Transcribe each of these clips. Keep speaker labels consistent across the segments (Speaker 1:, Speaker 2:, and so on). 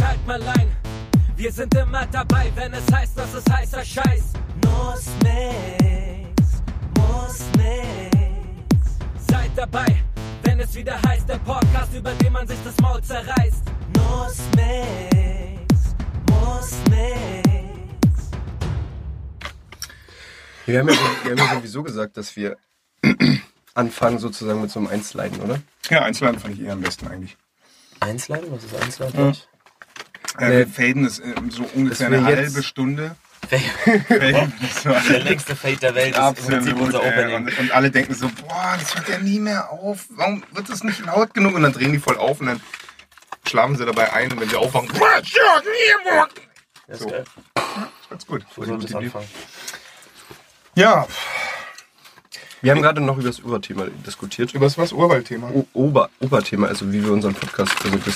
Speaker 1: halt mal ein. Wir sind immer dabei, wenn es heißt, dass es heißer Scheiß.
Speaker 2: Muss nix, muss nix,
Speaker 1: Seid dabei, wenn es wieder heißt, der Podcast, über den man sich das Maul zerreißt.
Speaker 2: muss nix, muss nix.
Speaker 3: Wir haben, ja, wir haben ja sowieso gesagt, dass wir anfangen sozusagen mit so einem Einzelleiten, oder?
Speaker 4: Ja, Einzelheiten fand ich eher am besten eigentlich.
Speaker 3: Einzelleiten? Was ist Einzelleiten?
Speaker 4: Äh,
Speaker 3: Nee.
Speaker 4: wir faden es äh, so ungefähr
Speaker 3: wir
Speaker 4: eine
Speaker 3: jetzt-
Speaker 4: halbe Stunde. Faden das so
Speaker 5: Der
Speaker 4: alle-
Speaker 5: längste Fade der Welt ist im Prinzip
Speaker 4: Absolut.
Speaker 5: unser
Speaker 4: Äh,
Speaker 5: Opening.
Speaker 4: und, und alle denken so, boah, das hört ja nie mehr auf. Warum wird das nicht laut genug? Und dann drehen die voll auf und dann schlafen sie dabei ein. Und wenn sie aufwachen, boah, ich hör nie mehr.
Speaker 5: Das
Speaker 4: So.
Speaker 5: ist geil.
Speaker 4: Ganz gut.
Speaker 5: So sollte es anfangen.
Speaker 4: Ja,
Speaker 3: Wir haben gerade noch über das Oberthema diskutiert.
Speaker 4: über das was Urwaldthema.
Speaker 3: O Ober Oberthema, also wie wir unseren Podcast, also das,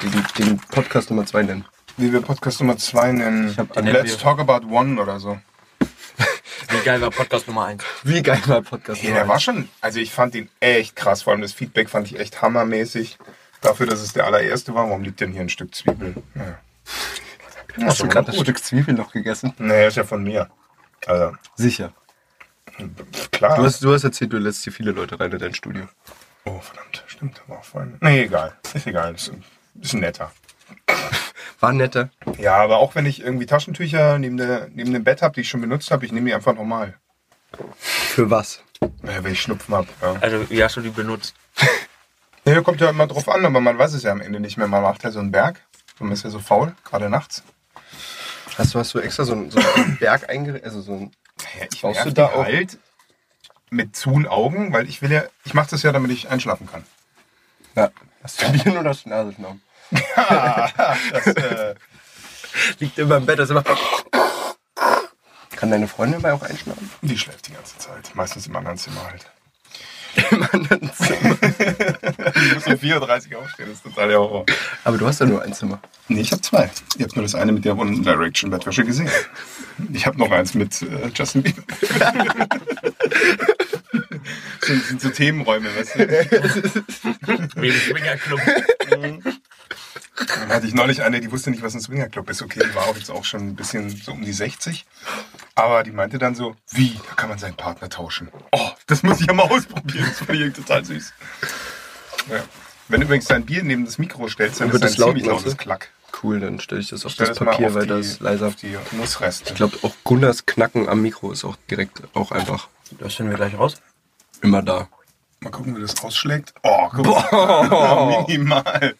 Speaker 3: den, den Podcast Nummer 2 nennen.
Speaker 4: Wie wir Podcast Nummer 2 nennen.
Speaker 3: hab
Speaker 4: Den
Speaker 3: an-
Speaker 4: Let's Talk About One oder so.
Speaker 5: Wie geil war Podcast Nummer 1?
Speaker 3: Wie geil war Podcast
Speaker 4: Ja, der
Speaker 3: Nummer
Speaker 4: war
Speaker 3: 1?
Speaker 4: schon, also ich fand den echt krass. Vor allem das Feedback fand ich echt hammermäßig. Dafür, dass es der allererste war, warum liegt denn hier ein Stück Zwiebel? Ja.
Speaker 3: Hast du gerade ein Stück Zwiebel noch gegessen?
Speaker 4: Naja, ist ja von mir. Also,
Speaker 3: Sicher.
Speaker 4: pf, klar.
Speaker 3: Du hast, du hast erzählt, du lässt hier viele Leute rein in dein Studio.
Speaker 4: oh, verdammt, stimmt, da war auch vorhin. Nee, egal. Ist egal. Ist, ist netter.
Speaker 3: War netter.
Speaker 4: Ja, aber auch wenn ich irgendwie Taschentücher neben, der, neben dem Bett habe, die ich schon benutzt habe, ich nehme die einfach nochmal.
Speaker 3: Für was?
Speaker 4: Naja, wenn ich Schnupfen habe. Ja.
Speaker 5: Also, ja, schon die benutzt.
Speaker 4: Naja, kommt ja immer drauf an, aber man weiß es ja am Ende nicht mehr. Man macht ja so einen Berg. Man ist ja so faul, gerade nachts.
Speaker 3: Hast du, hast du extra so einen, so einen Berg eingerichtet? Also so einen,
Speaker 4: Ja, ich
Speaker 3: Baust
Speaker 4: nerv
Speaker 3: du da
Speaker 4: die
Speaker 3: auch-
Speaker 4: halt mit zuen Augen, weil ich will ja, ich mache das ja, damit ich einschlafen kann.
Speaker 3: na, masturbieren oder Schnase genommen? Liegt immer im Bett, das ist immer. Kann deine Freundin dabei auch einschlafen?
Speaker 4: Die schläft die ganze Zeit, meistens im anderen Zimmer halt.
Speaker 3: Im anderen Zimmer.
Speaker 4: Ich muss um 4.30 Uhr aufstehen, das ist total der Horror.
Speaker 3: Aber du hast ja nur ein Zimmer.
Speaker 4: Nee, ich habe zwei. Ihr habt nur das eine mit der One Direction Bettwäsche gesehen. Ich habe noch eins mit äh, Justin Bieber. so, das sind so Themenräume, weißt du?
Speaker 5: Wie im Swingerclub.
Speaker 4: Dann hatte ich neulich eine, die wusste nicht, was ein Swingerclub ist. Okay, die war auch jetzt auch schon ein bisschen so um die 60. Aber die meinte dann so, wie, da kann man seinen Partner tauschen. Oh, das muss ich ja mal ausprobieren. Das fand ich total süß. Ja. Wenn du übrigens dein Bier neben das Mikro stellst, dann
Speaker 3: Wird
Speaker 4: ist das
Speaker 3: es
Speaker 4: ein
Speaker 3: laut,
Speaker 4: ziemlich
Speaker 3: meinst
Speaker 4: lautes
Speaker 3: du?
Speaker 4: Klack.
Speaker 3: Cool, dann stelle ich das auf
Speaker 4: Stell
Speaker 3: das
Speaker 4: das mal
Speaker 3: Papier,
Speaker 4: auf
Speaker 3: weil
Speaker 4: die-
Speaker 3: das leiser.
Speaker 4: auf die Nussreste.
Speaker 3: Ich glaube, auch Gunners Knacken am Mikro ist auch direkt auch einfach
Speaker 5: Das finden wir gleich raus.
Speaker 3: immer da.
Speaker 4: Mal gucken, wie das ausschlägt. Oh, guck mal. Minimal.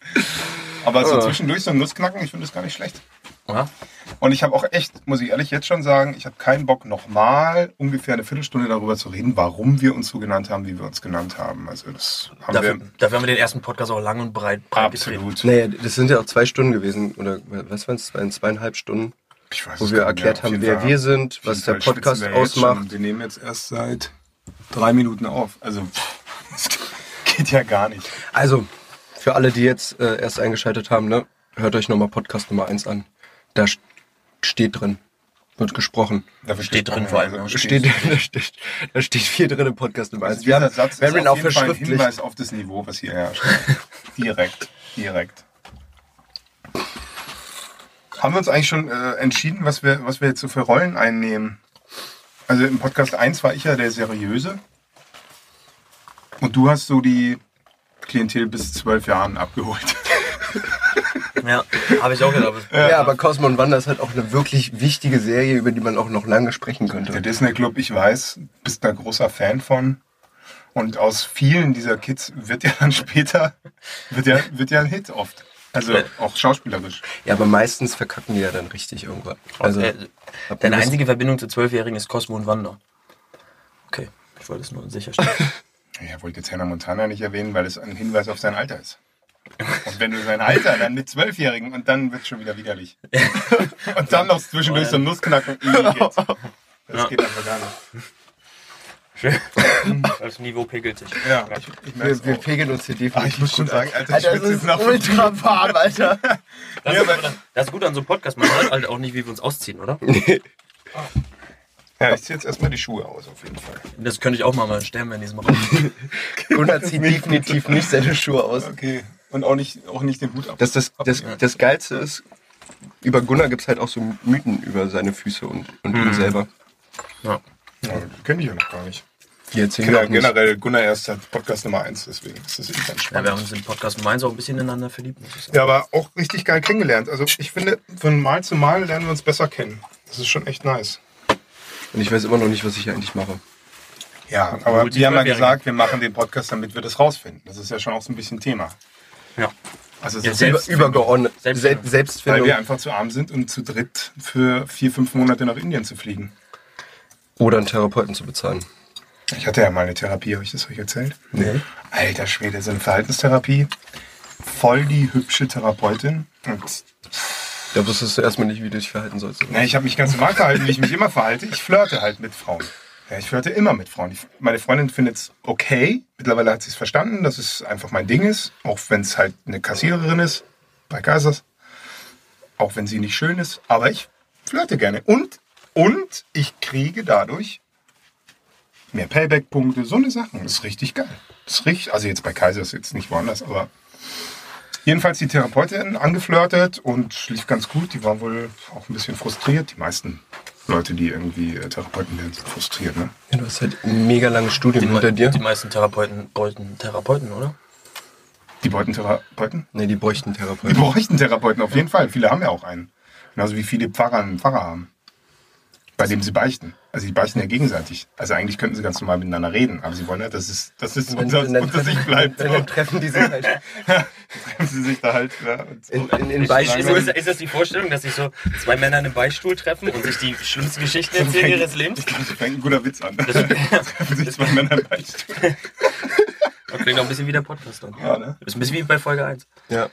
Speaker 4: Aber
Speaker 3: Oh.
Speaker 4: so zwischendurch so ein Nussknacken, ich finde das gar nicht schlecht.
Speaker 5: Ja?
Speaker 4: Und ich habe auch echt, muss ich ehrlich jetzt schon sagen, ich habe keinen Bock, nochmal ungefähr eine Viertelstunde darüber zu reden, warum wir uns so genannt haben, wie wir uns genannt haben. Also das haben
Speaker 5: Dafür,
Speaker 4: wir
Speaker 5: dafür haben wir den ersten Podcast auch lang und breit, breit getreten.
Speaker 4: absolut.
Speaker 3: Naja, das sind ja auch zwei Stunden gewesen, oder was waren es, zweieinhalb Stunden,
Speaker 4: Ich weiß
Speaker 3: wo
Speaker 4: es
Speaker 3: wir
Speaker 4: gar nicht
Speaker 3: erklärt
Speaker 4: mehr. Auf
Speaker 3: haben,
Speaker 4: jeden
Speaker 3: wer
Speaker 4: Fall-
Speaker 3: wir sind,
Speaker 4: auf
Speaker 3: was
Speaker 4: jeden
Speaker 3: der
Speaker 4: Fall spitzen
Speaker 3: Podcast
Speaker 4: wir jetzt schon.
Speaker 3: ausmacht.
Speaker 4: Wir nehmen jetzt erst seit drei Minuten auf. Also das geht ja gar nicht.
Speaker 3: Also, für alle, die jetzt äh, erst eingeschaltet haben, ne, hört euch nochmal Podcast Nummer 1 an. Da st- steht drin, wird gesprochen.
Speaker 4: Dafür
Speaker 5: Steht
Speaker 4: gesprochen,
Speaker 5: drin vor allem.
Speaker 4: also
Speaker 3: Steht, da, steht, da steht viel drin im Podcast Nummer 1.
Speaker 4: Also dieser Satz
Speaker 3: werden
Speaker 4: ist
Speaker 3: wir ihn
Speaker 4: auf
Speaker 3: auch
Speaker 4: jeden Fall ein
Speaker 3: verschriftlich.
Speaker 4: Hinweis auf das Niveau, was hier herrscht. direkt, direkt. Haben wir uns eigentlich schon äh, entschieden, was wir, was wir jetzt so für Rollen einnehmen? Also im Podcast 1 war ich ja der Seriöse. Und du hast so die Klientel bis zwölf Jahren abgeholt.
Speaker 5: Ja, habe ich auch gedacht.
Speaker 3: Ja, aber Cosmo und Wanda ist halt auch eine wirklich wichtige Serie, über die man auch noch lange sprechen
Speaker 4: Der
Speaker 3: könnte.
Speaker 4: Disney Club, ich weiß, bist da großer Fan von. Und aus vielen dieser Kids wird ja dann später, wird ja, wird ja ein Hit oft. Also auch schauspielerisch.
Speaker 3: Ja, aber meistens verkacken die ja dann richtig irgendwann. Also,
Speaker 5: äh,
Speaker 3: habt ihr
Speaker 5: Deine
Speaker 3: das-
Speaker 5: einzige Verbindung zu Zwölfjährigen ist Cosmo und Wanda. Okay, ich wollte es nur sicherstellen.
Speaker 4: Ja, wollte jetzt Hannah Montana nicht erwähnen, weil es ein Hinweis auf sein Alter ist. Und wenn du sein Alter dann mit Zwölfjährigen und dann wird schon wieder widerlich. Und dann noch zwischendurch so ein Nussknacken. Ih, geht's. Das geht einfach gar nicht.
Speaker 5: das Niveau pickelt sich.
Speaker 4: Ja, ich, ich merk's
Speaker 3: wir, wir
Speaker 4: auch.
Speaker 3: pegeln uns hier
Speaker 4: Ah,
Speaker 3: definitiv.
Speaker 4: ich muss schon sagen, Alter, ich
Speaker 3: Alter,
Speaker 4: schwitze
Speaker 3: das
Speaker 4: jetzt
Speaker 3: ist
Speaker 4: nach.
Speaker 3: ultra warm, Alter.
Speaker 5: Das,
Speaker 4: Ja,
Speaker 5: ist, aber
Speaker 4: aber-
Speaker 5: das, das ist gut an so einem Podcast, man hört halt auch nicht, wie wir uns ausziehen, oder?
Speaker 4: Ja, ich zieh jetzt erstmal die Schuhe aus, auf jeden Fall.
Speaker 5: Das könnte ich auch mal mal sterben in diesem Raum.
Speaker 3: Gunnar zieht definitiv nicht seine Schuhe aus.
Speaker 4: Okay. und auch nicht, auch nicht den Hut ab.
Speaker 3: Das, das, das,
Speaker 4: abgemerkt.
Speaker 3: das Geilste ist, über Gunnar gibt es halt auch so Mythen über seine Füße und, und ihn selber.
Speaker 5: Ja.
Speaker 4: ja, kenne ich ja noch gar nicht.
Speaker 3: Die erzählen
Speaker 4: Ja,
Speaker 3: ja, nicht.
Speaker 4: Genau, generell, Gunnar erst hat Podcast Nummer 1, deswegen ist das eben ganz
Speaker 5: ja,
Speaker 4: spannend.
Speaker 5: wir haben uns im Podcast Mainz auch ein bisschen ineinander verliebt. Muss ich sagen.
Speaker 4: Ja, aber auch richtig geil kennengelernt. Also ich finde, von Mal zu Mal lernen wir uns besser kennen. Das ist schon echt nice.
Speaker 3: Und ich weiß immer noch nicht, was ich hier eigentlich mache.
Speaker 4: Ja, aber wir haben ja
Speaker 5: Multimedia.
Speaker 4: gesagt, wir machen den Podcast, damit wir das rausfinden. Das ist ja schon auch so ein bisschen Thema.
Speaker 5: Ja.
Speaker 4: Also es
Speaker 5: Ja,
Speaker 4: ist
Speaker 5: selbst-
Speaker 4: über, über,
Speaker 3: Übergeordnet.
Speaker 5: Selbstfindung.
Speaker 3: Selbst,
Speaker 4: weil
Speaker 3: Selbstfindung.
Speaker 4: wir einfach zu arm sind, um zu dritt für vier, fünf Monate nach Indien zu fliegen.
Speaker 3: Oder einen Therapeuten zu bezahlen.
Speaker 4: Ich hatte ja mal eine Therapie, habe ich das euch erzählt?
Speaker 3: Nee.
Speaker 4: Alter Schwede, so eine Verhaltenstherapie. Voll die hübsche Therapeutin. Und
Speaker 3: Da wusstest du erstmal nicht, wie du dich verhalten sollst.
Speaker 4: Ja, ich habe mich ganz normal verhalten, wie ich mich immer verhalte. Ich flirte halt mit Frauen. Ja, ich flirte immer mit Frauen. Ich, meine Freundin findet es okay. Mittlerweile hat sie es verstanden, dass es einfach mein Ding ist. Auch wenn es halt eine Kassiererin ist, bei Kaisers. Auch wenn sie nicht schön ist. Aber ich flirte gerne. Und, und ich kriege dadurch mehr Payback-Punkte. So eine Sachen. Das ist richtig geil. Das ist richtig, also jetzt bei Kaisers, jetzt nicht woanders, aber Jedenfalls die Therapeutin angeflirtet und lief ganz gut. Die waren wohl auch ein bisschen frustriert. Die meisten Leute, die irgendwie äh, Therapeuten werden, sind frustriert. Ne?
Speaker 3: Ja, du hast halt mega lange Studien hinter dir.
Speaker 5: Die meisten Therapeuten wollten Therapeuten, oder?
Speaker 4: Die wollten Therapeuten?
Speaker 3: Ne, die bräuchten
Speaker 4: Die
Speaker 3: Therapeuten.
Speaker 4: bräuchten Therapeuten auf jeden Fall. Viele haben ja auch einen. Genauso wie viele Pfarrer einen Pfarrer haben, bei dem sie beichten. Also die beichten ja gegenseitig. Also eigentlich könnten sie ganz normal miteinander reden, aber sie wollen ja, dass es, dass es unter,
Speaker 3: wenn dann-
Speaker 4: unter sich bleibt.
Speaker 3: Dann treffen die sich halt
Speaker 4: Treffen sie sich da halt. Ja, und so.
Speaker 3: in, in, in
Speaker 6: Ist, ist,
Speaker 3: Beichten.
Speaker 6: ist das die Vorstellung, dass sich so zwei Männer in einem Beichtstuhl treffen und sich die schlimmsten Geschichten erzählen ihres Lebens?
Speaker 4: Ich glaube, das fängt ein guter Witz an. Treffen sich zwei Männer im Beichtstuhl.
Speaker 6: Das klingt auch ein bisschen wie der Podcast dann.
Speaker 4: Ja, ne?
Speaker 6: Ist ein bisschen wie bei Folge 1.
Speaker 3: Ja.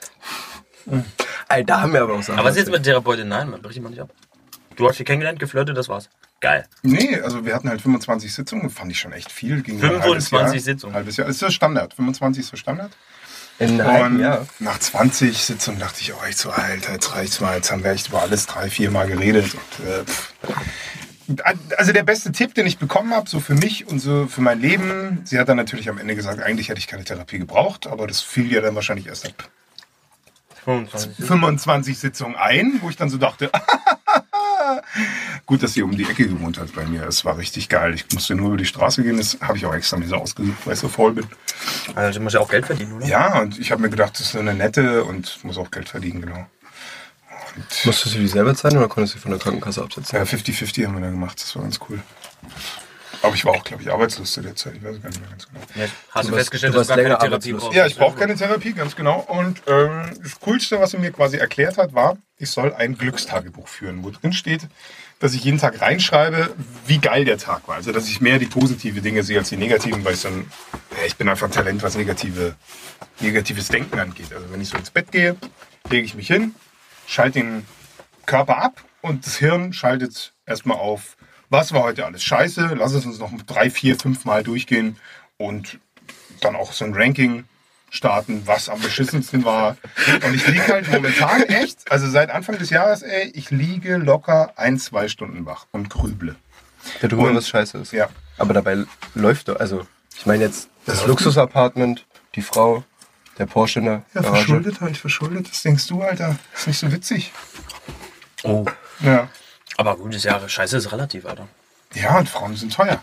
Speaker 3: Alter, da haben wir aber auch Sachen.
Speaker 6: Aber was ist jetzt mit Therapeutin? Nein, man bricht jemand nicht ab. Du hast sie kennengelernt, geflirtet, das war's. Geil.
Speaker 4: Nee, also wir hatten halt 25 Sitzungen, fand ich schon echt viel. Ging ein
Speaker 6: 25
Speaker 4: halbes Jahr,
Speaker 6: Sitzungen.
Speaker 4: Halbes Jahr. Ist so Standard. 25 ist so Standard.
Speaker 3: In einem halben
Speaker 4: Und
Speaker 3: Jahr.
Speaker 4: nach 20 Sitzungen dachte ich auch echt so, Alter, jetzt reicht's mal. Jetzt haben wir echt über alles drei, vier Mal geredet. Und, äh, pff. also der beste Tipp, den ich bekommen habe, so für mich und so für mein Leben, sie hat dann natürlich am Ende gesagt, eigentlich hätte ich keine Therapie gebraucht, aber das fiel ja dann wahrscheinlich erst ab
Speaker 6: 25.
Speaker 4: 25 Sitzungen ein, wo ich dann so dachte, gut, dass sie um die Ecke gewohnt hat bei mir. Es war richtig geil. Ich musste nur über die Straße gehen. Das habe ich auch extra mir so ausgesucht, weil ich so faul bin.
Speaker 5: Also du musst ja auch Geld verdienen, oder?
Speaker 4: Ja, und ich habe mir gedacht, das ist eine nette und muss auch Geld verdienen, genau. Und
Speaker 3: Musstest du die selber zahlen oder konntest du die von der Krankenkasse absetzen?
Speaker 4: ja, 50-50 haben wir dann gemacht. Das war ganz cool. Aber ich war auch, glaube ich, arbeitslos zu der Zeit. Ich weiß gar nicht mehr ganz genau.
Speaker 6: Ja,
Speaker 3: Du
Speaker 6: hast du,
Speaker 3: warst-
Speaker 6: festgestellt,
Speaker 3: du
Speaker 6: dass
Speaker 3: warst
Speaker 6: du gar keine
Speaker 3: länger
Speaker 6: Therapie
Speaker 3: arbeitslos.
Speaker 6: brauchst?
Speaker 4: Ja, ich brauche keine Therapie, ganz genau. Und ähm, das Coolste, was sie mir quasi erklärt hat, war, ich soll ein Glückstagebuch führen, wo drin steht, dass ich jeden Tag reinschreibe, wie geil der Tag war. Also, dass ich mehr die positiven Dinge sehe als die negativen, weil ich dann, ja, ich bin einfach ein Talent, was negative, negatives Denken angeht. Also, wenn ich so ins Bett gehe, lege ich mich hin, schalte den Körper ab und das Hirn schaltet erstmal auf, was war heute alles scheiße, lass es uns noch drei, vier, fünf Mal durchgehen und dann auch so ein Ranking starten, was am beschissensten war. Und ich liege halt momentan echt, also seit Anfang des Jahres, ey, ich liege locker ein, zwei Stunden wach und grüble.
Speaker 3: Ja, du
Speaker 4: Und-
Speaker 3: was scheiße ist.
Speaker 4: Ja.
Speaker 3: Aber dabei läuft doch. Also, ich meine jetzt das Luxusapartment, die Frau, der Porsche in der Garage.
Speaker 4: halt, verschuldet. Das denkst du, Alter. Ist nicht so witzig.
Speaker 5: Oh.
Speaker 4: Ja.
Speaker 5: Aber gut, das Jahre Scheiße ist relativ, Alter.
Speaker 4: Ja, und Frauen sind teuer.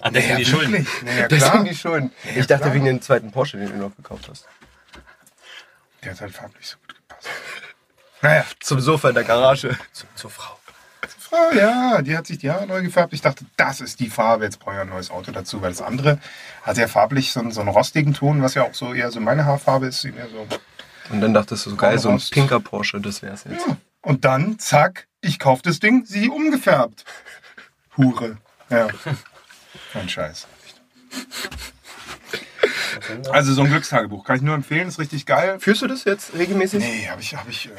Speaker 6: Ah, das sind die Schulden.
Speaker 4: Wirklich? Naja,
Speaker 3: Das
Speaker 4: klar.
Speaker 3: sind die schon. Ich dachte
Speaker 4: klar.
Speaker 3: wegen dem zweiten Porsche, den du noch gekauft hast.
Speaker 4: Der hat halt farblich so gut gepasst. Naja,
Speaker 3: Zum Sofa in der Garage.
Speaker 5: Zu, zur Frau.
Speaker 4: Frau, Oh ja, die hat sich die Haare neu gefärbt. Ich dachte, das ist die Farbe. Jetzt brauche ich ein neues Auto dazu, weil das andere hat ja farblich so einen, so einen rostigen Ton, was ja auch so eher so meine Haarfarbe ist. die mir so.
Speaker 3: Und dann dachtest du so geil, so ein
Speaker 4: raus.
Speaker 3: pinker Porsche, das wär's jetzt.
Speaker 4: Hm. Und dann, zack, ich kaufe das Ding, sie umgefärbt. Hure. Ja. Kein Scheiß. Also so ein Glückstagebuch kann ich nur empfehlen, ist richtig geil.
Speaker 3: Führst du das jetzt regelmäßig?
Speaker 4: Nee, habe ich, habe ich, äh,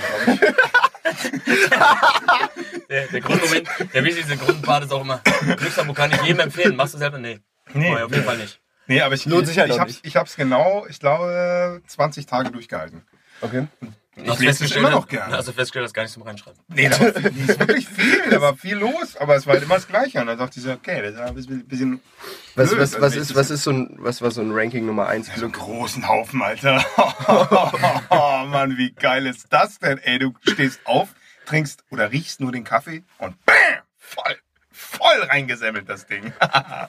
Speaker 4: hab ich
Speaker 6: Der, der Grundmoment, der wichtigste Grundpart ist auch immer, Glückstagebuch kann ich jedem empfehlen. Machst du selber? Nee.
Speaker 4: Nee.
Speaker 6: Oh, auf jeden Fall nicht.
Speaker 4: Nee, aber ich,
Speaker 3: Lohnt sich halt
Speaker 4: ich,
Speaker 3: auch
Speaker 4: hab's,
Speaker 3: nicht.
Speaker 4: ich hab's genau, ich glaube, 20 Tage durchgehalten.
Speaker 3: Okay.
Speaker 6: Ich
Speaker 4: lese das immer noch gerne.
Speaker 6: ne? Hast du festgestellt, dass gar nichts zum Reinschreiben.
Speaker 4: Nee, da war viel, die ist wirklich viel, da war viel los, aber es war halt immer das Gleiche. Und dann dachte ich so, okay, das war ein bisschen, bisschen
Speaker 3: Was,
Speaker 4: blöd.
Speaker 3: was,
Speaker 4: Also
Speaker 3: was,
Speaker 4: ich-
Speaker 3: ist, was ist so ein, was war so ein Ranking Nummer 1
Speaker 4: So einen
Speaker 3: Glück?
Speaker 4: großen Haufen, Alter. oh, Mann, wie geil ist das denn? Ey, du stehst auf, trinkst oder riechst nur den Kaffee und bam, voll, voll reingesemmelt das Ding. ah,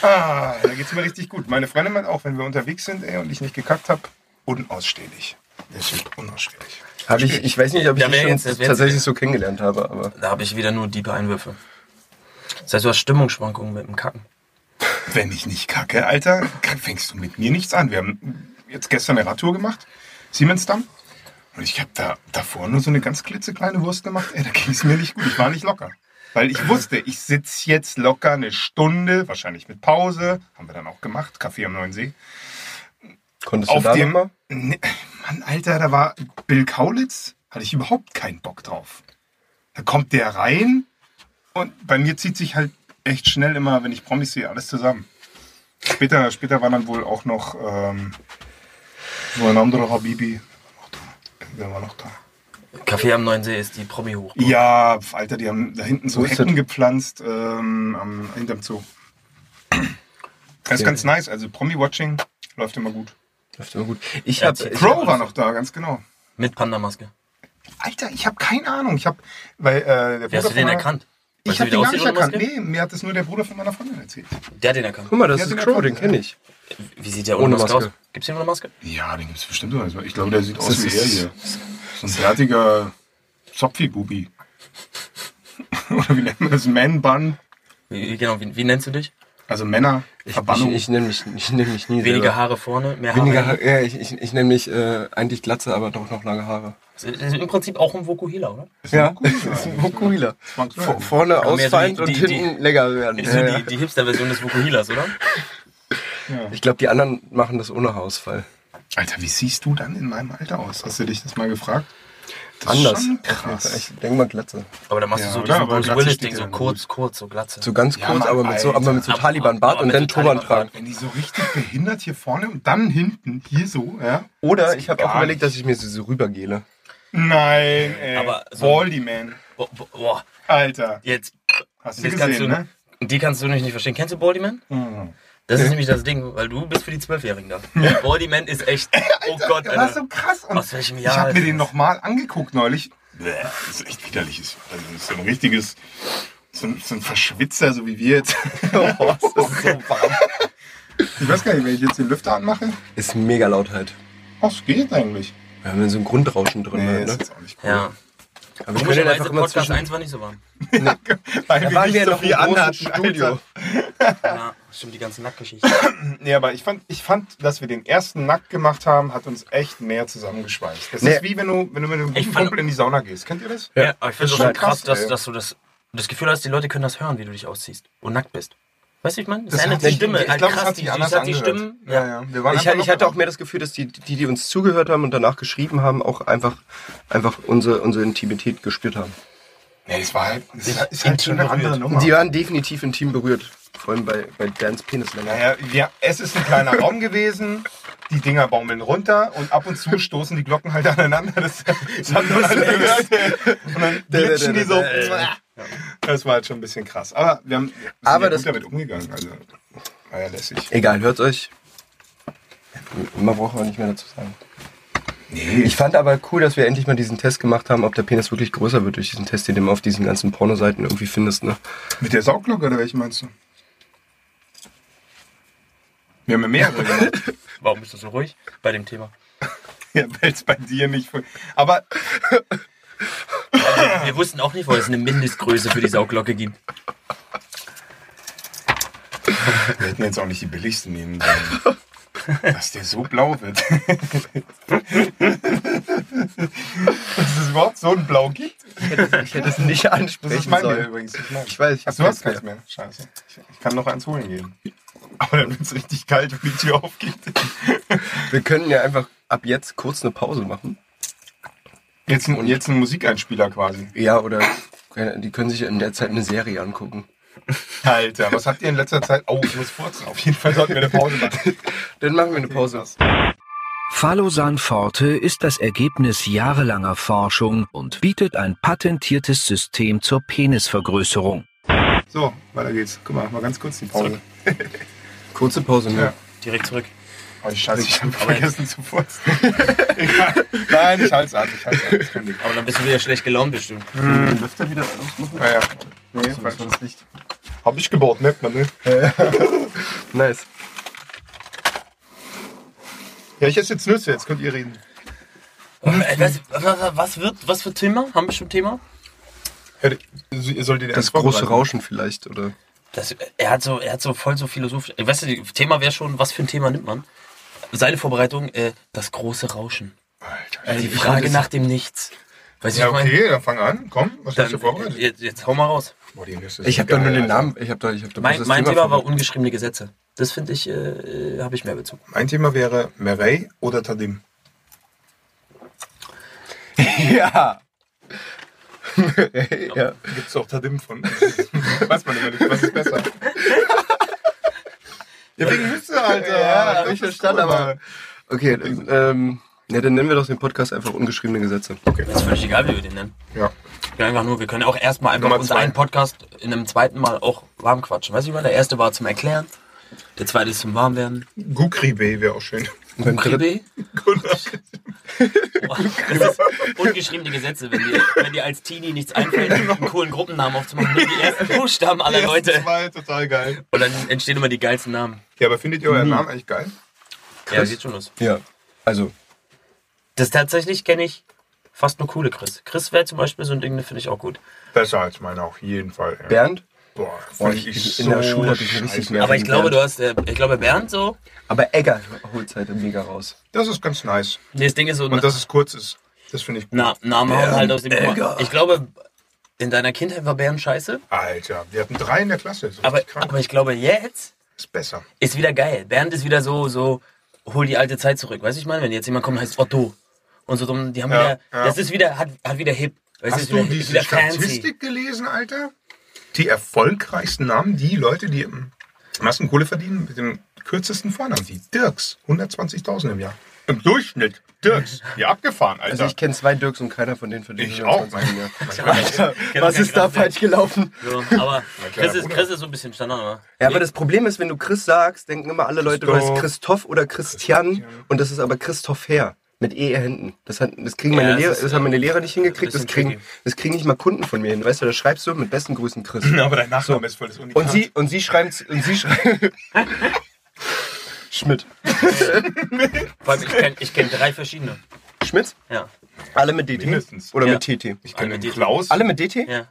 Speaker 4: da geht's mir richtig gut. Meine Freundin meint auch, wenn wir unterwegs sind ey, und ich nicht gekackt habe, unausstehlich. Es wird unausstehlich.
Speaker 3: Hab ich, ich weiß nicht, ob ich
Speaker 6: Ja,
Speaker 3: das
Speaker 6: wer
Speaker 3: schon
Speaker 6: jetzt- wer jetzt-
Speaker 3: tatsächlich so kennengelernt habe, aber
Speaker 6: Da habe ich wieder nur diepe Einwürfe. Das heißt, du hast Stimmungsschwankungen mit dem Kacken.
Speaker 4: Wenn ich nicht kacke, Alter, fängst du mit mir nichts an. Wir haben jetzt gestern eine Radtour gemacht, Siemensdamm. Und ich habe da davor nur so eine ganz klitzekleine Wurst gemacht. Ey, da ging es mir nicht gut. Ich war nicht locker. Weil ich wusste, ich sitze jetzt locker eine Stunde, wahrscheinlich mit Pause. Haben wir dann auch gemacht, Kaffee am Neuen See.
Speaker 3: konntest du
Speaker 4: Auf
Speaker 3: da
Speaker 4: dem-
Speaker 3: nochmal?
Speaker 4: Nee, Mann, Alter, da war Bill Kaulitz, hatte ich überhaupt keinen Bock drauf. Da kommt der rein und bei mir zieht sich halt echt schnell immer, wenn ich Promis sehe, alles zusammen. Später, später war dann wohl auch noch ähm, so ein anderer Habibi. Wer war noch da?
Speaker 6: Café am Neuen See ist die Promi hoch.
Speaker 4: Ja, pf, Alter, die haben da hinten so
Speaker 3: Wo ist
Speaker 4: Hecken
Speaker 3: das?
Speaker 4: gepflanzt ähm, am, hinterm Zoo. Das ist ganz nice. Also Promi-Watching läuft immer gut.
Speaker 3: Läuft immer gut. Ich
Speaker 6: Ja,
Speaker 3: hab,
Speaker 6: die
Speaker 3: ich
Speaker 4: Crow war noch da, ganz genau.
Speaker 6: Mit Pandamaske.
Speaker 4: Alter, ich habe keine Ahnung. Ich habe, weil äh, der
Speaker 6: Wie hast du
Speaker 4: von
Speaker 6: den
Speaker 4: meiner-
Speaker 6: erkannt?
Speaker 4: Ich
Speaker 6: Weißt du,
Speaker 4: habe
Speaker 6: wie
Speaker 4: den
Speaker 6: der
Speaker 4: gar nicht
Speaker 6: aussieht ohne
Speaker 4: erkannt.
Speaker 6: Maske?
Speaker 4: Nee, mir hat das nur der Bruder von meiner Freundin erzählt.
Speaker 6: Der hat den erkannt.
Speaker 3: guck mal, das
Speaker 4: Ja,
Speaker 3: ist
Speaker 4: den
Speaker 3: Crow, den
Speaker 4: erkannt,
Speaker 3: kenne ich.
Speaker 6: Wie sieht der ohne,
Speaker 3: Ohne
Speaker 6: Maske,
Speaker 3: Maske.
Speaker 6: aus? Gibt's den ohne Maske?
Speaker 4: Ja, den gibt es bestimmt. Also ich glaube, der sieht aus
Speaker 3: Das
Speaker 4: wie
Speaker 3: ist-
Speaker 4: er hier. So ein fertiger Zopfi-Bubi. Oder wie nennt man das? Man-Bun.
Speaker 6: Wie, wie- genau, wie, wie nennst du dich?
Speaker 4: Also Männer.
Speaker 3: Ich, ich,
Speaker 4: Verbannung.
Speaker 3: ich nenne mich, ich nenn mich nie
Speaker 6: Weniger
Speaker 3: selber.
Speaker 6: Haare vorne, mehr Haare.
Speaker 3: Weniger
Speaker 6: hinten.
Speaker 3: Haare. Ja, ich, ich, ich nenne mich äh, eigentlich Glatze, aber doch noch lange Haare.
Speaker 6: Das ist im Prinzip auch ein Vokuhila, oder?
Speaker 3: Ja,
Speaker 4: Vokuhila.
Speaker 3: ist ein Vokuhila.
Speaker 4: Zwangsläufig.
Speaker 3: Vor- Vorne
Speaker 6: Aber mehr so
Speaker 3: ausfallend
Speaker 6: die-
Speaker 3: und
Speaker 6: die-
Speaker 3: hinten länger
Speaker 4: Äh.
Speaker 3: werden.
Speaker 6: Ist so
Speaker 3: Ja, ja.
Speaker 6: die, die Hipster-Version des Vokuhilas, oder?
Speaker 3: Ich glaube, die anderen machen das ohne Haarausfall.
Speaker 4: Alter, wie siehst du dann in meinem Alter aus? Hast du dich das mal gefragt? Das ist
Speaker 3: Anders.
Speaker 4: schon krass.
Speaker 3: Ich denke mal Glatze.
Speaker 6: Aber da machst
Speaker 4: Ja,
Speaker 6: du so
Speaker 4: oder?
Speaker 6: diesen
Speaker 4: Aber
Speaker 6: Bruce
Speaker 4: Glatze steht
Speaker 6: Willis-Ding,
Speaker 4: dir
Speaker 6: so
Speaker 4: dann
Speaker 6: kurz, kurz, so Glatze.
Speaker 3: So ganz
Speaker 4: Ja,
Speaker 3: kurz,
Speaker 4: Mann,
Speaker 3: aber mit so, aber mit so
Speaker 6: Alter.
Speaker 3: Taliban-Bart
Speaker 6: Aber
Speaker 3: und
Speaker 6: mit
Speaker 3: dann
Speaker 6: so
Speaker 3: Turban tragen.
Speaker 4: Wenn die so richtig behindert hier vorne und dann hinten, hier so, ja?
Speaker 3: Oder ich habe auch
Speaker 4: gar
Speaker 3: überlegt,
Speaker 4: nicht.
Speaker 3: dass ich mir so, so rübergehle.
Speaker 4: Nein, ey.
Speaker 6: Aber so-
Speaker 4: Baldy Man.
Speaker 6: Bo- bo- Boah,
Speaker 4: Alter.
Speaker 6: jetzt,
Speaker 4: Hast du
Speaker 6: jetzt kannst du,
Speaker 4: gesehen, ne? Mhm.
Speaker 6: die kannst du nämlich nicht verstehen. Kennst du Baldyman? Das ist nämlich das Ding, weil du bist für die Zwölfjährigen da. Und Baldyman ist echt, oh Gott,
Speaker 4: Das war
Speaker 6: Alter.
Speaker 4: so krass. Und
Speaker 6: Aus welchem
Speaker 4: Ich
Speaker 6: Jahr
Speaker 4: habe
Speaker 6: ist
Speaker 4: mir den
Speaker 6: das?
Speaker 4: nochmal angeguckt neulich. Bäh, Das ist echt widerlich. Das ist- Also das ist so ein richtiges, so ein, so ein Verschwitzer, so wie wir jetzt.
Speaker 3: Oh, es ist so warm.
Speaker 4: Ich weiß gar nicht, wenn ich jetzt den Lüfter anmache.
Speaker 3: Ist mega laut halt.
Speaker 4: Oh, es geht eigentlich.
Speaker 3: Wir haben so ein Grundrauschen drin.
Speaker 4: Nee,
Speaker 3: halt,
Speaker 4: das
Speaker 3: ne?
Speaker 4: ist auch nicht cool.
Speaker 6: Ja.
Speaker 3: Aber wir können
Speaker 6: Komischerweise
Speaker 3: einfach immer
Speaker 6: Podcast
Speaker 3: zwischen...
Speaker 6: 1 war nicht so warm.
Speaker 4: Weil
Speaker 3: Da waren wir ja noch im großen
Speaker 4: anhatten,
Speaker 3: Studio.
Speaker 4: Alter.
Speaker 6: Ja, stimmt, die ganze Nacktgeschichte.
Speaker 4: Nee, aber ich fand, ich fand, dass wir den ersten nackt gemacht haben, hat uns echt mehr zusammengeschweißt. Das
Speaker 3: Nee.
Speaker 4: ist wie wenn du, wenn du mit einem
Speaker 6: Ich
Speaker 4: guten
Speaker 6: fand-
Speaker 4: Kumpel in die Sauna gehst. Kennt ihr das?
Speaker 6: Ja, aber ich finde es schon
Speaker 4: schon
Speaker 6: krass,
Speaker 4: krass,
Speaker 6: dass,
Speaker 4: ey.
Speaker 6: dass du das, das Gefühl hast, die Leute können das hören, wie du dich ausziehst und nackt bist. Weißt du, wie ich meine? Das,
Speaker 4: hat
Speaker 6: ändert die
Speaker 4: sich-
Speaker 6: Stimme. halt
Speaker 4: Ich glaube, das hat
Speaker 6: die-
Speaker 4: sich anders
Speaker 6: das hat die
Speaker 4: angehört.
Speaker 6: Stimmen.
Speaker 4: Ja,
Speaker 6: Ja.
Speaker 4: ja. Wir waren
Speaker 3: Ich,
Speaker 4: einfach
Speaker 3: ich hatte
Speaker 4: locker.
Speaker 3: auch mehr das Gefühl, dass die, die, die uns zugehört haben und danach geschrieben haben, auch einfach, einfach unsere, unsere Intimität gespürt haben.
Speaker 4: Nee, es war halt, es ist halt schon eine andere Nummer.
Speaker 3: Die waren definitiv intim berührt. Vor allem bei, bei Dans Penislänge.
Speaker 4: Naja, ja, es ist ein kleiner Raum gewesen. Die Dinger baumeln runter und ab und zu stoßen die Glocken halt aneinander. Das, das hat man alle gehört. Und dann glitschen die so. Das war halt schon ein bisschen krass. Aber wir haben wir sind
Speaker 3: Aber
Speaker 4: ja
Speaker 3: das-
Speaker 4: gut damit umgegangen. Also war ja lässig.
Speaker 3: Egal, hört euch. Man braucht auch nicht mehr dazu sagen.
Speaker 4: Nee,
Speaker 3: Ich fand aber cool, dass wir endlich mal diesen Test gemacht haben, ob der Penis wirklich größer wird durch diesen Test, den du immer auf diesen ganzen Pornoseiten irgendwie findest. Ne?
Speaker 4: mit der Sauglocke oder welche meinst du? Wir haben ja mehrere gemacht.
Speaker 6: Warum bist du so ruhig bei dem Thema?
Speaker 4: Ja, weil es bei dir nicht. fun- Aber
Speaker 6: Wir wussten auch nicht, wo es eine Mindestgröße für die Sauglocke gibt.
Speaker 4: Wir hätten jetzt auch nicht die billigsten nehmen sollen. Dass der so blau wird. Dass es überhaupt so ein Blau gibt.
Speaker 3: Ich hätte es nicht
Speaker 4: Das
Speaker 3: ansprechen
Speaker 4: ist mein Bier
Speaker 3: sollen.
Speaker 4: übrigens. nicht mein.
Speaker 3: Ich weiß, ich
Speaker 4: Ach,
Speaker 3: hab
Speaker 4: du hast
Speaker 3: keins
Speaker 4: keins mehr. Scheiße. Ich- Ich kann noch eins holen gehen. Aber dann wird es richtig kalt, wenn die Tür aufgeht.
Speaker 3: Wir können ja einfach ab jetzt kurz eine Pause machen.
Speaker 4: Jetzt ein, jetzt ein Musikeinspieler quasi.
Speaker 3: Ja, oder keine- die können sich in der Zeit eine Serie angucken.
Speaker 4: Alter, was habt ihr in letzter Zeit? Oh, ich muss furzen. Auf jeden Fall sollten wir eine Pause machen.
Speaker 3: Dann machen wir eine Pause.
Speaker 7: Phalosan-Forte ist das Ergebnis jahrelanger Forschung und bietet ein patentiertes System zur Penisvergrößerung.
Speaker 4: So, weiter geht's. Guck mal, mal ganz kurz die Pause.
Speaker 3: Kurze Pause, ne?
Speaker 4: Ja.
Speaker 6: Direkt zurück.
Speaker 4: Oh, ich scheiße, ich habe vergessen zu furzen. Egal. Nein, ich halte es an, ich halte es an. ist kein Ding.
Speaker 6: Aber dann bist du wieder schlecht gelaunt bestimmt.
Speaker 4: Ah, ja. Nee, falsch. Hab ich gebaut, merkt man, ne?
Speaker 3: Nice.
Speaker 4: Ja, ich esse jetzt Nüsse, jetzt könnt ihr reden.
Speaker 6: Äh, Was, was, was, wird, was für Thema? Haben wir schon Thema?
Speaker 4: Hört, ihr solltet ihr
Speaker 3: Das große Rauschen vielleicht, oder?
Speaker 6: Das, er, hat so, er hat so voll so philosophisch. Weißt du, das Thema wäre schon, was für ein Thema nimmt man? Seine Vorbereitung, äh, das große Rauschen. Also
Speaker 4: Alter.
Speaker 6: die Frage nach dem Nichts. Weißt du,
Speaker 4: Ja,
Speaker 6: ich meine?
Speaker 4: okay, dann fang an. Komm, was hast du
Speaker 6: Dann, äh,
Speaker 4: vorbereitet?
Speaker 6: jetzt, jetzt hau mal raus.
Speaker 4: Boah, die Nüsse
Speaker 3: Ich habe da
Speaker 4: sind
Speaker 3: nur
Speaker 4: geil,
Speaker 3: den
Speaker 4: Alter.
Speaker 3: Namen. Ich habe da, ich habe da bloß
Speaker 6: Mein,
Speaker 3: das
Speaker 6: mein Thema war
Speaker 3: vorbereitet.
Speaker 6: ungeschriebene Gesetze. Das finde ich, äh, habe ich mehr Bezug.
Speaker 4: Mein Thema wäre Merey oder Tadim.
Speaker 3: Ja.
Speaker 4: Ja. Gibt es auch Tadim von. Weiß man immer nicht, was ist besser. ja, wegen Nüsse, Alter.
Speaker 3: Ja, hab
Speaker 4: Das
Speaker 3: ich
Speaker 4: ist
Speaker 3: verstanden,
Speaker 4: cool,
Speaker 3: aber-
Speaker 4: Mann.
Speaker 3: Okay, ähm, ja, dann nennen wir doch den Podcast einfach ungeschriebene Gesetze.
Speaker 6: Ist völlig egal, wie wir den nennen.
Speaker 4: Ja.
Speaker 6: Ja, einfach nur, wir können auch erstmal einfach
Speaker 4: Nummer
Speaker 6: unter
Speaker 4: zwei.
Speaker 6: einen Podcast in einem zweiten Mal auch warm quatschen. Weißt du, ich meine, der erste war zum Erklären, der zweite ist zum Warmwerden.
Speaker 4: Gukribe wäre auch schön.
Speaker 3: Und beim dritten,
Speaker 6: Kribe. Boah, Das ist ungeschriebene Gesetze, wenn dir, wenn dir als Teenie nichts einfällt, einen coolen Gruppennamen aufzumachen, nur die ersten Buchstaben aller
Speaker 4: Genau. Die ersten
Speaker 6: Leute.
Speaker 4: Zwei, total geil.
Speaker 6: Und dann entstehen immer die geilsten Namen.
Speaker 4: Ja, aber findet ihr euren
Speaker 3: Mhm.
Speaker 4: Namen eigentlich geil?
Speaker 6: Ja, geht schon los.
Speaker 3: ja, also
Speaker 6: Das tatsächlich kenne ich fast nur coole Chris. Chris wäre zum Beispiel so ein Ding, das finde ich auch gut.
Speaker 4: Besser als meine auf jeden Fall. Ja.
Speaker 3: Bernd.
Speaker 4: Boah,
Speaker 3: Boah,
Speaker 4: find
Speaker 3: ich- in der Schule hab ich
Speaker 4: scheiße.
Speaker 3: richtig mehr-
Speaker 6: Aber ich glaube, du hast, äh, ich glaube, Bernd so.
Speaker 3: Aber Egger holt halt mega raus.
Speaker 4: Das ist ganz nice.
Speaker 6: Nee, das Ding ist so,
Speaker 4: Und dass es kurz ist, das finde ich gut.
Speaker 6: na, Name hauen halt aus dem
Speaker 3: Bernd,
Speaker 6: Guck mal,
Speaker 3: Digga.
Speaker 6: Ich glaube, in deiner Kindheit war Bernd scheiße.
Speaker 4: Alter, wir hatten drei in der Klasse. Das ist
Speaker 6: Aber,
Speaker 4: richtig krank.
Speaker 6: aber ich glaube, jetzt
Speaker 4: ist besser.
Speaker 6: ist wieder geil. Bernd ist wieder so, so, hol die alte Zeit zurück. Weißt du, ich meine, wenn jetzt jemand kommt, heißt Otto. Und so drum, die haben
Speaker 4: Ja,
Speaker 6: wieder,
Speaker 4: ja.
Speaker 6: das ist wieder, hat, hat wieder hip. Weißt
Speaker 4: Hast
Speaker 6: ist
Speaker 4: du
Speaker 6: wieder, ist
Speaker 4: diese
Speaker 6: wieder fancy.
Speaker 4: Statistik gelesen, Alter? Die erfolgreichsten Namen, die Leute, die am meisten Kohle verdienen, mit dem kürzesten Vornamen, die Dirks, 120.000 im Jahr. Im Durchschnitt, Dirks, die abgefahren, Alter.
Speaker 3: Also ich kenne zwei Dirks und keiner von denen verdient
Speaker 4: Ich
Speaker 3: 120
Speaker 4: auch.
Speaker 3: mehr.
Speaker 6: kenn auch
Speaker 3: was
Speaker 6: keinen
Speaker 3: ist da
Speaker 6: Gramm,
Speaker 3: falsch gelaufen?
Speaker 6: So, aber
Speaker 4: kleiner
Speaker 6: Chris ist,
Speaker 4: Bruder.
Speaker 6: Chris ist so ein bisschen Standard, oder?
Speaker 3: Ja, aber das Problem ist, wenn du Chris sagst, denken immer alle Leute, du heißt
Speaker 4: Christoph.
Speaker 3: Christoph oder Christian,
Speaker 4: Christian.
Speaker 3: und das ist aber Christoph Herr. Mit ER hinten. Das, hat, das, kriegen meine
Speaker 6: Ja, das
Speaker 3: Lehrer,
Speaker 6: ist,
Speaker 3: das haben meine
Speaker 6: äh,
Speaker 3: Lehrer nicht hingekriegt,
Speaker 6: bisschen
Speaker 3: das kriegen,
Speaker 6: tricky.
Speaker 3: das kriegen nicht mal Kunden von mir hin. Weißt du, da schreibst du mit besten Grüßen Chris.
Speaker 4: aber dein Nachname ist voll das Unikat.
Speaker 3: Und sie, und sie schreiben, und sie schreiben. Schmidt.
Speaker 6: Vor allem, ich kenne ich kenn drei verschiedene.
Speaker 3: Schmidt?
Speaker 6: Ja.
Speaker 3: Alle mit DT?
Speaker 4: Mindestens.
Speaker 3: Oder
Speaker 6: Ja.
Speaker 3: mit TT?
Speaker 4: Ich kenne
Speaker 6: Alle mit
Speaker 4: Klaus.
Speaker 3: Alle mit DT?
Speaker 6: Ja.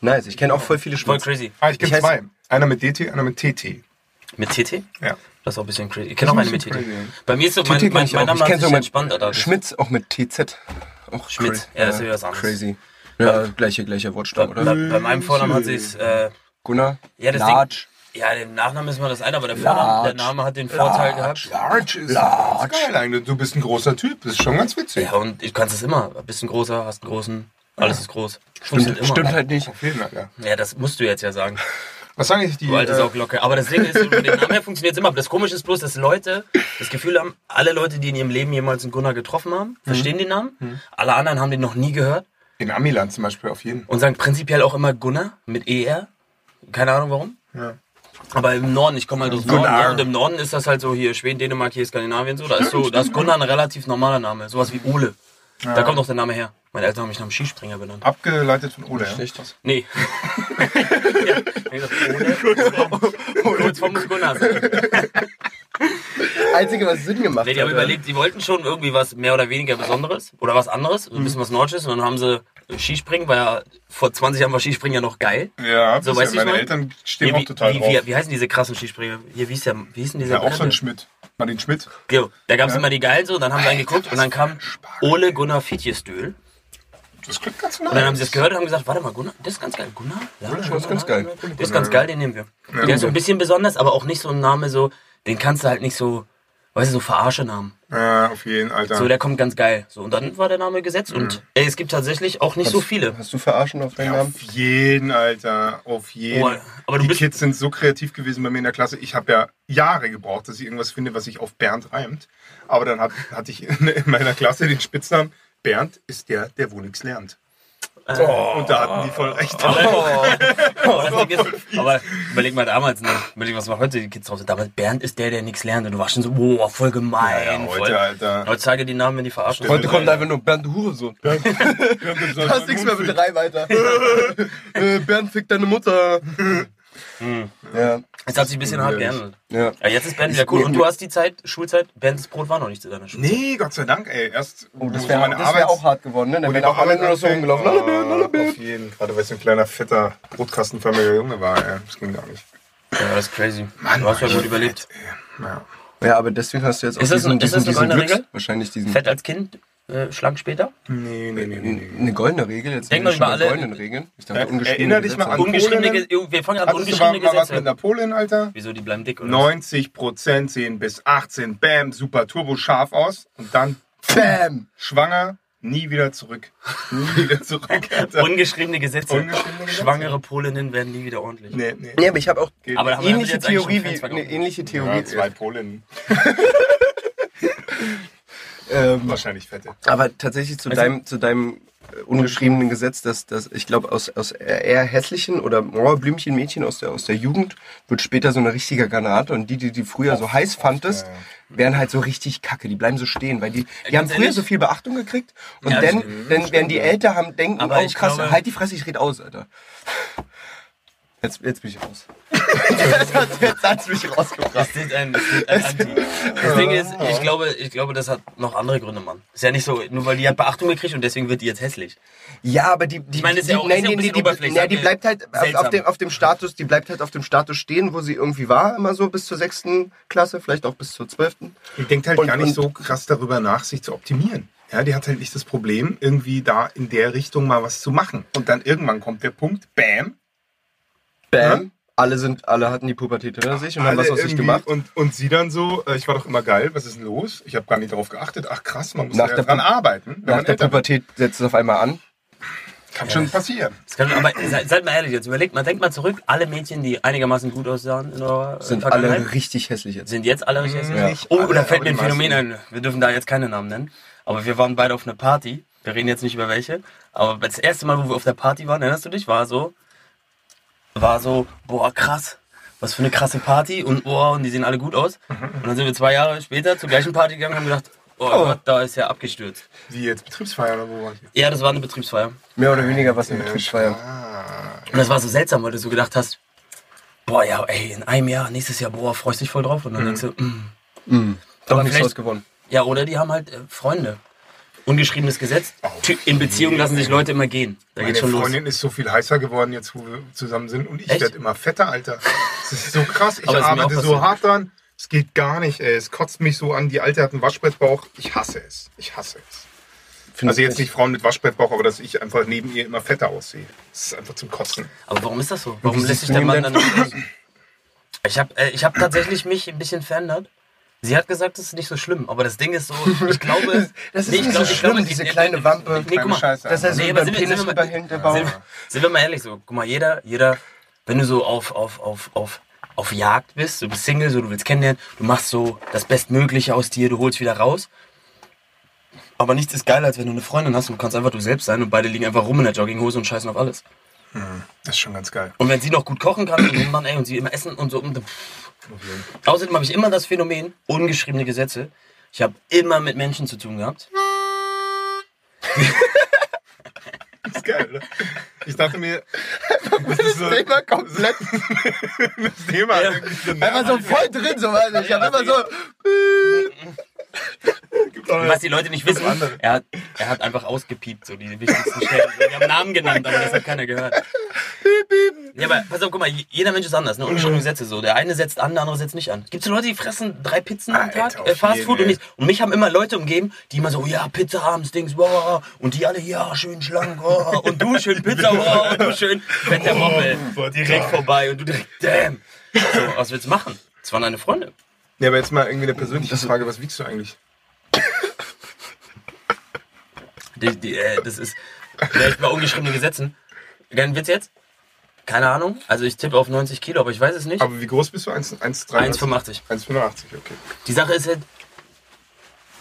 Speaker 3: Nice, ich kenne auch voll viele
Speaker 6: Voll
Speaker 3: Schmitz.
Speaker 6: crazy.
Speaker 4: Ah, ich
Speaker 3: Ich
Speaker 4: kenne
Speaker 3: heiß-
Speaker 4: zwei. Einer mit DT, einer mit TT.
Speaker 6: Mit TT?
Speaker 4: Ja.
Speaker 6: Das ist auch ein bisschen crazy. Ich kenne auch eine mit TT.
Speaker 4: bisschen crazy, ja.
Speaker 6: Bei mir ist so,
Speaker 3: TT
Speaker 6: mein,
Speaker 3: kenn
Speaker 6: mein,
Speaker 3: ich
Speaker 6: mein
Speaker 3: auch.
Speaker 6: Name
Speaker 3: Ich
Speaker 6: hat
Speaker 3: kenn's
Speaker 6: sich
Speaker 3: auch mit
Speaker 6: entspannt, Alter.
Speaker 3: Schmitz, auch mit TZ. Auch
Speaker 6: Schmitz.
Speaker 3: cra-
Speaker 6: Ja, das ist wieder was anderes.
Speaker 3: Crazy. Ja, gleiche, gleicher
Speaker 6: Bei,
Speaker 3: Wortstamm,
Speaker 6: bei,
Speaker 3: oder?
Speaker 6: bei meinem Vornamen hat sich äh,
Speaker 3: Gunnar?
Speaker 6: Ja, das
Speaker 3: Large.
Speaker 6: Ja, dem Nachnamen ist mal das eine, aber der Vorname, der Name hat den Vorteil gehabt.
Speaker 4: Large ist Large. geil eigentlich. Du bist ein großer Typ. Das ist schon ganz witzig.
Speaker 6: Ja, und ich kannst es immer. Ein bisschen großer, hast einen großen, alles ist groß. Funktioniert
Speaker 3: Stimmt, stimmt halt nicht.
Speaker 4: Auf jeden Fall, ja.
Speaker 6: Ja, das musst du jetzt ja sagen.
Speaker 4: Was sagen ich die?
Speaker 6: Du alte
Speaker 4: äh,
Speaker 6: Sauglocke. Aber das Ding ist, über den Namen her funktioniert immer. Aber das Komische ist bloß, dass Leute das Gefühl haben, alle Leute, die in ihrem Leben jemals einen Gunnar getroffen haben,
Speaker 3: Mhm.
Speaker 6: verstehen den Namen. Alle anderen haben den noch nie gehört
Speaker 4: in Amiland zum Beispiel auf jeden.
Speaker 6: und sagen prinzipiell auch immer Gunnar mit ER. Keine Ahnung warum.
Speaker 4: Ja.
Speaker 6: Aber im Norden, ich komme halt aus dem Norden,
Speaker 4: Gunnar.
Speaker 6: ne? und im Norden ist das halt so hier Schweden, Dänemark, hier Skandinavien so. Da ist so, da ist Gunnar ein relativ normaler Name, sowas wie Ole. Da kommt auch der Name her. Meine Eltern haben mich nach einem Skispringer benannt.
Speaker 4: Ah. Abgeleitet von Ole. Ja?
Speaker 6: Nee. ja, hab ich gesagt, Ole. Kurz vom Gunnar. sein.
Speaker 3: Einzige, was Sinn gemacht
Speaker 6: Nee, die haben
Speaker 3: hat. äh,
Speaker 6: überlegt, die wollten schon irgendwie was mehr oder weniger Besonderes oder was anderes, so ein
Speaker 4: Mhm.
Speaker 6: bisschen was Nordsches und dann haben sie Skispringen, weil ja vor 20 Jahren war Skispringen ja noch geil.
Speaker 4: Ja,
Speaker 6: So,
Speaker 4: so,
Speaker 6: weißt
Speaker 4: weißt
Speaker 6: du,
Speaker 4: ja, meine
Speaker 6: ich mein-
Speaker 4: Eltern stehen
Speaker 6: Hier,
Speaker 4: auch total
Speaker 6: wie,
Speaker 4: drauf.
Speaker 6: Wie, wie heißen diese krassen Skispringer? Hier, wie hieß der, wie hieß denn dieser
Speaker 4: ja, auch so ein
Speaker 6: Bekannte?
Speaker 4: Schmidt. Mal den Schmidt.
Speaker 6: Jo, da gab es immer die Geilen so und dann haben sie angeguckt und dann kam Ole Gunnar Fitjesdöhl.
Speaker 4: Das klingt ganz
Speaker 6: Und dann haben sie
Speaker 4: nice.
Speaker 6: das gehört und haben gesagt, warte mal, Gunnar, das ist ganz geil. Gunnar? Ja,
Speaker 3: das ist ganz geil.
Speaker 6: Der ist ganz geil, den nehmen wir. Der ist so ein bisschen besonders, aber auch nicht so ein Name so, den kannst du halt nicht so, weißt du, so Verarsche-Namen.
Speaker 4: Ja, Mhm. auf jeden, Alter.
Speaker 6: So, der kommt ganz geil. So, und dann war der Name gesetzt und ey, es gibt tatsächlich auch nicht so viele.
Speaker 3: Hast du verarschen auf deinen
Speaker 4: Ja,
Speaker 3: Namen?
Speaker 4: auf jeden, Alter. Auf jeden.
Speaker 6: Boah, Oh, aber du
Speaker 4: die
Speaker 6: bist-
Speaker 4: Kids sind so kreativ gewesen bei mir in der Klasse. Ich habe ja Jahre gebraucht, dass ich irgendwas finde, was sich auf Bernd reimt. Aber dann hat, hatte ich in, in meiner Klasse den Spitznamen Bernd ist der, der wo nichts lernt.
Speaker 6: Äh,
Speaker 4: Oh. und da hatten die voll recht.
Speaker 6: Oh. Aber,
Speaker 4: Oh,
Speaker 6: aber überleg mal damals, ne? überleg was war heute die Kids drauf sind. Damals Bernd ist der, der nichts lernt und du warst schon so, boah, voll gemein.
Speaker 4: Ja, ja, heute,
Speaker 6: voll.
Speaker 4: Alter.
Speaker 6: Heutzutage die Namen, wenn die verarschen.
Speaker 4: Stimmt.
Speaker 3: Heute kommt einfach nur Bernd du Hurensohn. Bernd, du hast nichts mehr mit drei weiter. äh, Bernd fickt deine Mutter. ja,
Speaker 6: Es hat sich ein bisschen hart geändert.
Speaker 3: ja.
Speaker 6: Hm. Ja, jetzt ist Bernd wieder cool. Und du hast die Zeit, Schulzeit, Bernds Brot war noch nicht zu deiner Schule.
Speaker 4: Nee, Gott sei Dank, ey. Erst
Speaker 3: Oh, das
Speaker 4: wo
Speaker 3: wäre
Speaker 4: meine
Speaker 3: das wär
Speaker 4: Arbeits-
Speaker 3: auch hart geworden, ne? Dann
Speaker 4: wo die
Speaker 3: wären auch alle nur noch so
Speaker 4: Arbeit
Speaker 3: rumgelaufen.
Speaker 4: anfängt.
Speaker 3: Lalle Bernd, lalle
Speaker 4: Ah,
Speaker 3: Bernd.
Speaker 4: Auf jeden. Gerade weil ich so ein kleiner, fetter, brotkastenförmiger Junge war, ey. Das ging gar nicht.
Speaker 6: Ja, das ist crazy. du hast ja
Speaker 4: Mann,
Speaker 6: gut überlebt.
Speaker 4: Ja.
Speaker 3: Ja, aber deswegen hast du jetzt auch
Speaker 6: Ist das
Speaker 3: diesen,
Speaker 6: ein- ist
Speaker 3: diesen,
Speaker 6: das eine
Speaker 3: diesen
Speaker 6: goldene
Speaker 3: Glücks,
Speaker 6: Regel?
Speaker 3: wahrscheinlich diesen
Speaker 6: Fett als Kind, äh, schlank später.
Speaker 4: Nee, nee, nee, nee, nee.
Speaker 3: eine goldene Regel. Jetzt
Speaker 6: Denk
Speaker 3: sind wir schon
Speaker 6: mal über
Speaker 3: bei
Speaker 6: alle-
Speaker 3: goldenen Regeln. Ich dachte,
Speaker 4: Er-
Speaker 3: ungeschriebene
Speaker 4: erinner dich mal
Speaker 3: Gesetze.
Speaker 4: an-
Speaker 6: Ungeschriebene
Speaker 4: Polen?
Speaker 6: Gesetze. Wir fangen an,
Speaker 4: ne? Hattest du mal,
Speaker 6: ungeschriebene
Speaker 4: mal was mit
Speaker 6: Gesetze.
Speaker 4: Napoleon, Alter?
Speaker 6: Wieso, die bleiben dick, oder?
Speaker 4: 90 Prozent sehen bis 18, bam, super turbo scharf aus. Und dann, bam, schwanger, nie wieder zurück. Nie wieder zurück, Alter.
Speaker 6: Ungeschriebene Gesetze.
Speaker 4: Ungeschriebene Gesetze.
Speaker 6: Schwangere Polinnen werden nie wieder ordentlich.
Speaker 4: nee, nee.
Speaker 3: Nee, aber ich habe auch
Speaker 6: Aber
Speaker 3: eine
Speaker 6: da haben wir
Speaker 3: ähnliche
Speaker 6: jetzt eigentlich schon
Speaker 3: Theorie
Speaker 6: Fans
Speaker 3: wie
Speaker 6: verkauft.
Speaker 3: eine ähnliche Theorie.
Speaker 4: Ja, zwei Polen.
Speaker 3: ähm,
Speaker 4: Wahrscheinlich fette.
Speaker 3: aber tatsächlich
Speaker 6: Also
Speaker 3: zu deinem zu deinem äh, ungeschriebenen Gesetz, dass, dass ich glaube aus aus eher hässlichen oder Mauerblümchen Mädchen aus der aus der Jugend wird später so eine richtige Granate und die die die früher so heiß fandest, werden halt so richtig kacke, die bleiben so stehen, weil die die haben
Speaker 6: ganz
Speaker 3: früher
Speaker 6: ehrlich-
Speaker 3: so viel Beachtung gekriegt und
Speaker 6: Ja,
Speaker 3: dann
Speaker 6: stimmt,
Speaker 3: dann werden die älter haben denken,
Speaker 6: Aber
Speaker 3: oh
Speaker 6: ich
Speaker 3: krass,
Speaker 6: glaube-
Speaker 3: halt die Fresse, ich red aus, Alter. Jetzt jetzt bin ich raus. jetzt hat's mich rausgebracht.
Speaker 6: Das ist ein, das ist ein Anti. Das Ding ist, ich glaube, ich glaube, das hat noch andere Gründe, Mann. Ist ja nicht so, nur weil die hat Beachtung gekriegt und deswegen wird die jetzt hässlich.
Speaker 3: Ja, aber die, die,
Speaker 6: Ich meine, das ist
Speaker 3: die,
Speaker 6: ja auch- ist ja ein bisschen
Speaker 3: die,
Speaker 6: oberflächlich,
Speaker 3: nein, die
Speaker 6: okay.
Speaker 3: bleibt halt auf,
Speaker 6: Seltsam.
Speaker 3: auf, dem, auf dem Status, die bleibt halt auf dem Status stehen, wo sie irgendwie war, immer so bis zur sechsten Klasse, vielleicht auch bis zur zwölften.
Speaker 4: Die denkt halt
Speaker 3: Und-
Speaker 4: gar nicht
Speaker 3: und-
Speaker 4: so krass darüber nach, sich zu optimieren. Ja, die hat halt nicht das Problem, irgendwie da in der Richtung mal was zu machen. Und dann irgendwann kommt der Punkt, bam,
Speaker 3: Bam.
Speaker 4: Ja.
Speaker 3: Alle sind, alle hatten die Pubertät hinter sich und haben
Speaker 4: alle
Speaker 3: was aus sich
Speaker 4: irgendwie-
Speaker 3: gemacht.
Speaker 4: Und, und sie dann so, äh, ich war doch immer geil, was ist denn los? Ich habe gar nicht darauf geachtet. Ach krass, man muss
Speaker 3: Nach
Speaker 4: ja
Speaker 3: der
Speaker 4: dran
Speaker 3: Pu-
Speaker 4: arbeiten. wenn
Speaker 3: Nach
Speaker 4: man
Speaker 3: der
Speaker 4: älter wird.
Speaker 3: Pubertät setzt es auf einmal an.
Speaker 4: Kann schon passieren.
Speaker 6: Das kann, aber se- seid mal ehrlich, jetzt überlegt mal, denkt mal zurück, alle Mädchen, die einigermaßen gut aussahen in eurer äh,
Speaker 3: Sind
Speaker 6: Vergangenheit,
Speaker 3: alle richtig hässlich jetzt.
Speaker 6: sind jetzt alle richtig hässlich.
Speaker 4: Nicht
Speaker 6: Oh,
Speaker 4: Mhm. alle,
Speaker 6: da fällt
Speaker 4: aber
Speaker 6: mir ein
Speaker 4: die
Speaker 6: Phänomen ein. Wir dürfen da jetzt keine Namen nennen. Aber wir waren beide auf einer Party. Wir reden jetzt nicht über welche. Aber das erste Mal, wo wir auf der Party waren, erinnerst du dich, war so, war so, boah, krass. Was für eine krasse Party und boah, und die sehen alle gut aus.
Speaker 4: Mhm.
Speaker 6: Und dann sind wir zwei Jahre später zur gleichen Party gegangen und haben gedacht, oh, Gott, da ist ja abgestürzt.
Speaker 4: Wie jetzt Betriebsfeier oder wo war ich?
Speaker 6: Ja, das war eine Betriebsfeier.
Speaker 3: Mehr oder weniger was in Betriebsfeier.
Speaker 6: Und das war so seltsam, weil du so gedacht hast, boah, ja, ey, in einem Jahr, nächstes Jahr, boah, freust dich voll drauf.
Speaker 4: Mhm.
Speaker 6: Und dann denkst du, mm.
Speaker 3: Doch
Speaker 6: Aber
Speaker 3: nichts
Speaker 6: vielleicht-
Speaker 3: draus gewonnen.
Speaker 6: ja, oder die haben halt äh, Freunde. Ungeschriebenes Gesetz. Ty- In Beziehungen lassen sich Leute immer gehen. Da
Speaker 4: Meine
Speaker 6: geht's schon los.
Speaker 4: Freundin ist so viel heißer geworden, jetzt wo wir zusammen sind. Und ich
Speaker 6: Echt?
Speaker 4: werde immer fetter, Alter. Das ist so krass. Ich
Speaker 6: Aber ist mir
Speaker 4: arbeite
Speaker 6: auch
Speaker 4: so
Speaker 6: passiert.
Speaker 4: hart dran. Es geht gar nicht, ey. Es kotzt mich so an. Die Alte hat einen Waschbrettbauch. Ich hasse es. Ich hasse es. also jetzt nicht Frauen mit Waschbrettbauch, aber dass ich einfach neben ihr immer fetter aussehe. Das ist einfach zum Kotzen.
Speaker 6: Aber warum ist das so? Warum lässt sich
Speaker 3: siehst
Speaker 6: der
Speaker 3: du
Speaker 6: Mann
Speaker 3: ihn
Speaker 6: dann nicht los? Ich habe äh, ich hab tatsächlich mich ein bisschen verändert. Sie hat gesagt, das ist nicht so schlimm. Aber das Ding ist so, ich glaube...
Speaker 3: Das ist
Speaker 6: ich
Speaker 3: nicht so
Speaker 6: glaube- ich glaube,
Speaker 3: schlimm,
Speaker 6: ich-
Speaker 3: diese
Speaker 6: nee,
Speaker 3: kleine
Speaker 6: nee,
Speaker 3: Wampe.
Speaker 6: Nee, guck mal,
Speaker 4: Scheiße.
Speaker 3: Dass er so
Speaker 6: Nee,
Speaker 3: über
Speaker 6: aber
Speaker 3: den
Speaker 6: sind wir-
Speaker 3: Penis
Speaker 6: sind wir mal-
Speaker 3: rüberhängt, der Bauch.
Speaker 6: Sind, sind wir mal ehrlich so, guck mal, jeder, jeder, wenn du so auf, auf, auf, auf, auf Jagd bist, du bist Single, so du willst kennenlernen, du machst so das Bestmögliche aus dir, du holst wieder raus. Aber nichts ist geiler, als wenn du eine Freundin hast und du kannst einfach du selbst sein und beide liegen einfach rum in der Jogginghose und scheißen auf alles.
Speaker 4: Das ist schon ganz geil.
Speaker 6: Und wenn sie noch gut kochen kann und den Mann, ey, und sie immer essen und so. Und, pff. Außerdem habe ich immer das Phänomen, ungeschriebene Gesetze. Ich habe immer mit Menschen zu tun gehabt.
Speaker 4: Das ist geil, oder? Ich dachte mir, das ist so
Speaker 3: Immer komplett.
Speaker 4: das Thema.
Speaker 6: Ja.
Speaker 4: irgendwie so
Speaker 3: Einfach so voll drin, so weiß ich. Ich hab immer
Speaker 6: also
Speaker 3: so.
Speaker 6: Was die Leute nicht wissen, er hat, er hat einfach ausgepiept, so die wichtigsten Stellen. Wir haben Namen genannt, aber das hat keiner gehört. Ja, aber pass auf, guck mal, jeder Mensch ist anders, ne?
Speaker 4: Mhm.
Speaker 6: Ungeschriebene Sätze so. Der eine setzt an, der andere setzt nicht an. Gibt so Leute, die fressen drei Pizzen am
Speaker 4: Alter,
Speaker 6: Tag,
Speaker 4: auf
Speaker 6: äh, Fast
Speaker 4: jeden,
Speaker 6: Food und
Speaker 4: ey.
Speaker 6: nichts. Und mich haben immer Leute umgeben, die immer so, ja, Pizza abends, Dings, wow. Und die alle, ja, schön schlank, wow. Und du schön Pizza, wow. Und du schön fetter
Speaker 4: Oh,
Speaker 6: Mommel. Direkt vorbei und du direkt, damn. So, was willst du machen? Das waren deine Freunde.
Speaker 4: Ja, aber jetzt mal irgendwie eine persönliche Frage, was wiegst du eigentlich?
Speaker 6: Die, die, äh, das ist vielleicht bei ungeschriebenen Gesetzen. Kein Witz jetzt? Keine Ahnung. Also ich tippe auf 90 Kilo, aber ich weiß es nicht.
Speaker 4: Aber wie groß bist du? 1,83?
Speaker 6: 1,85.
Speaker 4: 1,85, okay.
Speaker 6: Die Sache ist halt,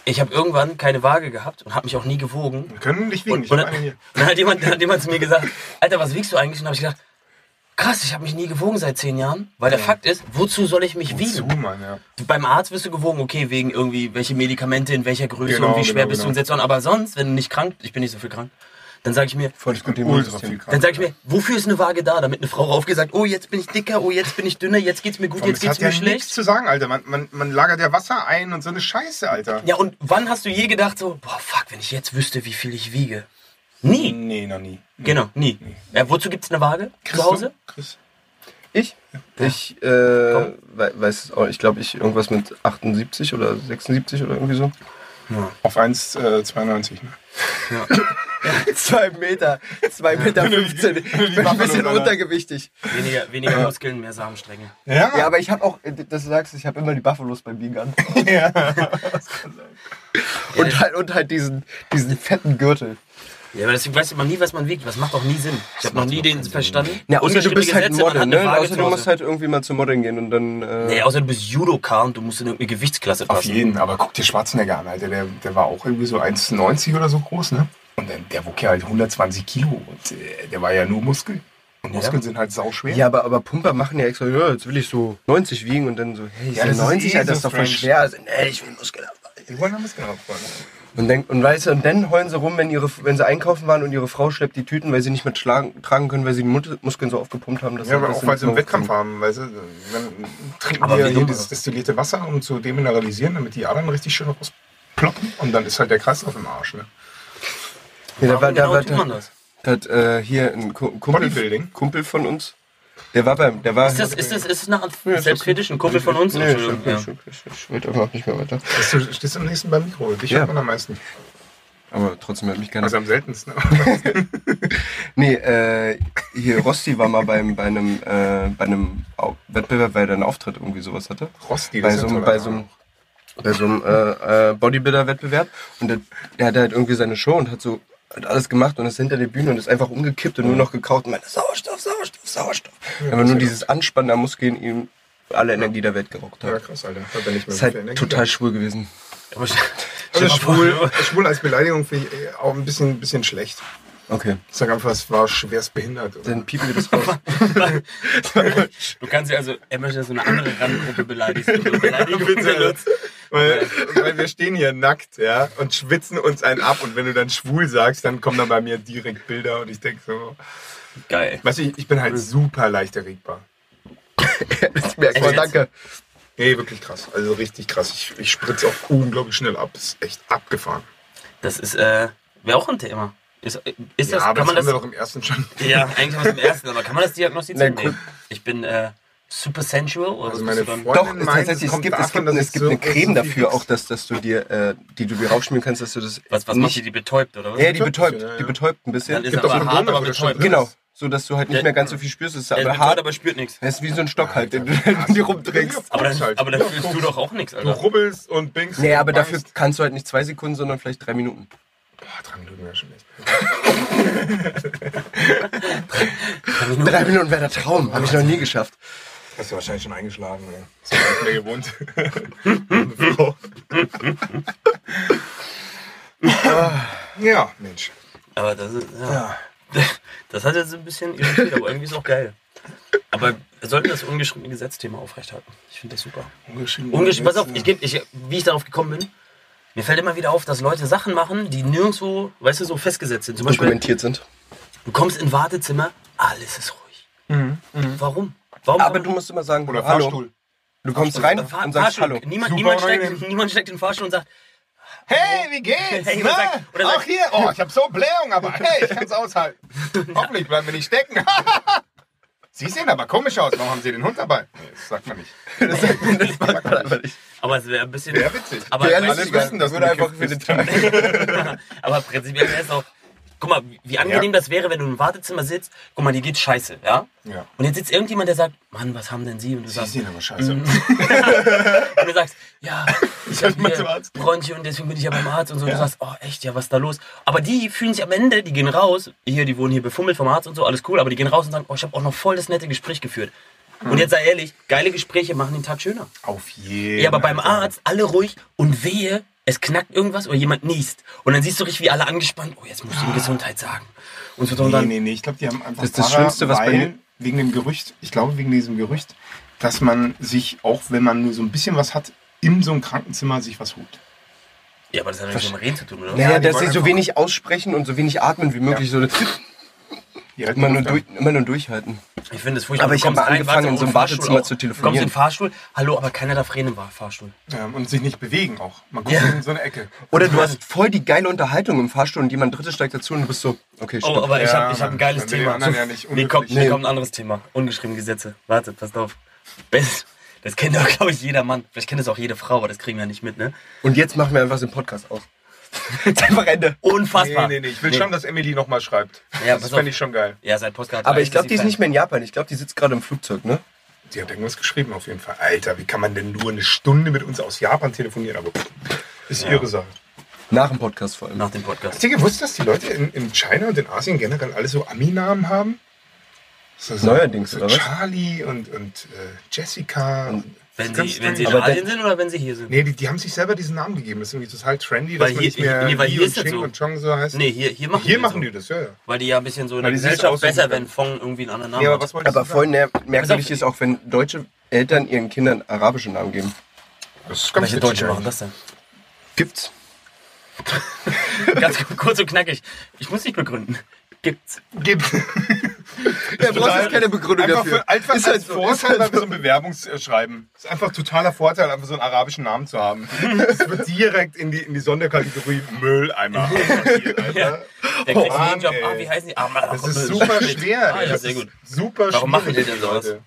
Speaker 6: ich habe irgendwann keine Waage gehabt und habe mich auch nie gewogen.
Speaker 4: Wir können nicht wiegen,
Speaker 6: Und,
Speaker 4: ich
Speaker 6: und,
Speaker 4: habe
Speaker 6: dann,
Speaker 4: eine hier.
Speaker 6: dann hat jemand, dann hat jemand zu mir gesagt, Alter, was wiegst du eigentlich? Und habe ich gedacht, krass, ich habe mich nie gewogen seit zehn Jahren. Weil der Fakt ist, wozu soll ich mich
Speaker 4: Zu,
Speaker 6: wiegen?
Speaker 4: Mann, ja.
Speaker 6: Beim Arzt wirst du gewogen, okay, wegen irgendwie, welche Medikamente, in welcher Größe
Speaker 4: Genau,
Speaker 6: und wie schwer
Speaker 4: genau,
Speaker 6: bist du
Speaker 4: genau.
Speaker 6: und setzt an. Aber sonst, wenn du nicht krank, ich bin nicht so viel krank, dann sage ich mir,
Speaker 3: Voll das gute
Speaker 4: Ultra
Speaker 3: Immunsystem.
Speaker 4: viel
Speaker 6: dann
Speaker 4: krank.
Speaker 6: sage ich mir, wofür ist eine Waage da? Damit eine Frau raufgesagt, oh, jetzt bin ich dicker, oh, jetzt bin ich dünner, jetzt geht's mir gut,
Speaker 4: Komm,
Speaker 6: jetzt
Speaker 4: das
Speaker 6: geht's
Speaker 4: hat
Speaker 6: mir
Speaker 4: ja nichts
Speaker 6: schlecht.
Speaker 4: zu sagen, Alter. Man, man, man lagert ja Wasser ein und so eine Scheiße, Alter.
Speaker 6: Ja, und wann hast du je gedacht so, boah, fuck, wenn ich jetzt wüsste, wie viel ich wiege? Nie.
Speaker 4: Nee, noch nie.
Speaker 6: Genau, nie. Ja, wozu gibt's eine Waage
Speaker 4: Chris,
Speaker 6: zu Hause?
Speaker 4: du? Chris.
Speaker 3: Ich? Ich äh, we weiß es auch. nicht. Ich glaube, ich irgendwas mit 78 oder 76 oder irgendwie so.
Speaker 4: Auf 1,92. ne?
Speaker 3: Zwei Meter, zwei Meter 15. Ich bin ein bisschen untergewichtig.
Speaker 6: Weniger, weniger Muskeln, mehr Samenstränge.
Speaker 3: Ja, aber ich habe auch, dass du sagst, ich habe immer die Buffalos beim Biegen an. Und halt, und halt diesen, diesen fetten Gürtel.
Speaker 6: Ja, aber deswegen weiß man nie, was man wiegt. Was macht auch nie Sinn. Ich habe noch nie den verstanden.
Speaker 3: Ja, außer du
Speaker 6: Ungeschriebene
Speaker 3: bist halt
Speaker 6: Gesetze, man hat
Speaker 3: Model,
Speaker 6: eine
Speaker 3: ne?
Speaker 6: Waage
Speaker 3: Außer
Speaker 6: zu
Speaker 3: du
Speaker 6: Hause.
Speaker 3: musst halt irgendwie mal zum Modeln gehen und dann. Äh,
Speaker 6: Nee, außer du bist Judoka und du musst in irgendeine Gewichtsklasse
Speaker 4: Auf
Speaker 6: passen.
Speaker 4: jeden, aber guck dir Schwarzenegger an, Alter. Der, der war auch irgendwie so 1,90 oder so groß, ne? Und der, der wog ja halt 120 Kilo und äh, der war ja nur Muskel. Und Muskeln sind halt sauschwer.
Speaker 3: Ja, aber, aber Pumper machen ja extra, ja, jetzt will ich so 90 wiegen und dann so, hey,
Speaker 4: Ja,
Speaker 3: ja,
Speaker 4: das ist
Speaker 3: 90,
Speaker 4: eh
Speaker 3: Alter, das
Speaker 4: so
Speaker 3: ist doch voll
Speaker 4: strange.
Speaker 3: schwer. Also, nee, ich will Muskelabfall.
Speaker 4: Die wollen haben es genau gefallen.
Speaker 3: Und, denk, und, weißt du, und dann heulen sie rum, wenn, ihre, wenn sie einkaufen waren und ihre Frau schleppt die Tüten, weil sie nicht mehr schlagen, tragen können, weil sie die Mut- Muskeln so aufgepumpt haben. Dass
Speaker 4: Ja, aber
Speaker 3: dass
Speaker 4: auch weil sie
Speaker 3: nicht
Speaker 4: einen
Speaker 3: mehr
Speaker 4: Wettkampf
Speaker 3: hochkommen.
Speaker 4: haben, weißt du? Dann trinken
Speaker 6: Aber
Speaker 4: die ja
Speaker 6: wie
Speaker 4: hier
Speaker 6: dumm.
Speaker 4: dieses destillierte Wasser, um zu demineralisieren, damit die Adern richtig schön rausploppen. Und dann ist halt der Kreislauf im Arsch, ne?
Speaker 3: Ja, da war,
Speaker 6: Warum
Speaker 3: da
Speaker 6: genau
Speaker 3: war,
Speaker 6: tut man das?
Speaker 3: da hat äh, hier ein Ku- Kumpel,
Speaker 4: Bodybuilding?
Speaker 3: Kumpel von uns, der war beim, der war...
Speaker 6: Ist das, ist das, ist das eine Art
Speaker 3: Ja, das
Speaker 6: selbstkritisch? Ein Kumpel von uns?
Speaker 3: Nee,
Speaker 6: Entschuldigung,
Speaker 3: stimmt,
Speaker 6: ja.
Speaker 3: stimmt, stimmt, Ich will einfach nicht mehr weiter.
Speaker 4: Bist Du stehst am nächsten beim Mikro. Dich
Speaker 3: Ja.
Speaker 4: hört man am meisten.
Speaker 3: Aber trotzdem hat mich gerne...
Speaker 4: Also am seltensten.
Speaker 3: Nee, äh, hier Rosti war mal beim, bei einem, äh, bei einem Au- Wettbewerb, weil er einen Auftritt irgendwie sowas hatte.
Speaker 4: Rosti, das
Speaker 3: bei
Speaker 4: ist
Speaker 3: so,
Speaker 4: ja
Speaker 3: einem-
Speaker 4: toll,
Speaker 3: bei so einem, bei so einem äh, äh, Bodybuilder-Wettbewerb. Und der, der hatte halt irgendwie seine Show und hat so hat alles gemacht und ist hinter der Bühne und ist einfach umgekippt und nur noch gekaut und meinte Sauerstoff, Sauerstoff, Sauerstoff. Aber nur dieses Anspannen der Muskeln ihm alle Energie der Welt gerockt
Speaker 4: Ja,
Speaker 3: hat.
Speaker 4: krass, Alter. Hat er nicht mehr
Speaker 3: Ist
Speaker 4: so
Speaker 3: halt
Speaker 4: viel Energie.
Speaker 3: total schwul gewesen.
Speaker 6: Aber st- stell
Speaker 4: Also
Speaker 6: mal vor-
Speaker 4: schwul, schwul als Beleidigung finde ich eh auch ein bisschen, bisschen schlecht.
Speaker 3: Okay.
Speaker 4: Ich sag einfach, es war schwerst behindert. Oder?
Speaker 3: Dann piepen wir das raus.
Speaker 6: Du kannst ja also entweder so eine andere Randgruppe beleidigen. wenn du Beleidigungen benutzt.
Speaker 4: Weil, weil wir stehen hier nackt, ja, und schwitzen uns einen ab. Und wenn du dann schwul sagst, dann kommen da bei mir direkt Bilder und ich denke so.
Speaker 6: Geil.
Speaker 4: Weißt du, ich, ich bin
Speaker 6: Mhm.
Speaker 4: halt super leicht erregbar.
Speaker 3: Ich merke mal,
Speaker 6: Echt jetzt?
Speaker 3: danke.
Speaker 4: Nee, wirklich krass. Also richtig krass. Ich, ich spritze auch unglaublich schnell ab. Ist echt abgefahren.
Speaker 6: Das ist, äh, wäre auch ein Thema. Ist, ist das,
Speaker 4: ja, aber
Speaker 6: kann man
Speaker 4: das
Speaker 6: das,
Speaker 4: haben wir doch im ersten schon.
Speaker 6: ja, eigentlich haben wir es im ersten, aber kann man das diagnostizieren?
Speaker 3: Na gut.
Speaker 6: Nee. Ich bin, äh, super sensual oder
Speaker 4: Also
Speaker 6: bist
Speaker 4: meine
Speaker 6: du dann-
Speaker 4: Freundin
Speaker 3: Doch,
Speaker 4: meint,
Speaker 3: es, tatsächlich, es
Speaker 4: kommt
Speaker 3: gibt, es
Speaker 4: davon,
Speaker 3: gibt, eine- es
Speaker 4: dass ich
Speaker 3: gibt
Speaker 4: so-
Speaker 3: eine Creme
Speaker 4: so viel
Speaker 3: dafür, auch
Speaker 4: Gips-
Speaker 3: dass, dass du dir, äh, die du dir raufschmieren kannst, dass du das
Speaker 6: Was, was macht die, die betäubt, oder was?
Speaker 3: Ja, die betäubt,
Speaker 4: Ja, ja.
Speaker 3: die betäubt ein bisschen.
Speaker 6: dann ist
Speaker 4: gibt doch
Speaker 6: aber
Speaker 4: Kondome,
Speaker 6: hart, aber
Speaker 4: wo das schon
Speaker 6: betäubt.
Speaker 4: drin
Speaker 3: genau, so dass du halt nicht
Speaker 6: Ja.
Speaker 3: mehr ganz so viel spürst, es ist
Speaker 6: Er ist
Speaker 3: aber
Speaker 6: betäubt,
Speaker 3: hart.
Speaker 6: aber spürt nichts.
Speaker 3: Es ist wie so ein Stock halt, den du den du rumträgst.
Speaker 6: Aber dann,
Speaker 4: halt.
Speaker 6: aber dann fühlst du doch auch nichts,
Speaker 4: Du
Speaker 6: Alter.
Speaker 4: rubbelst und bingst.
Speaker 3: Nee,
Speaker 4: und
Speaker 3: aber dafür
Speaker 4: bangst.
Speaker 3: kannst du halt nicht zwei Sekunden, sondern vielleicht drei Minuten.
Speaker 4: Boah, dran tut mir schon echt.
Speaker 3: Drei Minuten wäre der Traum, habe ich noch nie geschafft.
Speaker 4: Hast du wahrscheinlich schon eingeschlagen, oder? Ist ja nicht mehr gewohnt. Eine Frau. ja, Ah, Mensch.
Speaker 6: Aber das ist, ja. Das hat jetzt ein bisschen irritiert, aber irgendwie ist auch geil. Aber wir sollten das ungeschriebene Gesetzthema aufrechterhalten. Ich finde das super.
Speaker 4: Ungeschrieben.
Speaker 6: Ungesch Pass auf, ich geb, ich, wie ich darauf gekommen bin, mir fällt immer wieder auf, dass Leute Sachen machen, die nirgendwo, weißt du, so festgesetzt sind. Zum Beispiel,
Speaker 3: Dokumentiert sind.
Speaker 6: du kommst in ein Wartezimmer, alles ist ruhig. Warum? Warum?
Speaker 3: Aber du musst immer sagen,
Speaker 4: Oder
Speaker 3: hallo.
Speaker 4: Fahrstuhl.
Speaker 3: Du kommst rein
Speaker 6: Fahr
Speaker 3: und sagst
Speaker 6: Fahrstuhl.
Speaker 3: hallo.
Speaker 6: Niemand,
Speaker 4: Super
Speaker 6: niemand, steigt,
Speaker 4: unangenehm.
Speaker 6: niemand steigt in den Fahrstuhl und sagt,
Speaker 4: Hey, wie geht's?
Speaker 6: Hey,
Speaker 4: Na?
Speaker 6: sagt- oder sagt-
Speaker 4: Auch hier. Oh, ich hab so Blähung, aber hey, ich kann's aushalten. Hoffentlich bleiben wir nicht stecken. Sie sehen aber komisch aus. Warum haben Sie den Hund dabei? Nee, das sagt man nicht.
Speaker 3: Das sagt man das sagt man einfach nicht.
Speaker 6: aber es wäre ein bisschen.
Speaker 4: Wäre witzig.
Speaker 6: Aber,
Speaker 3: Wäre
Speaker 6: weißt
Speaker 4: Alle
Speaker 3: lustiger.
Speaker 4: wissen, dass
Speaker 3: Würde
Speaker 4: du
Speaker 3: einfach
Speaker 4: gekifft
Speaker 3: für den
Speaker 4: bist.
Speaker 3: Tag.
Speaker 6: du, aber prinzipiell wäre es auch. Guck mal, wie angenehm das wäre, wenn du im Wartezimmer sitzt. Guck mal, dir geht scheiße, ja?
Speaker 4: Ja.
Speaker 6: Und jetzt sitzt irgendjemand, der sagt, Mann, was haben denn Sie? Und du,
Speaker 4: Die
Speaker 6: sagst,
Speaker 4: sehen aber scheiße.
Speaker 6: und du sagst, ja, ich habe
Speaker 4: mal zum
Speaker 6: hier
Speaker 4: Arzt.
Speaker 6: Bronchie und deswegen bin ich ja beim Arzt. Und so. Und du sagst, oh, echt, ja, was ist da los? Aber die fühlen sich am Ende, die gehen raus. Hier, die wurden hier befummelt vom Arzt und so, alles cool. Aber die gehen raus und sagen, oh, ich habe auch noch voll das nette Gespräch geführt. Und jetzt sei ehrlich, geile Gespräche machen den Tag schöner.
Speaker 4: Auf jeden
Speaker 6: Ja, aber beim
Speaker 4: Fall.
Speaker 6: Arzt alle ruhig und wehe, es knackt irgendwas oder jemand niest. Und dann siehst du richtig, wie alle angespannt, oh, jetzt muss
Speaker 3: Ah.
Speaker 6: ich ihm Gesundheit sagen. Und so und
Speaker 4: Nee,
Speaker 6: dann,
Speaker 4: nee, nee. Ich glaube, die haben einfach
Speaker 3: Das ist das
Speaker 4: Fahrer,
Speaker 3: Schlimmste, was bei
Speaker 4: weil-
Speaker 3: mir-
Speaker 4: Wegen dem Gerücht, ich glaube, wegen diesem Gerücht, dass man sich, auch wenn man nur so ein bisschen was hat, in so einem Krankenzimmer sich was holt.
Speaker 6: Ja, aber das hat ja nichts mit dem Reden zu tun, oder?
Speaker 3: Naja,
Speaker 4: Ja, die
Speaker 3: dass sie
Speaker 4: wollen
Speaker 3: so
Speaker 4: einfach-
Speaker 3: wenig aussprechen und so wenig atmen wie möglich. So,
Speaker 4: Ja,
Speaker 3: immer, nur durch, immer nur durchhalten.
Speaker 6: Ich finde es furchtbar.
Speaker 3: Aber
Speaker 6: Du
Speaker 3: ich habe
Speaker 6: kommst
Speaker 3: mal
Speaker 6: rein,
Speaker 3: angefangen,
Speaker 6: warte,
Speaker 3: in so einem
Speaker 6: im Fahrstuhl
Speaker 3: Wartezimmer
Speaker 6: auch.
Speaker 3: zu
Speaker 6: Du kommst in den
Speaker 3: telefonieren.
Speaker 6: Fahrstuhl, hallo, aber keiner darf reden im Fahrstuhl.
Speaker 4: Ähm, und sich nicht bewegen auch. Man guckt
Speaker 6: Ja.
Speaker 4: in so eine Ecke.
Speaker 3: Oder du hast voll die geile Unterhaltung im Fahrstuhl und jemand drittes steigt dazu und du bist so, okay,
Speaker 6: Oh,
Speaker 3: stopp.
Speaker 6: aber ich
Speaker 4: Ja,
Speaker 6: habe ich hab ein
Speaker 4: Mann,
Speaker 6: geiles
Speaker 4: dann will die
Speaker 6: Thema.
Speaker 4: anderen ja nicht
Speaker 6: mir, kommt, mir
Speaker 4: unhöflich.
Speaker 6: kommt ein anderes Thema. Ungeschriebene Gesetze. Warte, passt auf. Best, das kennt doch, glaube ich, jeder Mann. Vielleicht kennt das auch jede Frau, aber das kriegen wir nicht mit, ne?
Speaker 3: Und jetzt machen wir einfach den Podcast aus. einfach Ende.
Speaker 6: Unfassbar.
Speaker 4: Nee, nee, nee. Ich will schon, dass Emily nochmal schreibt.
Speaker 6: Ja,
Speaker 4: das
Speaker 6: pass
Speaker 4: fände
Speaker 6: auf.
Speaker 4: ich schon geil.
Speaker 6: Ja, seit Postcard.
Speaker 3: Aber ich glaube, die ist nicht mehr in Japan. Ich glaube, die sitzt gerade im Flugzeug, ne?
Speaker 4: Die hat irgendwas geschrieben auf jeden Fall. Alter, wie kann man denn nur eine Stunde mit uns aus Japan telefonieren? Aber pff, ist ihre Sache.
Speaker 3: Nach dem Podcast vor allem.
Speaker 6: Nach dem Podcast.
Speaker 4: Hast du gewusst, dass die Leute in, in China und in Asien generell alle so Ami-Namen haben? So, so,
Speaker 3: Neuerdings,
Speaker 4: so
Speaker 3: oder was?
Speaker 4: Charlie und, und äh, Jessica. Und,
Speaker 6: Wenn
Speaker 4: ganz
Speaker 6: sie, wenn sie
Speaker 4: strange.
Speaker 6: in
Speaker 3: Aber
Speaker 6: Asien
Speaker 3: der-
Speaker 6: sind oder wenn sie hier sind?
Speaker 4: Nee, die, die haben sich selber diesen Namen gegeben. Das ist irgendwie total trendy,
Speaker 6: Weil
Speaker 4: dass man
Speaker 6: hier-
Speaker 4: nicht mehr
Speaker 6: nee, weil
Speaker 4: Li
Speaker 6: hier
Speaker 4: und
Speaker 6: ist das
Speaker 4: Ching
Speaker 6: so.
Speaker 4: und Chong so heißt.
Speaker 6: Nee, hier, hier machen
Speaker 4: hier
Speaker 6: die
Speaker 4: machen
Speaker 6: so.
Speaker 4: die das, ja, ja.
Speaker 6: Weil die ja ein bisschen so in
Speaker 4: Weil
Speaker 6: der
Speaker 4: die sieht
Speaker 6: Gesellschaft
Speaker 4: aus wie-
Speaker 6: besser, wenn Fong irgendwie einen anderen Namen
Speaker 4: Nee, aber
Speaker 6: hat.
Speaker 4: was wolltest
Speaker 3: Aber
Speaker 4: du sagen?
Speaker 3: voll ner- merkwürdig
Speaker 6: auf.
Speaker 3: ist auch, wenn deutsche Eltern ihren Kindern arabische Namen geben.
Speaker 4: Das ist
Speaker 6: Welche
Speaker 4: witzig
Speaker 6: Deutsche machen
Speaker 4: eigentlich.
Speaker 6: das denn?
Speaker 3: Gibt's.
Speaker 6: Ganz kurz und knackig. Ich muss nicht begründen. Gibt's.
Speaker 4: Gibt's.
Speaker 3: Ja, du brauchst jetzt keine Begründung
Speaker 4: Einfach,
Speaker 3: dafür.
Speaker 4: für, einfach
Speaker 3: Ist
Speaker 4: als
Speaker 3: halt so,
Speaker 4: Vorteil
Speaker 3: ist halt
Speaker 4: bei so einem Bewerbungsschreiben. Ist einfach totaler Vorteil, einfach so einen arabischen Namen zu haben. Das wird direkt in die, in die Sonderkategorie Mülleimer. also sortiert, Alter.
Speaker 6: Ja. Der kriegt
Speaker 4: Oh Mann,
Speaker 6: jeden Job.
Speaker 4: ey.
Speaker 6: Ah, wie heißen die? Ah, Mann,
Speaker 4: Das ist super schwer.
Speaker 6: Ah,
Speaker 4: ey.
Speaker 6: ja,
Speaker 4: Das
Speaker 6: sehr gut.
Speaker 4: ist Super
Speaker 6: Warum machen
Speaker 4: schwierig,
Speaker 6: die denn sowas?
Speaker 4: Leute.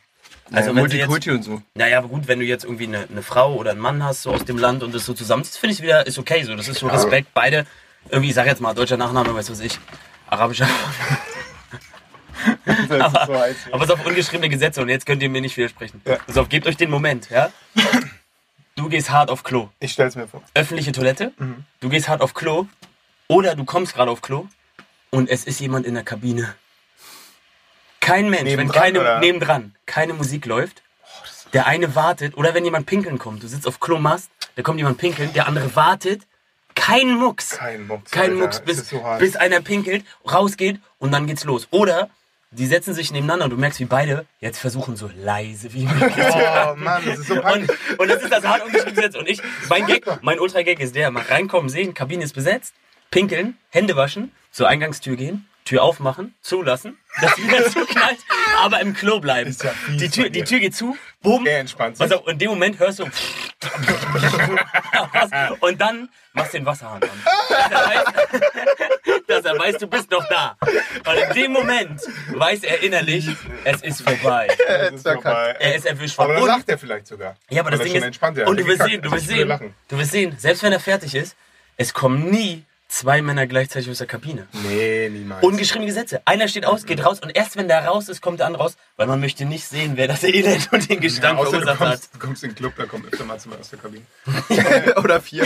Speaker 6: Also,
Speaker 3: ja,
Speaker 6: wenn sie jetzt-
Speaker 3: Multikulti und so.
Speaker 6: Naja, aber gut, wenn du jetzt irgendwie eine, eine Frau oder einen Mann hast, so aus dem Land und das so zusammen, das finde ich wieder, ist okay so. Das ist so Respekt. Beide, irgendwie, ich sag jetzt mal, deutscher Nachname, weiß was ich, arabischer.
Speaker 4: Das ist so heiß.
Speaker 6: Aber es ist auf ungeschriebene Gesetze und jetzt könnt ihr mir nicht widersprechen.
Speaker 4: Ja.
Speaker 6: Also, gebt euch den Moment, ja? Du gehst hart auf Klo.
Speaker 4: Ich stell's mir vor.
Speaker 6: Öffentliche Toilette,
Speaker 4: Mhm.
Speaker 6: du gehst hart auf Klo oder du kommst gerade auf Klo und es ist jemand in der Kabine. Kein Mensch, wenn
Speaker 4: Nebendran,
Speaker 6: keine,
Speaker 4: oder? Oh,
Speaker 6: nebendran, keine Musik läuft, der eine wartet oder wenn jemand pinkeln kommt, du sitzt auf Klo, machst, da kommt jemand pinkeln, der andere wartet, kein Mucks.
Speaker 4: Kein Mucks.
Speaker 6: Kein
Speaker 4: Alter.
Speaker 6: Mucks,
Speaker 4: Es
Speaker 6: bis,
Speaker 4: ist so hart.
Speaker 6: bis einer pinkelt, rausgeht und dann geht's los. Oder die setzen sich nebeneinander und du merkst, wie beide jetzt versuchen, so leise wie möglich.
Speaker 4: Oh Mann, das ist so
Speaker 6: und,
Speaker 4: peinlich.
Speaker 6: und das ist das hart ungeschriebene Gesetz. Und ich, mein Gag, mein Ultra-Gag ist der, mal reinkommen, sehen, Kabine ist besetzt, pinkeln, Hände waschen, zur Eingangstür gehen, Tür aufmachen, zulassen, dass die wieder zuknallt, aber im Klo bleiben.
Speaker 4: Ist ja fies
Speaker 6: die,
Speaker 4: von
Speaker 6: Tür,
Speaker 4: dir.
Speaker 6: die Tür geht zu, bumm,
Speaker 4: Der entspannt sich.
Speaker 6: Pass auf, und in dem Moment hörst du. und dann machst du den Wasserhahn an. Dass er, weiß, dass er weiß, du bist noch da. Und in dem Moment weiß er innerlich, es ist vorbei.
Speaker 4: Das ist vorbei.
Speaker 6: Er ist erwischt
Speaker 4: Aber dann
Speaker 6: worden. Und,
Speaker 4: lacht er vielleicht sogar.
Speaker 6: ja, aber das
Speaker 4: Weil er
Speaker 6: Ding
Speaker 4: schon
Speaker 6: ist.
Speaker 4: entspannt, ja.
Speaker 6: Und du
Speaker 4: Der
Speaker 6: wirst
Speaker 4: gekackt.
Speaker 6: sehen, du
Speaker 4: Also
Speaker 6: wirst
Speaker 4: ich würde
Speaker 6: sehen,
Speaker 4: lachen.
Speaker 6: du wirst sehen, selbst wenn er fertig ist, es kommen nie zwei Männer gleichzeitig aus der Kabine.
Speaker 4: Nee, niemals.
Speaker 6: Ungeschriebene Gesetze. Einer steht aus,
Speaker 4: Hm.
Speaker 6: geht raus und erst wenn der raus ist, kommt der andere raus, weil man möchte nicht sehen, wer das Elend und den
Speaker 4: Ja,
Speaker 6: Gestank
Speaker 4: außer du
Speaker 6: verursacht hat.
Speaker 4: kommst, du kommst in den Club, da kommen öfter mal zwei aus der Kabine.
Speaker 3: oder vier.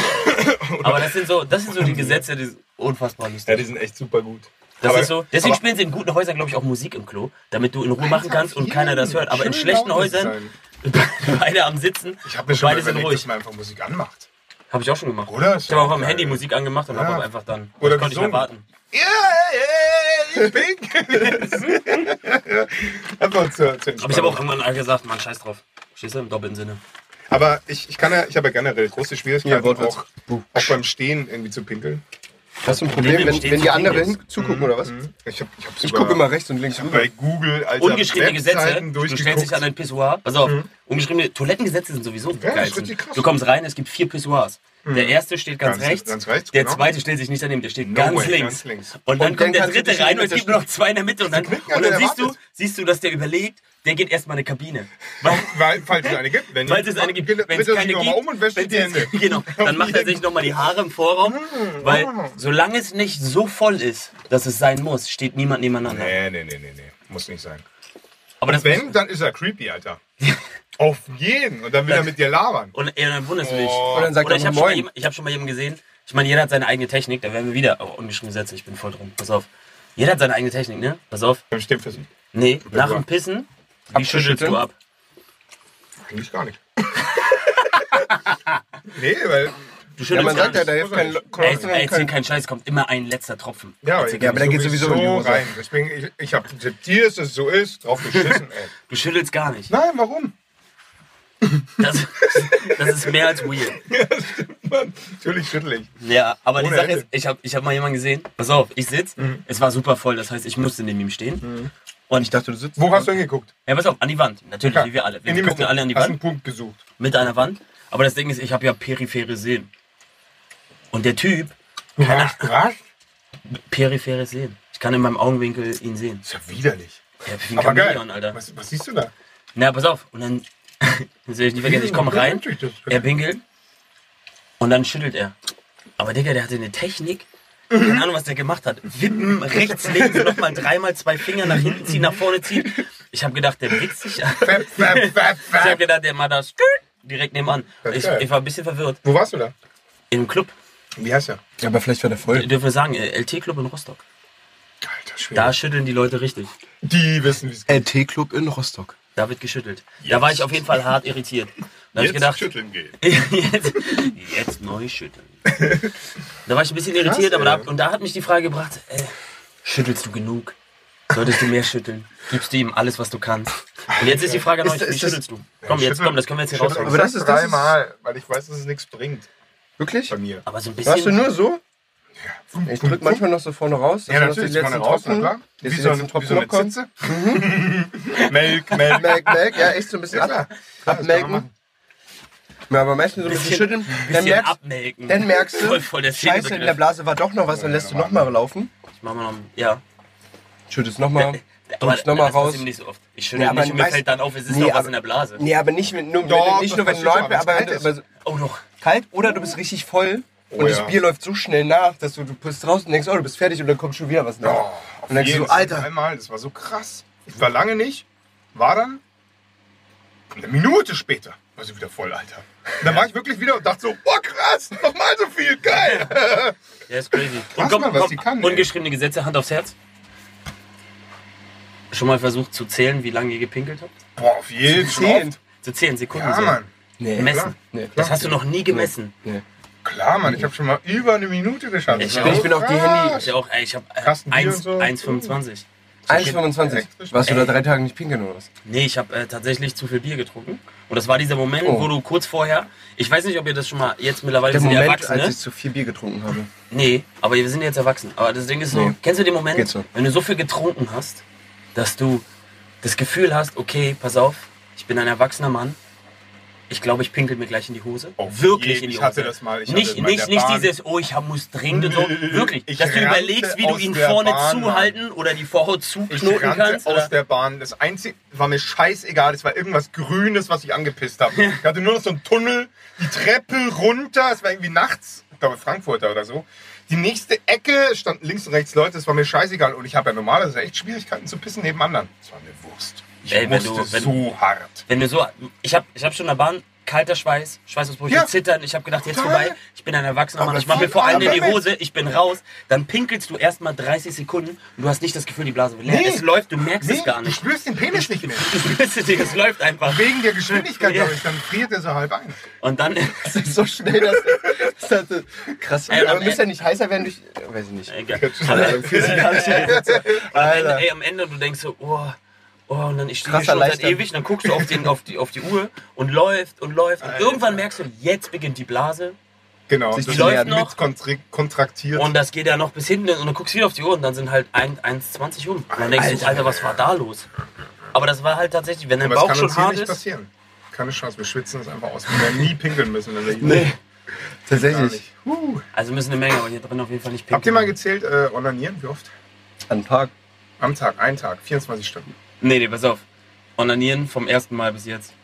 Speaker 6: Aber das sind so, das sind so die Gesetze, die sind unfassbar lustig.
Speaker 4: Ja, die sind echt super gut.
Speaker 6: Das
Speaker 4: aber-
Speaker 6: ist so. Deswegen
Speaker 4: aber-
Speaker 6: spielen sie in guten Häusern, glaube ich, auch Musik im Klo, damit du in Ruhe machen kannst und
Speaker 4: Jeden.
Speaker 6: keiner das hört. Aber in
Speaker 4: Schön
Speaker 6: schlechten
Speaker 4: laut muss es
Speaker 6: Häusern, beide am Sitzen,
Speaker 4: Ich habe mir
Speaker 6: und
Speaker 4: schon mal
Speaker 6: beide sind
Speaker 4: überlegt, dass
Speaker 6: ruhig.
Speaker 4: man einfach Musik anmacht.
Speaker 6: Habe ich auch schon gemacht.
Speaker 4: Oder? Ist
Speaker 6: Ich habe
Speaker 4: ja
Speaker 6: auch am
Speaker 4: geil.
Speaker 6: Handy Musik angemacht und
Speaker 4: Ja.
Speaker 6: habe einfach dann.
Speaker 4: Oder
Speaker 6: ich konnte
Speaker 4: gesungen.
Speaker 6: nicht mehr warten.
Speaker 4: Ja, yeah, ich bin. einfach zur, zur
Speaker 6: Aber ich habe auch irgendwann gesagt, Mann, scheiß drauf. Stehst du im doppelten Sinne?
Speaker 4: Aber ich, ich kann ja, ich habe ja generell große
Speaker 3: Ja,
Speaker 4: Schwierigkeiten,
Speaker 3: Wortwitz.
Speaker 4: auch, auch beim Stehen irgendwie zu pinkeln.
Speaker 3: Hast du ein Problem, wenn,
Speaker 6: Stehen zu
Speaker 3: wenn die anderen
Speaker 6: Videos.
Speaker 3: hin zugucken, oder was?
Speaker 4: Ich, hab, ich, hab's
Speaker 3: Ich
Speaker 4: über-
Speaker 3: gucke immer rechts und links rüber.
Speaker 4: bei Google, Alter,
Speaker 6: Ungeschriebene Gesetze.
Speaker 4: Webseiten
Speaker 6: Du stellst dich an
Speaker 4: durchgeguckt. Mhm.
Speaker 6: ein Pissoir. Pass auf, ungeschriebene Toilettengesetze sind sowieso
Speaker 4: das
Speaker 6: geil.
Speaker 4: ist richtig krass. Mhm.
Speaker 6: Du kommst rein, es gibt vier Pissoirs. Der erste steht ganz,
Speaker 4: Ganz-
Speaker 6: rechts.
Speaker 4: ganz rechts,
Speaker 6: der
Speaker 4: genau.
Speaker 6: zweite stellt sich nicht daneben, der steht
Speaker 4: No
Speaker 6: ganz,
Speaker 4: way,
Speaker 6: links.
Speaker 4: ganz links.
Speaker 6: Und dann
Speaker 3: Und dann
Speaker 6: kommt der
Speaker 3: kannst du
Speaker 6: dritte
Speaker 3: dich nicht
Speaker 6: rein und es
Speaker 3: mit
Speaker 6: gibt nur noch zwei in der Mitte. Und dann,
Speaker 4: knicken, Alter,
Speaker 6: und dann
Speaker 4: der
Speaker 6: siehst, du,
Speaker 4: wartet.
Speaker 6: siehst du, dass der überlegt, der geht erstmal in eine Kabine. Weil,
Speaker 4: Weil, falls es eine gibt. Wenn
Speaker 6: Falls es eine gibt,
Speaker 4: dreht
Speaker 6: wenn es
Speaker 4: er sich
Speaker 6: keine
Speaker 4: noch
Speaker 6: gibt,
Speaker 4: mal um und wäscht
Speaker 6: wenn
Speaker 4: sich die
Speaker 6: es-
Speaker 4: Hände. Mhm.
Speaker 6: Genau, dann macht er sich nochmal die Haare im Vorraum, weil solange es nicht so voll ist, dass es sein muss, steht niemand nebeneinander.
Speaker 4: Nee, nee, nee, nee, nee. Muss nicht sein.
Speaker 6: Aber das
Speaker 4: Wenn, dann ist er creepy, Alter. Auf jeden. Und dann will er mit dir labern.
Speaker 6: und er dann wundert mich.
Speaker 4: Oh.
Speaker 3: Und dann sagt
Speaker 6: Oder
Speaker 3: er
Speaker 6: ich
Speaker 3: noch
Speaker 6: habe schon, mal
Speaker 3: Moin.
Speaker 6: jemand- ich hab schon mal jemanden gesehen, ich meine, jeder hat seine eigene Technik, da werden wir wieder, oh, ungeschriebene Sätze, ich bin voll drum, pass auf. Jeder hat seine eigene Technik, ne? Pass auf.
Speaker 4: Dann steht für sie.
Speaker 6: Nee, nach
Speaker 4: du
Speaker 6: dem
Speaker 4: ab.
Speaker 6: Pissen, wie schüttelst
Speaker 3: Abzuschütteln?
Speaker 6: du ab?
Speaker 4: Finde ich gar nicht. nee, weil.
Speaker 6: Du
Speaker 3: Ja,
Speaker 6: schüttelst
Speaker 3: man
Speaker 6: gar
Speaker 3: sagt ja,
Speaker 6: nicht.
Speaker 3: da hilft kein
Speaker 6: Ey,
Speaker 3: Cross.
Speaker 6: ey, erzähl keinen Scheiß, kommt immer ein letzter Tropfen.
Speaker 4: Ja, aber,
Speaker 3: aber da geht sowieso in die Hose.
Speaker 4: rein. Deswegen, ich, ich akzeptiere es, dass es so ist. Drauf geschissen, ey.
Speaker 6: Du schüttelst gar nicht.
Speaker 4: Nein, warum?
Speaker 6: Das, das ist mehr als weird.
Speaker 4: Mann, natürlich schüttel ich.
Speaker 6: Ja, aber die
Speaker 4: Ohne
Speaker 6: Sache
Speaker 4: Ende. Mhm.
Speaker 6: ist, ich hab ich hab mal jemanden gesehen. Pass auf, ich sitz. Es war super voll, das heißt, ich musste neben ihm stehen. Und ich
Speaker 3: Ich
Speaker 6: dachte,
Speaker 3: dachte, du sitzt.
Speaker 4: Wo hast Mhm. du hingeguckt?
Speaker 6: ja, pass auf, an die Wand. Natürlich, wie wir alle. Wir
Speaker 4: in die
Speaker 6: gucken
Speaker 4: Mitte.
Speaker 6: alle an die
Speaker 4: Hast einen
Speaker 6: Wand.
Speaker 4: Punkt gesucht.
Speaker 6: Mit einer Wand. Aber das Ding ist, ich habe ja periphere Sehen. Und der Typ,
Speaker 4: Du hast was?
Speaker 6: periphere Sehen. Ich kann in meinem Augenwinkel ihn sehen.
Speaker 4: Ist ja widerlich.
Speaker 6: Ja, wie ein
Speaker 4: Aber geil.
Speaker 6: Chamäleon, Alter.
Speaker 4: Was, was siehst du da?
Speaker 6: Na, pass auf. Und dann, das will ich nicht vergessen, ich komme rein. Er pinkelt und dann schüttelt er. Aber Digga, der hatte eine Technik. Keine Ahnung, was der gemacht hat. Wippen, rechts, links, nochmal dreimal zwei Finger nach hinten ziehen, nach vorne ziehen. Ich habe gedacht, der wichst sich an.
Speaker 4: Fap, fap, fap,
Speaker 6: Ich habe
Speaker 4: fap.
Speaker 6: gedacht, der macht das direkt nebenan.
Speaker 4: Das ist
Speaker 6: Ich,
Speaker 4: geil.
Speaker 6: ich war ein bisschen verwirrt.
Speaker 4: Wo warst du da?
Speaker 6: Im Club,
Speaker 4: Wie heißt er?
Speaker 3: Ja, aber vielleicht war der voll.
Speaker 6: dürfen wir sagen, äh, LT-Club in Rostock.
Speaker 4: Alter Schwede.
Speaker 6: Da schütteln die Leute richtig.
Speaker 4: Die wissen, wie es geht.
Speaker 3: LT-Club Äh, in Rostock.
Speaker 6: Da wird geschüttelt. Da war ich auf jeden Fall hart irritiert. Da habe ich gedacht,
Speaker 4: schütteln gehen.
Speaker 6: jetzt, jetzt neu schütteln. Da war ich ein bisschen irritiert, aber da,
Speaker 4: ey.
Speaker 6: und da hat mich die Frage gebracht, äh, schüttelst du genug? Solltest du mehr schütteln? Gibst du ihm alles, was du kannst? Und jetzt ist die Frage an
Speaker 3: Ist-
Speaker 6: euch, wie
Speaker 3: ist das-
Speaker 6: schüttelst du? Komm, jetzt, komm, das können wir jetzt hier rausholen.
Speaker 4: Aber das
Speaker 3: das
Speaker 4: ist
Speaker 3: ist- das ist-
Speaker 4: dreimal, weil ich weiß, dass es nichts bringt
Speaker 3: Wirklich?
Speaker 4: bei mir.
Speaker 6: Aber so ein
Speaker 3: Warst du
Speaker 6: bisschen,
Speaker 3: nur so? Ich drück manchmal noch so vorne raus. dass du
Speaker 4: Ja,
Speaker 3: noch
Speaker 4: natürlich, die vorne raus, na
Speaker 3: Tropfen-
Speaker 4: klar.
Speaker 3: dass
Speaker 4: Wie
Speaker 3: die
Speaker 4: so,
Speaker 3: letzten
Speaker 4: ein, wie
Speaker 3: Tropfen
Speaker 4: so eine
Speaker 3: noch kommen.
Speaker 4: Zitze. Melk, Melk.
Speaker 3: Melk, Melk, ja, echt so ein bisschen
Speaker 4: Ja, klar.
Speaker 3: ab, abmelken. Ja, aber meistens so ein bisschen
Speaker 6: Bisschen-
Speaker 3: schütteln. Dann
Speaker 6: bisschen
Speaker 3: merkst,
Speaker 6: abmelken.
Speaker 3: dann merkst du,
Speaker 6: voll, voll der
Speaker 3: scheiße, in der
Speaker 6: Scheiße,
Speaker 3: Blase war doch noch was, dann lässt du nochmal laufen.
Speaker 6: Ich mach mal noch, ja.
Speaker 3: Schüttest nochmal,
Speaker 6: Aber
Speaker 3: drückst nochmal
Speaker 6: das passiert
Speaker 3: raus.
Speaker 6: mir nicht so oft. Ich schüttel
Speaker 3: Nee, aber
Speaker 6: nicht und mir
Speaker 3: meist-
Speaker 6: fällt dann auf, es ist
Speaker 3: Nee,
Speaker 6: noch was
Speaker 3: aber-
Speaker 6: in der Blase.
Speaker 3: Nee, aber nicht, wenn, nur,
Speaker 4: Doch,
Speaker 3: nicht
Speaker 4: das
Speaker 3: nur wenn
Speaker 4: passiert schon,
Speaker 3: Leute,
Speaker 4: aber
Speaker 3: aber,
Speaker 4: wenn's
Speaker 3: wenn-
Speaker 4: kalt
Speaker 3: aber so-
Speaker 6: Oh doch.
Speaker 3: kalt oder du bist richtig voll und
Speaker 4: Oh ja.
Speaker 3: das Bier läuft so schnell nach, dass du, du pust raus und denkst, oh, du bist fertig und dann kommt schon wieder was nach.
Speaker 4: Oh,
Speaker 3: und dann denkst du, so, Alter,
Speaker 4: Einmal, das war so krass. Ich war lange nicht, war dann eine Minute später, war sie wieder voll, Alter. Und dann war ich wirklich wieder und dachte so, boah krass, nochmal so viel, geil.
Speaker 6: Ja, ist crazy.
Speaker 4: Krass, Mann, was die kann, ey.
Speaker 6: ungeschriebene Gesetze, Hand aufs Herz. Schon mal versucht zu zählen, wie lange ihr gepinkelt habt?
Speaker 4: Boah, auf jeden
Speaker 3: zehn.
Speaker 4: Fall.
Speaker 6: Zu zählen, Sekunden.
Speaker 4: Ja,
Speaker 6: so.
Speaker 4: Mann.
Speaker 3: Nee,
Speaker 6: Messen.
Speaker 3: Nee,
Speaker 6: Das hast du noch nie gemessen.
Speaker 3: nee.
Speaker 4: Klar, Mann, ich habe schon mal über eine Minute geschafft.
Speaker 6: Ich
Speaker 4: Das
Speaker 6: bin-
Speaker 4: war
Speaker 3: Ich bin auch die
Speaker 6: Ich
Speaker 3: Handy.
Speaker 6: auch, ey, ich hab äh,
Speaker 4: Kasten Bier
Speaker 6: 1
Speaker 4: und so.
Speaker 6: 1,25.
Speaker 3: 1,25. Warst du da
Speaker 6: Ey.
Speaker 3: drei Tage nicht pinkeln oder was?
Speaker 6: Nee, ich habe äh, tatsächlich zu viel Bier getrunken. Und das war dieser Moment,
Speaker 3: Oh.
Speaker 6: wo du kurz vorher, ich weiß nicht, ob ihr das schon mal, jetzt mittlerweile
Speaker 3: Der
Speaker 6: sind ne? ihr
Speaker 3: Moment,
Speaker 6: Erwachsene.
Speaker 3: als ich zu viel Bier getrunken habe.
Speaker 6: Nee, aber wir sind jetzt erwachsen. Aber das Ding ist so,
Speaker 3: Nee.
Speaker 6: kennst du den Moment,
Speaker 3: Geht so.
Speaker 6: wenn du so viel getrunken hast, dass du das Gefühl hast, okay, pass auf, ich bin ein erwachsener Mann. Ich glaube, ich pinkel mir gleich in die Hose.
Speaker 4: Auf
Speaker 6: Wirklich
Speaker 4: jeden.
Speaker 6: in die
Speaker 4: Ich
Speaker 6: Hose.
Speaker 4: hatte das mal. Ich hatte
Speaker 6: nicht
Speaker 4: das mal in
Speaker 6: nicht,
Speaker 4: der
Speaker 6: nicht
Speaker 4: Bahn.
Speaker 6: dieses, oh, ich hab- muss dringend und so.
Speaker 4: Nö,
Speaker 6: Wirklich.
Speaker 4: ich
Speaker 6: dass du
Speaker 4: rannte
Speaker 6: überlegst, wie du
Speaker 4: aus
Speaker 6: ihn
Speaker 4: der
Speaker 6: vorne
Speaker 4: Bahn,
Speaker 6: zuhalten oder die Vorhaut
Speaker 4: Ich
Speaker 6: zuknoten
Speaker 4: rannte
Speaker 6: kannst.
Speaker 4: aus
Speaker 6: Oder?
Speaker 4: der Bahn. Das Einzige war mir scheißegal. Das war irgendwas Grünes, was ich angepisst habe. Ich hatte nur noch so einen Tunnel, die Treppe runter. Es war irgendwie nachts, ich glaube Frankfurter oder so. Die nächste Ecke standen links und rechts Leute. Das war mir scheißegal. Und ich habe ja normalerweise echt Schwierigkeiten zu pissen neben anderen. Das war mir Wurst. Ich
Speaker 6: Ey, wenn
Speaker 4: musste
Speaker 6: du- wenn-
Speaker 4: so hart.
Speaker 6: Wenn du so, ich hab, ich hab schon in der Bahn kalter Schweiß, Schweißausbrüche,
Speaker 4: Ja.
Speaker 6: Zittern. Ich hab gedacht, jetzt
Speaker 4: Total.
Speaker 6: vorbei. Ich bin ein erwachsener Mann.
Speaker 4: Aber
Speaker 6: Ich mache mir
Speaker 4: voll
Speaker 6: vor allem in die
Speaker 4: Arbeit.
Speaker 6: Hose. Ich bin raus. Dann pinkelst du erstmal 30 Sekunden und du hast nicht das Gefühl, die Blase wird leer.
Speaker 4: Nee.
Speaker 6: Es läuft, du merkst
Speaker 4: Nee,
Speaker 6: es gar
Speaker 4: du
Speaker 6: nicht.
Speaker 4: spürst den Penis nicht mehr.
Speaker 6: Du spürst es nicht, es läuft einfach.
Speaker 4: Wegen der Geschwindigkeit,
Speaker 6: Ja.
Speaker 4: glaube ich. Dann friert er so halb ein.
Speaker 6: Und dann,
Speaker 3: Das ist so schnell, dass das, das, krass.
Speaker 6: Ey,
Speaker 3: aber
Speaker 6: am
Speaker 3: müsste ja nicht heißer werden durch. Weiß ich nicht.
Speaker 6: egal.
Speaker 3: Also, physikalische Gesetze.
Speaker 6: Am Ende,
Speaker 3: Alter.
Speaker 6: ey, am Ende du denkst so, oh, oh, und dann ich stehe hier
Speaker 3: Krasser
Speaker 6: schon seit
Speaker 3: Leichter.
Speaker 6: ewig, und dann guckst du auf, den, auf, die, auf die Uhr und läuft und läuft. Und irgendwann merkst du, jetzt beginnt die Blase
Speaker 4: Genau.
Speaker 3: Sich
Speaker 4: das
Speaker 3: die
Speaker 4: ist
Speaker 6: läuft
Speaker 4: mit
Speaker 6: noch.
Speaker 4: kontri- kontraktiert.
Speaker 6: und das geht ja noch bis hinten und dann guckst du wieder auf die Uhr und dann sind halt ein- 1,20 um. Und dann denkst du, Alter, was war da los? Aber das war halt tatsächlich, wenn dein
Speaker 4: Aber das
Speaker 6: Bauch
Speaker 4: kann
Speaker 6: schon
Speaker 4: uns hier
Speaker 6: hart
Speaker 4: nicht
Speaker 6: ist.
Speaker 4: passieren. Keine Chance, wir schwitzen das einfach aus. Wir werden nie pinkeln müssen, wenn wir hier
Speaker 3: Nee. Tatsächlich.
Speaker 4: Huh.
Speaker 6: Also müssen eine Menge, aber hier drin auf jeden Fall nicht pinkeln.
Speaker 4: Habt ihr mal gezählt, äh, onanieren? Wie oft?
Speaker 3: An den Tag.
Speaker 4: Am Tag, einen Tag, 24 Stunden.
Speaker 6: Nee, nee, pass auf. Onanieren vom ersten Mal bis jetzt.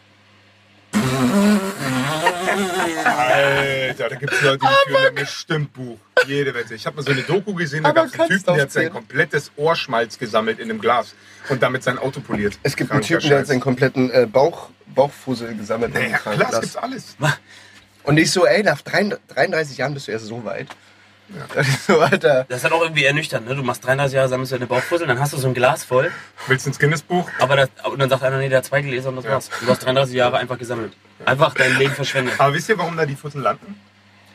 Speaker 4: Alter, da gibt es Leute, die führen ein Bestimmtbuch. Jede Wette. Ich habe mal so eine Doku gesehen, da
Speaker 3: Aber
Speaker 4: gab es einen
Speaker 3: kannst
Speaker 4: Typen, der hat
Speaker 3: aufzählen.
Speaker 4: sein komplettes Ohrschmalz gesammelt in einem Glas und damit sein Auto poliert.
Speaker 3: Es gibt einen
Speaker 4: Kranker
Speaker 3: Typen, der hat
Speaker 4: Scheiß.
Speaker 3: seinen kompletten äh, Bauch, Bauchfusel gesammelt.
Speaker 4: Ja,
Speaker 3: im
Speaker 4: ja, klar, es
Speaker 3: Krankenglas.
Speaker 4: gibt alles.
Speaker 3: Und ich so, ey, nach 33, 33 Jahren bist du erst so weit. Und ich so, Alter.
Speaker 6: Das ist dann auch irgendwie ernüchternd, ne? Du machst 33 Jahre, sammelst du deine Bauchfusseln, dann hast du so ein Glas voll,
Speaker 4: Willst du ins Guinness-Buch?
Speaker 6: aber das, und dann sagt einer, nee, der hat zwei Gläser und das
Speaker 4: Ja.
Speaker 6: war's. Du hast 33 Jahre einfach gesammelt. Einfach dein Leben verschwendet.
Speaker 4: Aber wisst ihr, warum da die Fussen landen?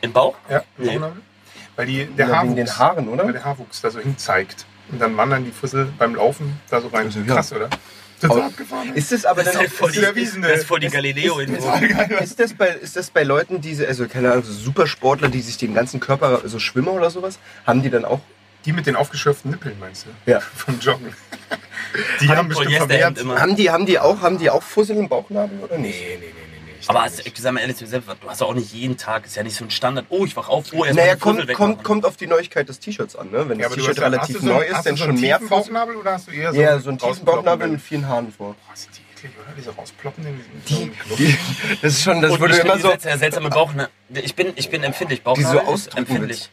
Speaker 6: Im Bauch?
Speaker 4: Ja,
Speaker 6: Nee.
Speaker 4: warum landen? Weil die, der
Speaker 3: Ja, wegen
Speaker 4: Haarwuchs,
Speaker 3: den Haaren,
Speaker 4: weil
Speaker 3: oder?
Speaker 4: der Haarwuchs da so hinzeigt. Und dann wandern die Fussel beim Laufen da so rein.
Speaker 3: Also, ja.
Speaker 4: Krass, oder? Das ist abgefahren.
Speaker 3: Ist das aber dann
Speaker 6: Das ist halt voll die,
Speaker 4: der Wiesende.
Speaker 6: das ist voll die Galileo-Info.
Speaker 4: total geil.
Speaker 3: Ist das, bei, ist das bei Leuten, die, so- also keine Ahnung, so Supersportler, die sich den ganzen Körper, so Schwimmer oder sowas, haben die dann auch?
Speaker 4: Die mit den aufgeschürften Nippeln, meinst du?
Speaker 3: Ja.
Speaker 4: Vom Joggen. Die haben bestimmt vermehrt.
Speaker 6: Polyesterhemd immer.
Speaker 3: Haben die, haben die auch, haben die auch Fussel im Bauchnabel oder nicht?
Speaker 4: Nee, nee, nee, nee, nee. ich
Speaker 6: Aber
Speaker 4: glaub
Speaker 6: hast,
Speaker 4: nicht.
Speaker 6: ich sag mal ehrlich zu dir selbst, du hast auch nicht jeden Tag, ist ja nicht so ein Standard. Oh, ich wach auf, oh, erstmal
Speaker 3: Naja,
Speaker 6: die Fussel
Speaker 3: kommt, kommt,
Speaker 6: wegmachen.
Speaker 3: kommt auf die Neuigkeit des T-Shirts an, ne? Wenn
Speaker 4: Ja,
Speaker 3: das
Speaker 4: aber du
Speaker 3: T-Shirt
Speaker 4: hast ja-
Speaker 3: relativ
Speaker 4: hast du so-
Speaker 3: neu ist,
Speaker 4: hast du
Speaker 3: dann
Speaker 4: so
Speaker 3: schon
Speaker 4: einen
Speaker 3: mehr
Speaker 4: tiefen
Speaker 3: Fussel.
Speaker 4: Bauchnabel oder hast du eher so
Speaker 3: Ja,
Speaker 4: einen
Speaker 3: so ein tiefen
Speaker 4: rausploppenden?
Speaker 3: Bauchnabel mit vielen Haaren vor.
Speaker 4: Boah, sind die eklig, oder? Diese rausploppenden.
Speaker 3: Die, die, das ist schon, das
Speaker 6: Und
Speaker 3: wurde
Speaker 6: ich
Speaker 3: immer
Speaker 6: immer
Speaker 3: so.
Speaker 6: Sätze, seltsame Bauch, ne? Ich bin, ich bin empfindlich, Bauch.
Speaker 3: so ausdrücken
Speaker 6: empfindlich.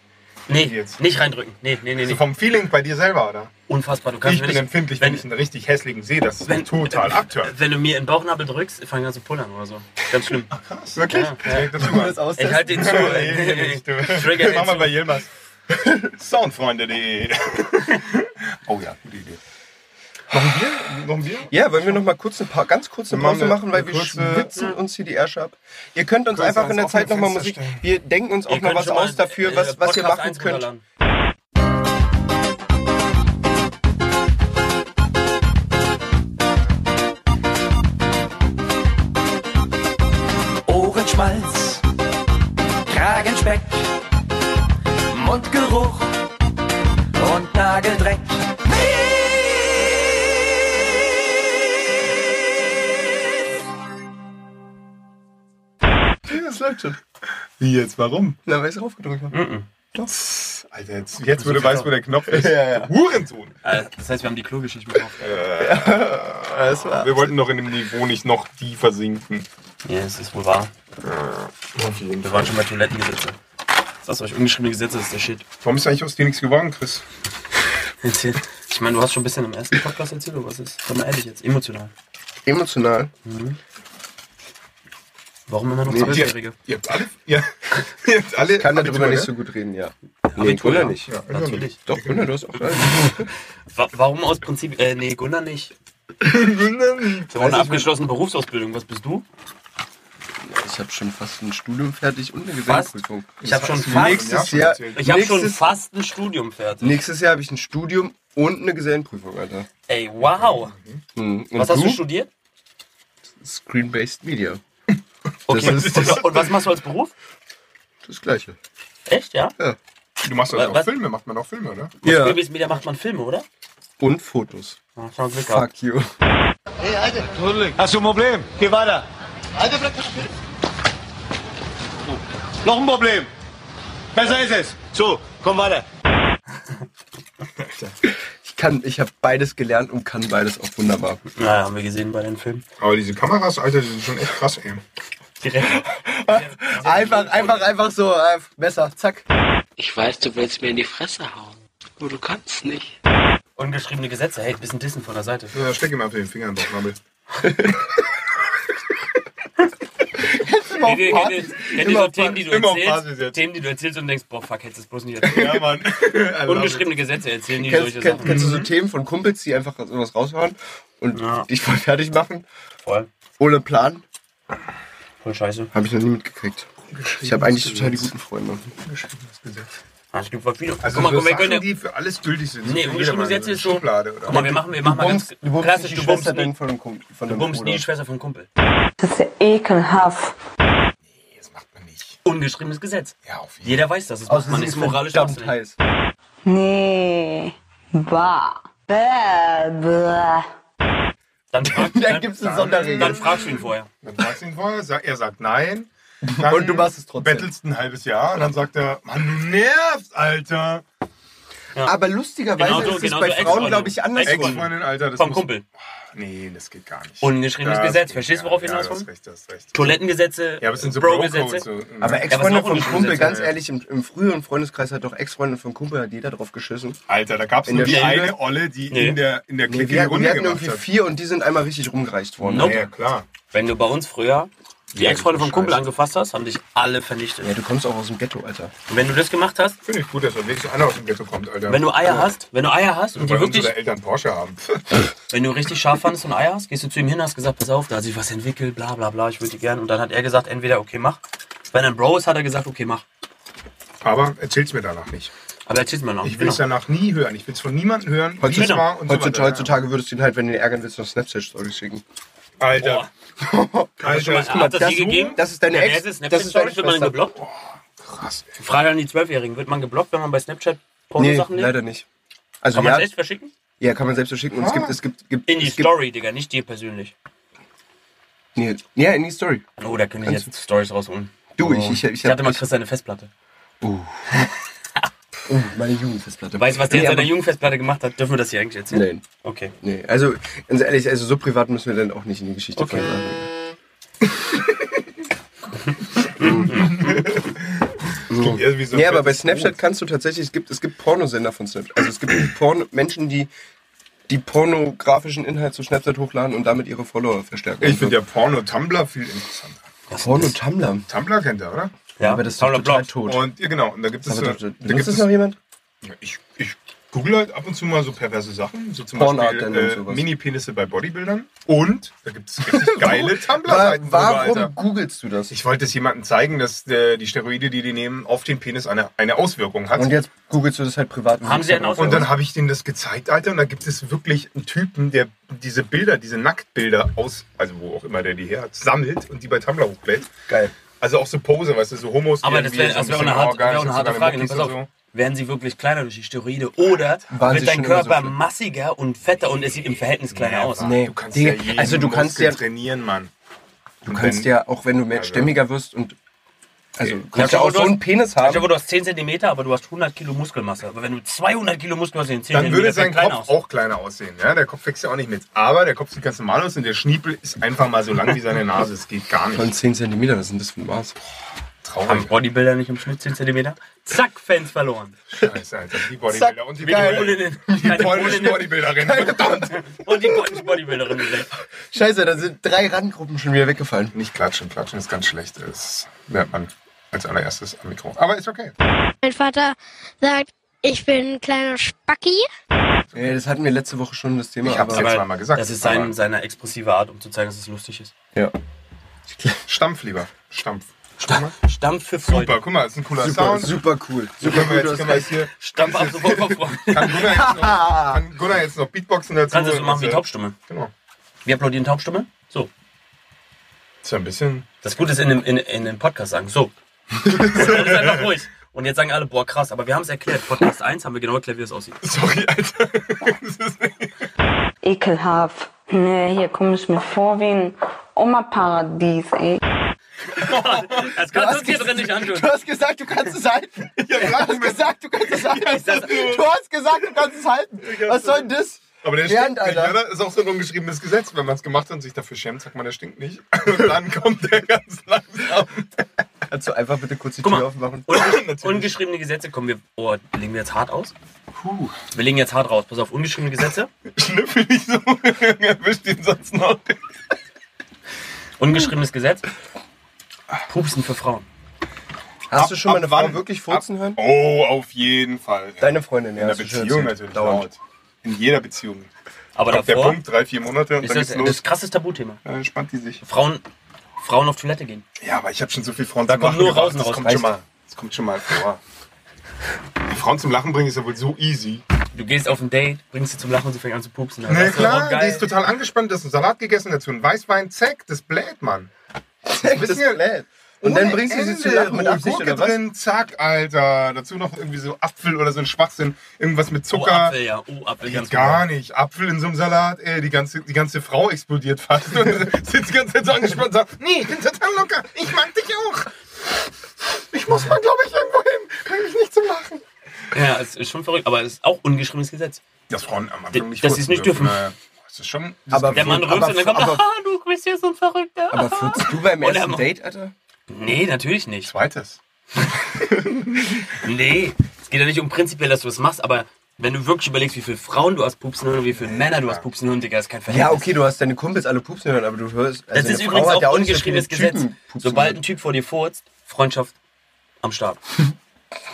Speaker 6: Nee,
Speaker 4: Jetzt.
Speaker 6: nicht reindrücken. Nee, nee, nee,
Speaker 4: Also
Speaker 6: nee.
Speaker 4: vom Feeling bei dir selber, oder?
Speaker 6: Unfassbar. Du kannst
Speaker 4: ich
Speaker 6: mir
Speaker 4: bin
Speaker 6: nicht-
Speaker 4: empfindlich, wenn,
Speaker 6: wenn,
Speaker 4: ich einen richtig hässlichen sehe, das ist
Speaker 6: wenn-
Speaker 4: mir total abtört.
Speaker 6: wenn du mir in den Bauchnabel drückst, fange ich an zu pullern oder so. Ganz schlimm.
Speaker 4: Krass, wirklich?
Speaker 6: Ja,
Speaker 4: Ja, Das tun wir.
Speaker 6: Ich halte den zu.
Speaker 4: Nee,
Speaker 6: ey.
Speaker 4: nicht, du.
Speaker 6: Trigger den
Speaker 4: Machen wir bei
Speaker 6: zu.
Speaker 4: Yilmaz. Soundfreunde.de Oh ja, gute Idee. Noch ein Bier? Noch ein Bier?
Speaker 3: Ja, wollen wir noch mal kurz eine pa ganz kurze
Speaker 4: Dann machen
Speaker 3: Pause
Speaker 4: wir
Speaker 3: machen, weil
Speaker 4: eine
Speaker 3: wir
Speaker 4: kurze-
Speaker 3: schwitzen uns hier die Ärsche ab. Ihr könnt uns
Speaker 4: Kurz
Speaker 3: einfach in
Speaker 4: ans
Speaker 3: der Zeit noch
Speaker 4: offene
Speaker 3: mal Musik.
Speaker 4: Fenster stellen.
Speaker 3: Wir denken uns auch
Speaker 6: Ihr
Speaker 3: noch
Speaker 6: könnt
Speaker 3: was
Speaker 6: schon mal,
Speaker 3: aus dafür,
Speaker 6: äh,
Speaker 3: was, was ihr
Speaker 6: Podcast
Speaker 3: machen
Speaker 6: 1
Speaker 3: könnt.
Speaker 6: runterladen.
Speaker 2: Ohrenschmalz, Kragenspeck, Mundgeruch und Nageldreck.
Speaker 3: Das läuft schon.
Speaker 4: Wie jetzt, warum?
Speaker 3: Na, weil ich raufgedrückt habe.
Speaker 4: Alter, jetzt, jetzt würde weiß, wo der Knopf ist.
Speaker 3: Ja, ja.
Speaker 4: Du Hurensohn!
Speaker 6: Äh, Das heißt, wir haben die Klogeschichte gekauft.
Speaker 3: Das war.
Speaker 4: Wir wollten doch in dem Niveau nicht noch tiefer sinken.
Speaker 6: Ja, das ist wohl wahr. Wir waren schon bei Toilettengesetze. Das hast du euch ungeschriebene Gesetze, das ist der Shit.
Speaker 4: Warum ist eigentlich aus dir nichts geworden, Chris?
Speaker 6: Erzähl. Ich meine, du hast schon ein bisschen im ersten Podcast erzählt, aber was ist? Sag mal ehrlich jetzt, emotional.
Speaker 3: Emotional.
Speaker 6: Warum immer noch
Speaker 3: Nee, die-
Speaker 6: Zwölfjährige?
Speaker 4: Ihr habt alle. Ihr, ihr habt alle
Speaker 3: Ich kann darüber
Speaker 4: Abitur,
Speaker 3: nicht
Speaker 4: ne?
Speaker 3: so gut reden, ja. Nee,
Speaker 6: Abitur,
Speaker 3: Gunnar
Speaker 6: ja.
Speaker 3: nicht.
Speaker 4: Ja,
Speaker 6: Natürlich.
Speaker 3: Doch, Gunnar, du hast auch recht.
Speaker 6: Wa warum aus Prinzip? Äh, nee, Gunnar nicht. Wir haben eine abgeschlossene Berufsausbildung. Was bist du?
Speaker 3: Ich habe schon fast ein Studium fertig und eine
Speaker 6: Fast?
Speaker 3: Gesellenprüfung.
Speaker 6: Ich habe schon
Speaker 4: Nächstes
Speaker 6: fast.
Speaker 4: Jahr
Speaker 3: Nächstes
Speaker 4: schon
Speaker 3: Jahr,
Speaker 4: erzählt.
Speaker 6: Ich habe schon
Speaker 3: nächstes-
Speaker 6: fast ein Studium fertig.
Speaker 3: nächstes Jahr habe ich ein Studium und eine Gesellenprüfung, Alter.
Speaker 6: Ey, wow.
Speaker 3: Mhm. Und
Speaker 6: Was hast du studiert?
Speaker 3: Screen-based Media.
Speaker 6: Okay.
Speaker 3: Das ist
Speaker 6: und, wa- und was machst du als Beruf?
Speaker 3: Das gleiche.
Speaker 6: Echt, ja?
Speaker 4: Du machst also auch
Speaker 6: Was?
Speaker 4: Filme, macht man auch Filme, oder?
Speaker 6: ja.
Speaker 3: Ja.
Speaker 6: Babys Media macht man Filme, oder?
Speaker 3: Und Fotos.
Speaker 6: Ja, schon Glück gehabt.
Speaker 3: Fuck you.
Speaker 8: Hast du ein Problem? Geh weiter. Noch ein Problem. Besser ist es. So, komm weiter.
Speaker 3: Ich kann, ich habe beides gelernt und kann beides auch wunderbar.
Speaker 6: Naja, haben wir gesehen bei den Filmen.
Speaker 4: Aber diese Kameras, Alter, die sind schon echt krass, ey.
Speaker 6: Direkt.
Speaker 3: Einfach, einfach, einfach so, äh, Messer, zack.
Speaker 9: Ich weiß, du willst mir in die Fresse hauen, nur du kannst nicht.
Speaker 6: Ungeschriebene Gesetze. Hey, bisschen Dissen von der Seite.
Speaker 4: Ja, steck ihm einfach den Finger in den Bauchnabel.
Speaker 6: Kennt ihr- kennt ihr- kennt ihr so Themen, die du
Speaker 4: immer auf Basis
Speaker 6: erzählst?
Speaker 4: jetzt.
Speaker 6: Themen, die du erzählst und denkst, boah, fuck, hättest du es bloß nicht erzählt.
Speaker 4: Ja, genau. Mann.
Speaker 6: Ungeschriebene Gesetze erzählen die
Speaker 3: Kennst,
Speaker 6: solche
Speaker 3: kenn,
Speaker 6: Sachen. Mhm.
Speaker 3: kennst du so Themen von Kumpels, die einfach sowas raushauen und
Speaker 6: Ja.
Speaker 3: dich voll fertig machen?
Speaker 6: Voll.
Speaker 3: Ohne Plan?
Speaker 6: Voll scheiße.
Speaker 3: Habe ich noch nie mitgekriegt. Ich habe eigentlich total die guten Freunde.
Speaker 6: Ah, es gibt voll viele.
Speaker 4: Also
Speaker 6: guck mal,
Speaker 4: so
Speaker 6: guck mal, wir
Speaker 4: Sachen,
Speaker 6: können ja.
Speaker 4: die für alles gültig sind.
Speaker 6: Nee, ungeschriebene Gesetze ist so.
Speaker 4: Schublade,
Speaker 6: Guck mal,
Speaker 4: oder?
Speaker 6: wir machen, wir machen mal ganz klassisch, du bummst, nie,
Speaker 3: von dem Kumpel. Von
Speaker 6: du
Speaker 3: dem
Speaker 6: bummst nie die
Speaker 3: Bruder.
Speaker 6: Schwester vom Kumpel.
Speaker 10: Das ist ja ekelhaft.
Speaker 4: Das macht man nicht.
Speaker 6: Ungeschriebenes Gesetz.
Speaker 4: Ja, auf jeden
Speaker 6: Jeder weiß das, das macht man nicht. Ist moralisch machst du
Speaker 3: verdammt
Speaker 6: nicht.
Speaker 3: heiß.
Speaker 10: Nee. Bah. Bäh, bäh.
Speaker 6: Dann, frag,
Speaker 3: Dann
Speaker 6: dann,
Speaker 3: gibt's eine Sonderregel.
Speaker 6: dann fragst du ihn vorher.
Speaker 4: Fall. Dann fragst du ihn vorher, sag, er sagt nein. Dann
Speaker 5: Und du machst es trotzdem.
Speaker 4: Bettelst ein halbes Jahr und dann sagt er, Mann, du nervst, Alter.
Speaker 3: Aber lustigerweise
Speaker 6: Genau so,
Speaker 3: ist es
Speaker 6: genau
Speaker 3: bei
Speaker 6: so,
Speaker 3: Frauen,
Speaker 6: Ex-Freundin.
Speaker 3: glaube ich, andersrum.
Speaker 4: Ex-Freundin, Alter, das
Speaker 6: Vom
Speaker 4: muss- Ah,
Speaker 6: Kumpel.
Speaker 4: Nee, das geht gar nicht.
Speaker 6: Ungeschriebenes
Speaker 4: Das
Speaker 6: Gesetz.
Speaker 4: geht
Speaker 6: Verstehst du,
Speaker 4: gar
Speaker 6: worauf
Speaker 4: nicht.
Speaker 6: ich hinaus
Speaker 4: Ja, du hast
Speaker 6: will?
Speaker 4: recht, du hast recht.
Speaker 6: Toilettengesetze,
Speaker 4: Ja, aber es sind so
Speaker 6: Bro-Gesetze.
Speaker 4: Bro-Codes. So.
Speaker 3: Aber
Speaker 6: ist auch
Speaker 3: Ex-Freundin vom
Speaker 6: ungeschützt,
Speaker 3: Kumpel, ganz
Speaker 4: ja.
Speaker 3: ehrlich, im, im früheren Freundeskreis hat doch Ex-Freundin vom Kumpel, hat jeder drauf geschissen.
Speaker 4: Alter, da gab es
Speaker 3: In
Speaker 4: nur
Speaker 3: der
Speaker 4: die
Speaker 3: Schule?
Speaker 4: eine Olle, die
Speaker 6: Nee.
Speaker 4: in der, in der
Speaker 3: Nee,
Speaker 4: Clique die
Speaker 3: wir, hatten- wir
Speaker 4: Runde
Speaker 3: hatten
Speaker 4: gemacht
Speaker 3: irgendwie
Speaker 4: hat.
Speaker 3: vier und die sind einmal richtig rumgereicht worden.
Speaker 6: Nope.
Speaker 4: Ja, klar.
Speaker 6: Wenn du bei uns früher die Ex-Freunde vom Kumpel
Speaker 3: Scheiße.
Speaker 6: angefasst hast, haben dich alle vernichtet.
Speaker 3: Ja, du kommst auch aus dem Ghetto, Alter.
Speaker 6: Und wenn du das gemacht hast,
Speaker 4: Finde ich gut, dass wir wirklich einer aus dem Ghetto kommt, Alter.
Speaker 6: wenn du
Speaker 3: Genau.
Speaker 6: Eier hast, wenn du Eier hast und die
Speaker 4: Weil
Speaker 6: wirklich,
Speaker 4: unsere Eltern Porsche haben.
Speaker 6: wenn du richtig scharf fandest und Eier hast, gehst du zu ihm hin, hast gesagt, pass auf, da hat sich was entwickelt, bla bla bla, ich würde die gern. Und dann hat er gesagt, entweder okay, mach. Wenn er ein Bro ist, hat er gesagt, okay, mach.
Speaker 4: Aber erzähl's mir danach nicht.
Speaker 6: Aber erzähl's mir noch. Genau.
Speaker 4: Ich will es danach nie hören. Ich will es von niemandem hören. wie es
Speaker 3: Genau. Heutzutage,
Speaker 4: war und so weiter.
Speaker 3: heutzutage, heutzutage würdest du ihn halt, wenn du ihn ärgern willst, noch Snapchat-Stories schicken.
Speaker 4: Alter. Alter,
Speaker 6: Guck mal, hat das hier gegeben?
Speaker 3: Das ist deine
Speaker 6: Wer
Speaker 3: Ex.
Speaker 6: ist es? Snapchat
Speaker 3: das ist deine
Speaker 6: Stories, wird man
Speaker 3: Schwester.
Speaker 6: geblockt?
Speaker 4: krass. ey.
Speaker 6: Frage an die Zwölfjährigen, wird man geblockt, wenn man bei Snapchat
Speaker 3: Nee,
Speaker 6: Pornosachen nimmt?
Speaker 3: leider nicht. Also
Speaker 6: ne? Kann man
Speaker 3: ja,
Speaker 6: es echt verschicken?
Speaker 3: ja, kann man selbst verschicken. Und es
Speaker 4: Ah.
Speaker 3: gibt, es gibt, gibt
Speaker 6: In die
Speaker 3: es gibt,
Speaker 6: Story, Digga, nicht dir persönlich.
Speaker 3: Nee, ja, in die Story.
Speaker 6: Oh, da können wir jetzt Stories rausholen. Oh.
Speaker 3: Du, ich, ich, ich,
Speaker 6: Ich hatte
Speaker 3: hab-
Speaker 6: mal Chris seine Festplatte.
Speaker 3: oh, meine Jugendfestplatte.
Speaker 6: Weißt du, was der
Speaker 3: Nee,
Speaker 6: in seiner
Speaker 3: aber-
Speaker 6: jungen Festplatte gemacht hat? Dürfen wir das hier eigentlich erzählen?
Speaker 3: Nein.
Speaker 6: Okay.
Speaker 3: Nee, also ganz ehrlich, also so privat müssen wir dann auch nicht in die Geschichte
Speaker 6: Okay.
Speaker 3: von sagen.
Speaker 4: Klingt eher wie so ein
Speaker 3: Nee, aber bei
Speaker 4: fettes
Speaker 3: Snapchat kannst du tatsächlich, es gibt, es gibt Pornosender von Snapchat. Also es gibt Porn Menschen, die die pornografischen Inhalt zu Snapchat hochladen und damit ihre Follower verstärken. Also
Speaker 4: Brot. Ich finde ja Porno-Tumblr viel interessanter.
Speaker 3: Porno-Tumblr.
Speaker 4: Tumblr kennt ihr, oder?
Speaker 6: Ja,
Speaker 3: Aber das ist doch
Speaker 6: Paula
Speaker 3: total äh,
Speaker 6: Block.
Speaker 3: tot.
Speaker 4: Und ja, genau. Und da gibt es.
Speaker 3: Aber doch,
Speaker 4: so- da
Speaker 3: benutzt
Speaker 4: gibt
Speaker 3: das
Speaker 4: es
Speaker 3: noch jemand?
Speaker 4: Ja, ich, ich google halt ab und zu mal so perverse Sachen, so zum
Speaker 3: Pornart
Speaker 4: Beispiel
Speaker 3: denn und
Speaker 4: äh,
Speaker 3: sowas.
Speaker 4: Mini-Penisse bei Bodybuildern. Und da gibt es richtig geile
Speaker 3: Wa-
Speaker 4: Tumblr-Seiten. sogar,
Speaker 3: Warum
Speaker 4: Alter.
Speaker 3: googelst du das?
Speaker 4: Ich wollte es jemandem zeigen, dass äh, die Steroide, die die nehmen, auf den Penis eine, eine Auswirkung hat.
Speaker 3: Und jetzt googelst du das halt privat.
Speaker 6: Haben sie einen
Speaker 4: Und dann
Speaker 6: Ausdruck?
Speaker 4: habe ich denen das gezeigt, Alter. Und da gibt es wirklich einen Typen, der diese Bilder, diese Nacktbilder aus, also wo auch immer der die her hat, sammelt und die bei Tumblr hochlädt.
Speaker 3: Geil.
Speaker 4: Also auch so Pose, weißt du, so Homos. die
Speaker 6: Aber das
Speaker 4: irgendwie
Speaker 6: wäre
Speaker 4: so ein
Speaker 6: das wär auch eine
Speaker 4: bisschen
Speaker 6: harte, wär auch
Speaker 4: und
Speaker 6: eine harte
Speaker 4: sogar
Speaker 6: Frage. Ne?
Speaker 4: Muckis
Speaker 6: Pass
Speaker 4: und so.
Speaker 6: auf. Werden sie wirklich kleiner durch die Steroide oder
Speaker 3: Waren sie
Speaker 6: wird dein
Speaker 3: schon immer so
Speaker 6: Körper
Speaker 3: klein?
Speaker 6: massiger und fetter und es sieht im Verhältnis kleiner aus?
Speaker 3: Nee,
Speaker 4: Du kannst
Speaker 3: Digga,
Speaker 4: ja jeden
Speaker 3: also du kannst ja,
Speaker 4: Muskel trainieren, Mann.
Speaker 3: du kannst ja, auch wenn du mehr
Speaker 4: Also-
Speaker 3: stämmiger wirst und also du kannst
Speaker 6: Ja,
Speaker 3: ja auch
Speaker 6: aber du
Speaker 3: so einen
Speaker 6: hast-
Speaker 3: Penis
Speaker 6: Ich
Speaker 3: haben.
Speaker 6: glaube, du hast 10 cm, aber du hast 100 Kilo Muskelmasse. Aber wenn du 200 Kilo Muskelmasse in 10
Speaker 4: Dann würde sein
Speaker 6: klein
Speaker 4: Kopf
Speaker 6: aus.
Speaker 4: auch kleiner aussehen. Ja, der Kopf wächst ja auch nicht mit. Aber der Kopf sieht ganz normal aus und der Schniepel ist einfach mal so lang wie seine Nase. Es geht gar
Speaker 3: Von
Speaker 4: nicht.
Speaker 3: 10 cm, was ist denn das für ein Maß?
Speaker 6: Haben
Speaker 4: Traurig.
Speaker 6: Bodybuilder nicht im Schnitt 10 cm? Zack, Fans verloren.
Speaker 4: Scheiße, Alter. Die Bodybuilder und die Bodybuilder.
Speaker 6: Polinnen. Keine
Speaker 4: Polnischen
Speaker 6: Polinnen.
Speaker 4: Bodybuilderinnen. Verdammt.
Speaker 6: Und die polnische Bodybuilderin. direkt.
Speaker 3: Scheiße, da sind drei Randgruppen schon wieder weggefallen.
Speaker 4: Nicht klatschen, klatschen ist ganz schlecht. Das lernt man als allererstes am Mikro. Aber ist okay.
Speaker 11: Mein Vater sagt, ich bin ein kleiner Spacki.
Speaker 3: Ja, das hatten wir letzte Woche schon das Thema.
Speaker 4: Ich hab's
Speaker 3: aber,
Speaker 4: jetzt mal gesagt.
Speaker 6: Das ist sein,
Speaker 4: aber
Speaker 6: seine expressive Art, um zu zeigen, dass es lustig ist.
Speaker 3: ja.
Speaker 4: Stampf lieber. Stampf.
Speaker 6: Stampf für Freude.
Speaker 4: Super, guck mal, ist ein cooler
Speaker 3: Super,
Speaker 4: Sound.
Speaker 3: super cool. Super
Speaker 4: Können wir
Speaker 3: cool, du
Speaker 4: jetzt,
Speaker 3: hast
Speaker 4: können wir jetzt
Speaker 3: recht.
Speaker 4: hier,
Speaker 6: Stampf ab sofort für Freude.
Speaker 4: kann Gunnar jetzt noch, kann Gunnar jetzt noch Beatboxen dazu?
Speaker 6: Kannst du so machen wie
Speaker 4: Also,
Speaker 6: Taubstumme.
Speaker 4: Genau.
Speaker 6: Wir applaudieren Taubstumme. So.
Speaker 4: Ist ja ein bisschen.
Speaker 6: Das Gute ist, in dem, in, in dem Podcast sagen, so. Und dann ist einfach ruhig. Und jetzt sagen alle, boah, krass. Aber wir haben es erklärt. Podcast 1 haben wir genau erklärt, wie das aussieht.
Speaker 4: Sorry, Alter. Das ist nicht-
Speaker 10: Ekelhaft. Nee, hier komme ich mir vor wie ein Oma-Paradies, ey.
Speaker 6: Das kannst du uns hier drin nicht antun.
Speaker 3: Du hast gesagt, du kannst es halten. Du hast gesagt, du kannst es halten. Du hast gesagt, du kannst es halten. Was soll denn das?
Speaker 4: Aber der
Speaker 3: Bernd,
Speaker 4: stinkt nicht,
Speaker 3: Alter.
Speaker 4: oder? Ist auch so ein ungeschriebenes Gesetz. Wenn man es gemacht hat und sich dafür schämt, sagt man, der stinkt nicht. Und dann kommt der ganz langsam.
Speaker 3: Kannst du einfach bitte kurz die
Speaker 6: Guck mal.
Speaker 3: Tür aufmachen?
Speaker 6: Ungesch ungeschriebene Gesetze kommen wir. Oh, legen wir jetzt hart aus? Wir legen jetzt hart raus. Pass auf, ungeschriebene Gesetze.
Speaker 4: Schnüffel dich so. Erwischt ihn sonst noch.
Speaker 6: Ungeschriebenes Gesetz. Pupsen für Frauen.
Speaker 3: Hast du schon mal
Speaker 4: Ab
Speaker 3: eine Frau
Speaker 4: wann?
Speaker 3: wirklich furzen
Speaker 4: Ab-
Speaker 3: hören?
Speaker 4: Oh, auf jeden Fall.
Speaker 3: Deine Freundin, ja.
Speaker 4: In der
Speaker 3: hast du schon
Speaker 4: Beziehung
Speaker 3: erzählt.
Speaker 4: natürlich.
Speaker 3: Dauernd.
Speaker 4: Dauert. In jeder Beziehung.
Speaker 6: Aber
Speaker 4: Kommt der
Speaker 6: davor
Speaker 4: Punkt, drei, vier Monate und
Speaker 6: ist
Speaker 4: dann
Speaker 6: das
Speaker 4: geht's
Speaker 6: das
Speaker 4: los.
Speaker 6: krasseste Tabuthema.
Speaker 4: Dann entspannt die sich.
Speaker 6: Frauen, Frauen auf Toilette gehen.
Speaker 4: Ja, aber ich habe schon so viel Frauen
Speaker 6: Da
Speaker 4: zum
Speaker 6: kommt
Speaker 4: Lachen
Speaker 6: nur
Speaker 4: gebracht,
Speaker 6: raus und
Speaker 4: das
Speaker 6: raus,
Speaker 4: Kommt schon
Speaker 6: weißt
Speaker 4: mal, das kommt schon mal vor. Die Frauen zum Lachen bringen ist ja wohl so easy.
Speaker 6: Du gehst auf ein Date, bringst sie zum Lachen und sie fängt an zu pupsen.
Speaker 4: Na
Speaker 6: Das
Speaker 4: klar,
Speaker 6: auch
Speaker 4: die ist total angespannt, das ist ein Salat gegessen, dazu ein Weißwein, zack, das bläht, Mann. Das, wissen ja,
Speaker 3: Und dann
Speaker 4: Ohne
Speaker 3: bringst du sie
Speaker 4: Ende.
Speaker 3: zu lachen mit
Speaker 4: Hohe
Speaker 3: Absicht
Speaker 4: Gurke
Speaker 3: oder was?
Speaker 4: drin, zack, Alter. Dazu noch irgendwie so Apfel oder so ein Schwachsinn. Irgendwas mit
Speaker 6: Oh,
Speaker 4: Zucker.
Speaker 6: Apfel, ja. Oh, Apfel,
Speaker 4: Geht
Speaker 6: ganz
Speaker 4: gar
Speaker 6: gut.
Speaker 4: nicht. Apfel in so einem Salat, ey, die ganze, die ganze Frau explodiert fast und sitzt die ganze Zeit so angespannt und sagt, nee, ich bin total locker, ich mag dich auch. Ich muss mal, glaube ich, irgendwo hin, kann ich nicht zum Lachen.
Speaker 6: Ja, es ist schon verrückt, aber es ist auch ungeschriebenes Gesetz.
Speaker 4: Dass Frauen am
Speaker 6: Anfang nicht Dass sie es nicht dürfen.
Speaker 4: Das ist schon,
Speaker 3: Aber
Speaker 6: der Mann
Speaker 3: fu-
Speaker 6: rülpst
Speaker 3: aber
Speaker 6: und dann kommt,
Speaker 3: fu- aber-
Speaker 6: ah, du bist ja so ein Verrückter.
Speaker 3: Aber furzt du beim
Speaker 6: Und er
Speaker 3: ersten
Speaker 6: macht-
Speaker 3: Date, Alter?
Speaker 6: Nee, natürlich nicht.
Speaker 4: Zweites.
Speaker 6: nee, es geht ja nicht um prinzipiell, dass du das machst, aber wenn du wirklich überlegst, wie viele Frauen du hast pupsen hören und wie viele Männer du hast pupsen hören, Digga, ist kein Verhältnis.
Speaker 3: Ja, okay, du hast deine Kumpels alle pupsen hören, aber du hörst.
Speaker 6: Das
Speaker 3: also
Speaker 6: ist
Speaker 3: eine
Speaker 6: übrigens
Speaker 3: Frau hat
Speaker 6: auch,
Speaker 3: ja nicht so
Speaker 6: ungeschriebenes
Speaker 3: viele
Speaker 6: Gesetz.
Speaker 3: Typen pupsen
Speaker 6: Sobald
Speaker 3: hören.
Speaker 6: ein Typ vor dir furzt, Freundschaft am Start.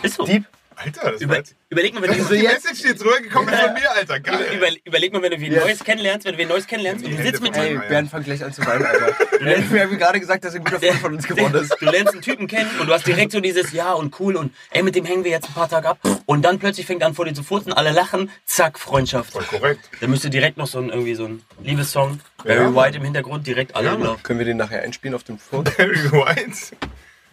Speaker 6: Ist so.
Speaker 3: Dieb.
Speaker 4: Alter, das
Speaker 6: Über, überleg mal, wenn
Speaker 4: Das
Speaker 6: du
Speaker 4: ist die Message, die jetzt rübergekommen ist von mir, Alter. Geil.
Speaker 6: Über, überleg mal, wenn du wen
Speaker 3: Ja.
Speaker 6: Neues kennenlernst, wenn du wen Neues kennenlernst und du sitzt mit
Speaker 3: Ey,
Speaker 6: ihm.
Speaker 3: Bernd fängt gleich an zu weinen, Alter. Wir haben mir gerade gesagt, dass er ein guter Freund von uns geworden ist.
Speaker 6: Du lernst einen Typen kennen und du hast direkt so dieses Ja und cool und ey, mit dem hängen wir jetzt ein paar Tage ab. Und dann plötzlich fängt er an vor dir zu furzen, alle lachen, zack, Freundschaft. Voll
Speaker 4: korrekt.
Speaker 6: Dann müsste direkt noch so ein, irgendwie so ein Liebessong, Barry
Speaker 3: Ja.
Speaker 6: White im Hintergrund, direkt alle im Lauf.
Speaker 3: Können wir den nachher einspielen auf dem Phone?
Speaker 4: Barry White?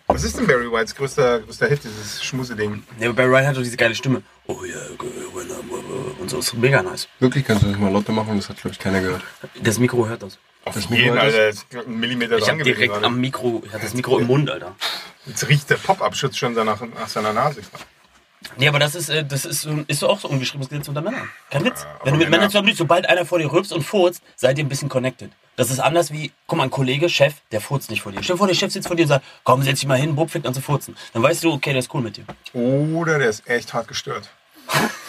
Speaker 4: Was ist denn Barry Whites größter, größter Hit, dieses Schmusseding?
Speaker 6: Nee, aber Barry White hat doch diese geile Stimme. Oh yeah, girl, when I'm, uh, und so ist mega nice.
Speaker 3: Wirklich, kannst du das mal lauter machen? Das hat, glaube ich, keiner gehört.
Speaker 6: Das Mikro hört das.
Speaker 4: Auf
Speaker 3: Das Mikro
Speaker 4: jeden,
Speaker 3: hört
Speaker 4: Alter, ist ein Millimeter
Speaker 6: Ich
Speaker 4: dran
Speaker 6: hab
Speaker 4: gewesen
Speaker 6: direkt
Speaker 4: gerade.
Speaker 6: am Mikro, ich hab das Mikro im Mund, Alter.
Speaker 4: Jetzt riecht der Pop-Up-Schutz schon danach nach seiner Nase.
Speaker 6: Nee, aber das ist, äh, das ist, so- ist so auch so ein ungeschriebenes Gesetz unter Männern. Kein Witz.
Speaker 4: aber genau.
Speaker 6: Wenn du mit
Speaker 4: Männer-
Speaker 6: Männern zusammen bist, sobald einer vor dir rülpst und furzt, seid ihr ein bisschen connected. Das ist anders wie, guck mal, ein Kollege, Chef, der furzt nicht vor dir. Stell dir vor, der Chef sitzt vor dir und sagt, komm, setz dich mal hin, Bub, fängt an zu furzen. Dann weißt du, okay, der ist cool mit dir.
Speaker 4: Oder der ist echt hart gestört.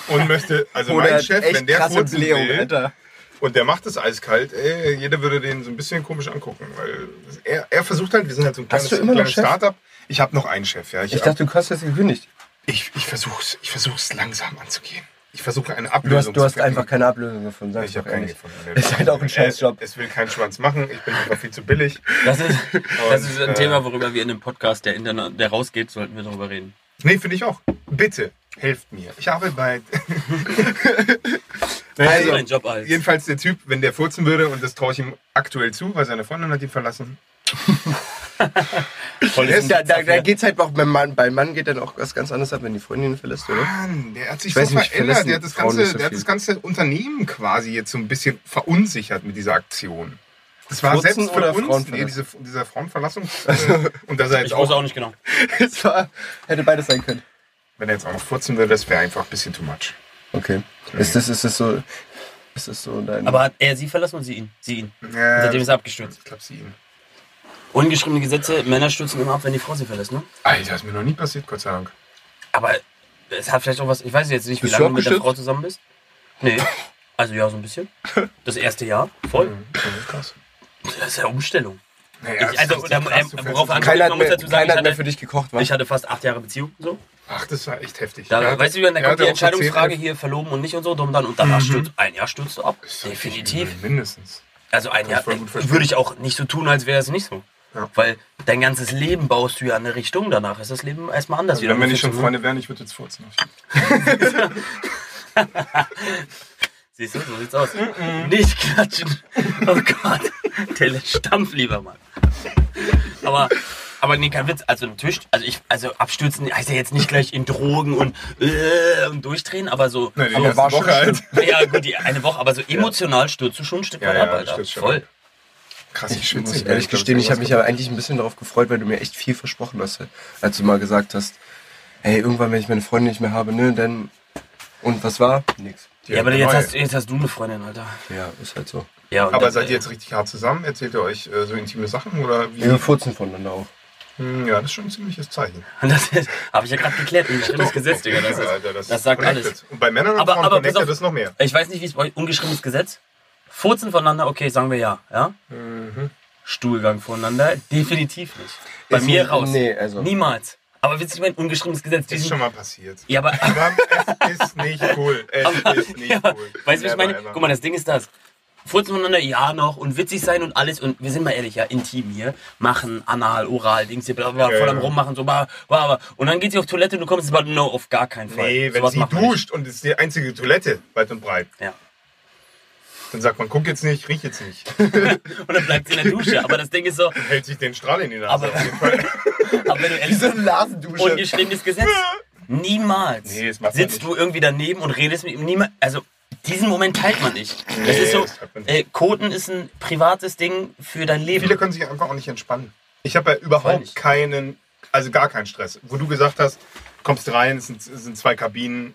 Speaker 4: Und möchte, also
Speaker 3: Oder
Speaker 4: mein Chef,
Speaker 3: echt
Speaker 4: wenn der
Speaker 3: krasse
Speaker 4: kurz
Speaker 3: Blähung,
Speaker 4: will,
Speaker 3: Alter.
Speaker 4: und der macht es eiskalt, ey, jeder würde den so ein bisschen komisch angucken. Weil er, er versucht halt, wir sind halt so ein
Speaker 3: Hast
Speaker 4: kleines,
Speaker 3: du immer noch
Speaker 4: kleines
Speaker 3: Chef?
Speaker 4: Startup. Ich habe noch einen Chef, ja.
Speaker 3: Ich dachte, du hast jetzt gekündigt.
Speaker 4: ich, ich versuche es ich versuch's langsam anzugehen. Ich versuche eine Ablösung
Speaker 3: Du hast, du
Speaker 4: zu
Speaker 3: hast
Speaker 4: finden.
Speaker 3: einfach keine Ablösung gefunden, sag ich
Speaker 4: Ich
Speaker 3: doch
Speaker 4: habe keinen
Speaker 3: ehrlich.
Speaker 4: gefunden.
Speaker 3: Ist halt auch ein Scheißjob.
Speaker 4: Es, es will kein Schwanz machen, ich bin einfach viel zu billig.
Speaker 6: Das ist, das
Speaker 4: Und,
Speaker 6: ist ein
Speaker 4: äh,
Speaker 6: Thema, worüber wir in dem Podcast, der, interna- der rausgeht, sollten wir darüber reden.
Speaker 4: Nee, finde ich auch. Bitte, helft mir. Ich habe bald.
Speaker 6: Also, mein Job als.
Speaker 4: Jedenfalls der Typ, wenn der furzen würde, und das traue ich ihm aktuell zu, weil seine Freundin hat ihn verlassen.
Speaker 6: Voll
Speaker 3: Da, da, da geht's halt auch beim Mann. Beim Mann geht dann auch was ganz anderes ab, wenn die Freundin ihn verlässt, oder?
Speaker 4: Mann, der hat sich
Speaker 3: Ich weiß
Speaker 4: so
Speaker 3: nicht,
Speaker 4: verändert.
Speaker 3: verlassen
Speaker 4: Der hat, das
Speaker 3: Frauen
Speaker 4: ganze,
Speaker 3: nicht so
Speaker 4: der hat das
Speaker 3: viel.
Speaker 4: ganze Unternehmen quasi jetzt so ein bisschen verunsichert mit dieser Aktion. Das war
Speaker 3: Furzen
Speaker 4: selbst für
Speaker 3: oder
Speaker 4: uns,
Speaker 3: Frauenverlass?
Speaker 4: nee, diese, dieser Frauenverlassung. Äh, und dass er jetzt
Speaker 6: Ich weiß
Speaker 4: auch,
Speaker 6: auch nicht genau.
Speaker 3: Es war, hätte beides sein können.
Speaker 4: wenn er jetzt auch noch furzen würde, das wäre einfach ein bisschen too much.
Speaker 3: Okay. Ist das, ist das so. Ist das so dein.
Speaker 6: Aber hat er sie verlassen und sie ihn? Sie ihn. Und
Speaker 4: Ja,
Speaker 6: seitdem ist er abgestürzt.
Speaker 4: Ich glaube, sie ihn.
Speaker 6: Ungeschriebene Gesetze, Männer stürzen immer ab, wenn die Frau sie verlässt, ne?
Speaker 4: Alter, ist mir noch nie passiert, Gott sei Dank.
Speaker 6: Aber es hat vielleicht auch was, ich weiß jetzt nicht, wie
Speaker 3: Bist du
Speaker 6: lange du mit der
Speaker 3: abgestürzt?
Speaker 6: Frau zusammen bist. Nee. Also ja, so ein bisschen. Das erste Jahr, voll.
Speaker 4: Das ist krass.
Speaker 6: Das ist ja Umstellung.
Speaker 4: Naja, das
Speaker 6: ich,
Speaker 4: ist
Speaker 6: also,
Speaker 4: richtig
Speaker 6: da,
Speaker 4: krass,
Speaker 6: ähm,
Speaker 4: du fällst
Speaker 6: worauf
Speaker 4: jetzt-
Speaker 6: ankommt,
Speaker 3: keiner
Speaker 6: man
Speaker 3: hat
Speaker 6: muss
Speaker 3: mehr,
Speaker 6: dazu sagen,
Speaker 3: keiner
Speaker 6: ich
Speaker 3: hat mehr für
Speaker 6: hatte,
Speaker 3: dich gekocht, was?
Speaker 6: ich hatte fast acht Jahre Beziehung. So.
Speaker 4: Ach, das war echt heftig.
Speaker 6: Da,
Speaker 4: Er hat-
Speaker 6: weißt du, dann
Speaker 4: er
Speaker 6: kommt
Speaker 4: hat
Speaker 6: die
Speaker 4: auch so
Speaker 6: Entscheidungsfrage
Speaker 4: zehn-
Speaker 6: hier, verloben und nicht und so, drum dann. Und
Speaker 4: Mhm.
Speaker 6: danach stürzt, ein Jahr stürzt du ab. Definitiv.
Speaker 4: Mindestens.
Speaker 6: Also ein
Speaker 4: Kann ich
Speaker 6: Jahr
Speaker 4: voll gut verstehen.
Speaker 6: würde ich auch nicht so tun, als wäre es nicht so.
Speaker 4: Ja.
Speaker 6: Weil dein ganzes Leben baust du ja in eine Richtung, danach ist das Leben erstmal anders.
Speaker 4: Also dann, wenn
Speaker 6: Du
Speaker 4: ich schon
Speaker 6: fühlst-
Speaker 4: Freunde wären, ich würde jetzt furzen.
Speaker 6: Siehst du, so sieht's aus. Nicht klatschen. Oh Gott. Der Stampf lieber, Mann. Aber, aber nee, kein Witz. Also natürlich, also ich, also abstürzen heißt ja jetzt nicht gleich in Drogen und, äh, und durchdrehen, aber so.
Speaker 4: Nein, die
Speaker 6: so
Speaker 4: erste Woche halt.
Speaker 6: Ja, gut, die eine Woche, aber so emotional stürzt du schon ein Stück
Speaker 4: Ja,
Speaker 6: weit
Speaker 4: ja,
Speaker 6: ab, Alter.
Speaker 4: stürzt schon
Speaker 6: Voll.
Speaker 4: ab. Krass, ich
Speaker 3: Ich
Speaker 4: schwitze.
Speaker 3: muss
Speaker 4: nicht,
Speaker 3: ehrlich
Speaker 4: glaub, ich
Speaker 3: gestehen, ich habe mich
Speaker 4: hab
Speaker 3: aber eigentlich ein bisschen darauf gefreut, weil du mir echt viel versprochen hast, halt. als du mal gesagt hast, hey, irgendwann, wenn ich meine Freundin nicht mehr habe, ne, dann. Und was war? Nix.
Speaker 6: Ja, aber jetzt
Speaker 4: neu.
Speaker 6: hast, jetzt hast du eine Freundin, Alter.
Speaker 3: Ja, ist halt so.
Speaker 6: Ja, und
Speaker 4: Aber
Speaker 6: dann,
Speaker 4: seid
Speaker 6: äh,
Speaker 4: ihr jetzt richtig hart zusammen? Erzählt ihr euch äh, so intime Sachen? Oder wie?
Speaker 3: Wir furzen voneinander auch.
Speaker 4: Hm, ja, das ist schon ein ziemliches Zeichen.
Speaker 6: Und das habe ich ja gerade geklärt, ungeschriebenes Gesetz, Digga. Das, ist,
Speaker 4: Alter,
Speaker 6: das,
Speaker 4: das
Speaker 6: sagt
Speaker 4: connected.
Speaker 6: alles.
Speaker 4: Und bei Männern und
Speaker 6: Aber,
Speaker 4: Frauen
Speaker 6: aber pass
Speaker 4: connectet
Speaker 6: auf,
Speaker 4: das noch mehr.
Speaker 6: Ich weiß nicht, wie es bei euch ungeschriebenes Gesetz. Furzen voneinander, okay, sagen wir ja. ja?
Speaker 4: Mhm.
Speaker 6: Stuhlgang voneinander, definitiv nicht. Bei
Speaker 3: Ist
Speaker 6: mir
Speaker 3: nie-
Speaker 6: raus.
Speaker 3: nee, also-
Speaker 6: Niemals. Aber wisst ihr, ich mein ungeschriebenes Gesetz.
Speaker 4: Ist
Speaker 6: diesen-
Speaker 4: schon mal passiert.
Speaker 6: ja, aber.
Speaker 4: Aber es ist nicht cool. Es ist nicht
Speaker 6: ja,
Speaker 4: cool.
Speaker 6: Weißt du, was ich
Speaker 4: Never
Speaker 6: meine?
Speaker 4: ever.
Speaker 6: Guck mal, das Ding ist das. Furzen voneinander, ja noch und witzig sein und alles und wir sind mal ehrlich, ja, intim hier, machen, anal, oral, Dings hier, bla bla, bla,
Speaker 4: Ja,
Speaker 6: voll
Speaker 4: ja.
Speaker 6: am rummachen, so, bla, bla, bla. Und dann geht sie auf Toilette und du kommst, aber no, auf gar keinen Fall.
Speaker 4: Nee, wenn
Speaker 6: Sowas
Speaker 4: sie
Speaker 6: macht man nicht.
Speaker 4: duscht und es ist die einzige Toilette weit und breit.
Speaker 6: Ja.
Speaker 4: Dann sagt man, guck jetzt nicht, riech jetzt nicht.
Speaker 6: Und dann bleibt sie in der Dusche. Aber das Ding ist so.
Speaker 4: Hält sich den Strahl in die Nase.
Speaker 6: Aber, aber wenn du ehrlich
Speaker 4: Diese Nasendusche.
Speaker 6: Ungeschriebenes Gesetz. Niemals
Speaker 4: Nee, das macht man
Speaker 6: sitzt
Speaker 4: nicht.
Speaker 6: du irgendwie daneben und redest mit ihm. Niemals, also diesen Moment teilt man nicht. das
Speaker 4: Nee,
Speaker 6: ist so,
Speaker 4: das hat man nicht.
Speaker 6: äh, Koten ist ein privates Ding für dein Leben.
Speaker 4: Viele können sich einfach auch nicht entspannen. Ich habe ja
Speaker 6: Voll
Speaker 4: überhaupt
Speaker 6: nicht.
Speaker 4: keinen, also gar keinen Stress. Wo du gesagt hast, kommst rein, es sind, es sind zwei Kabinen.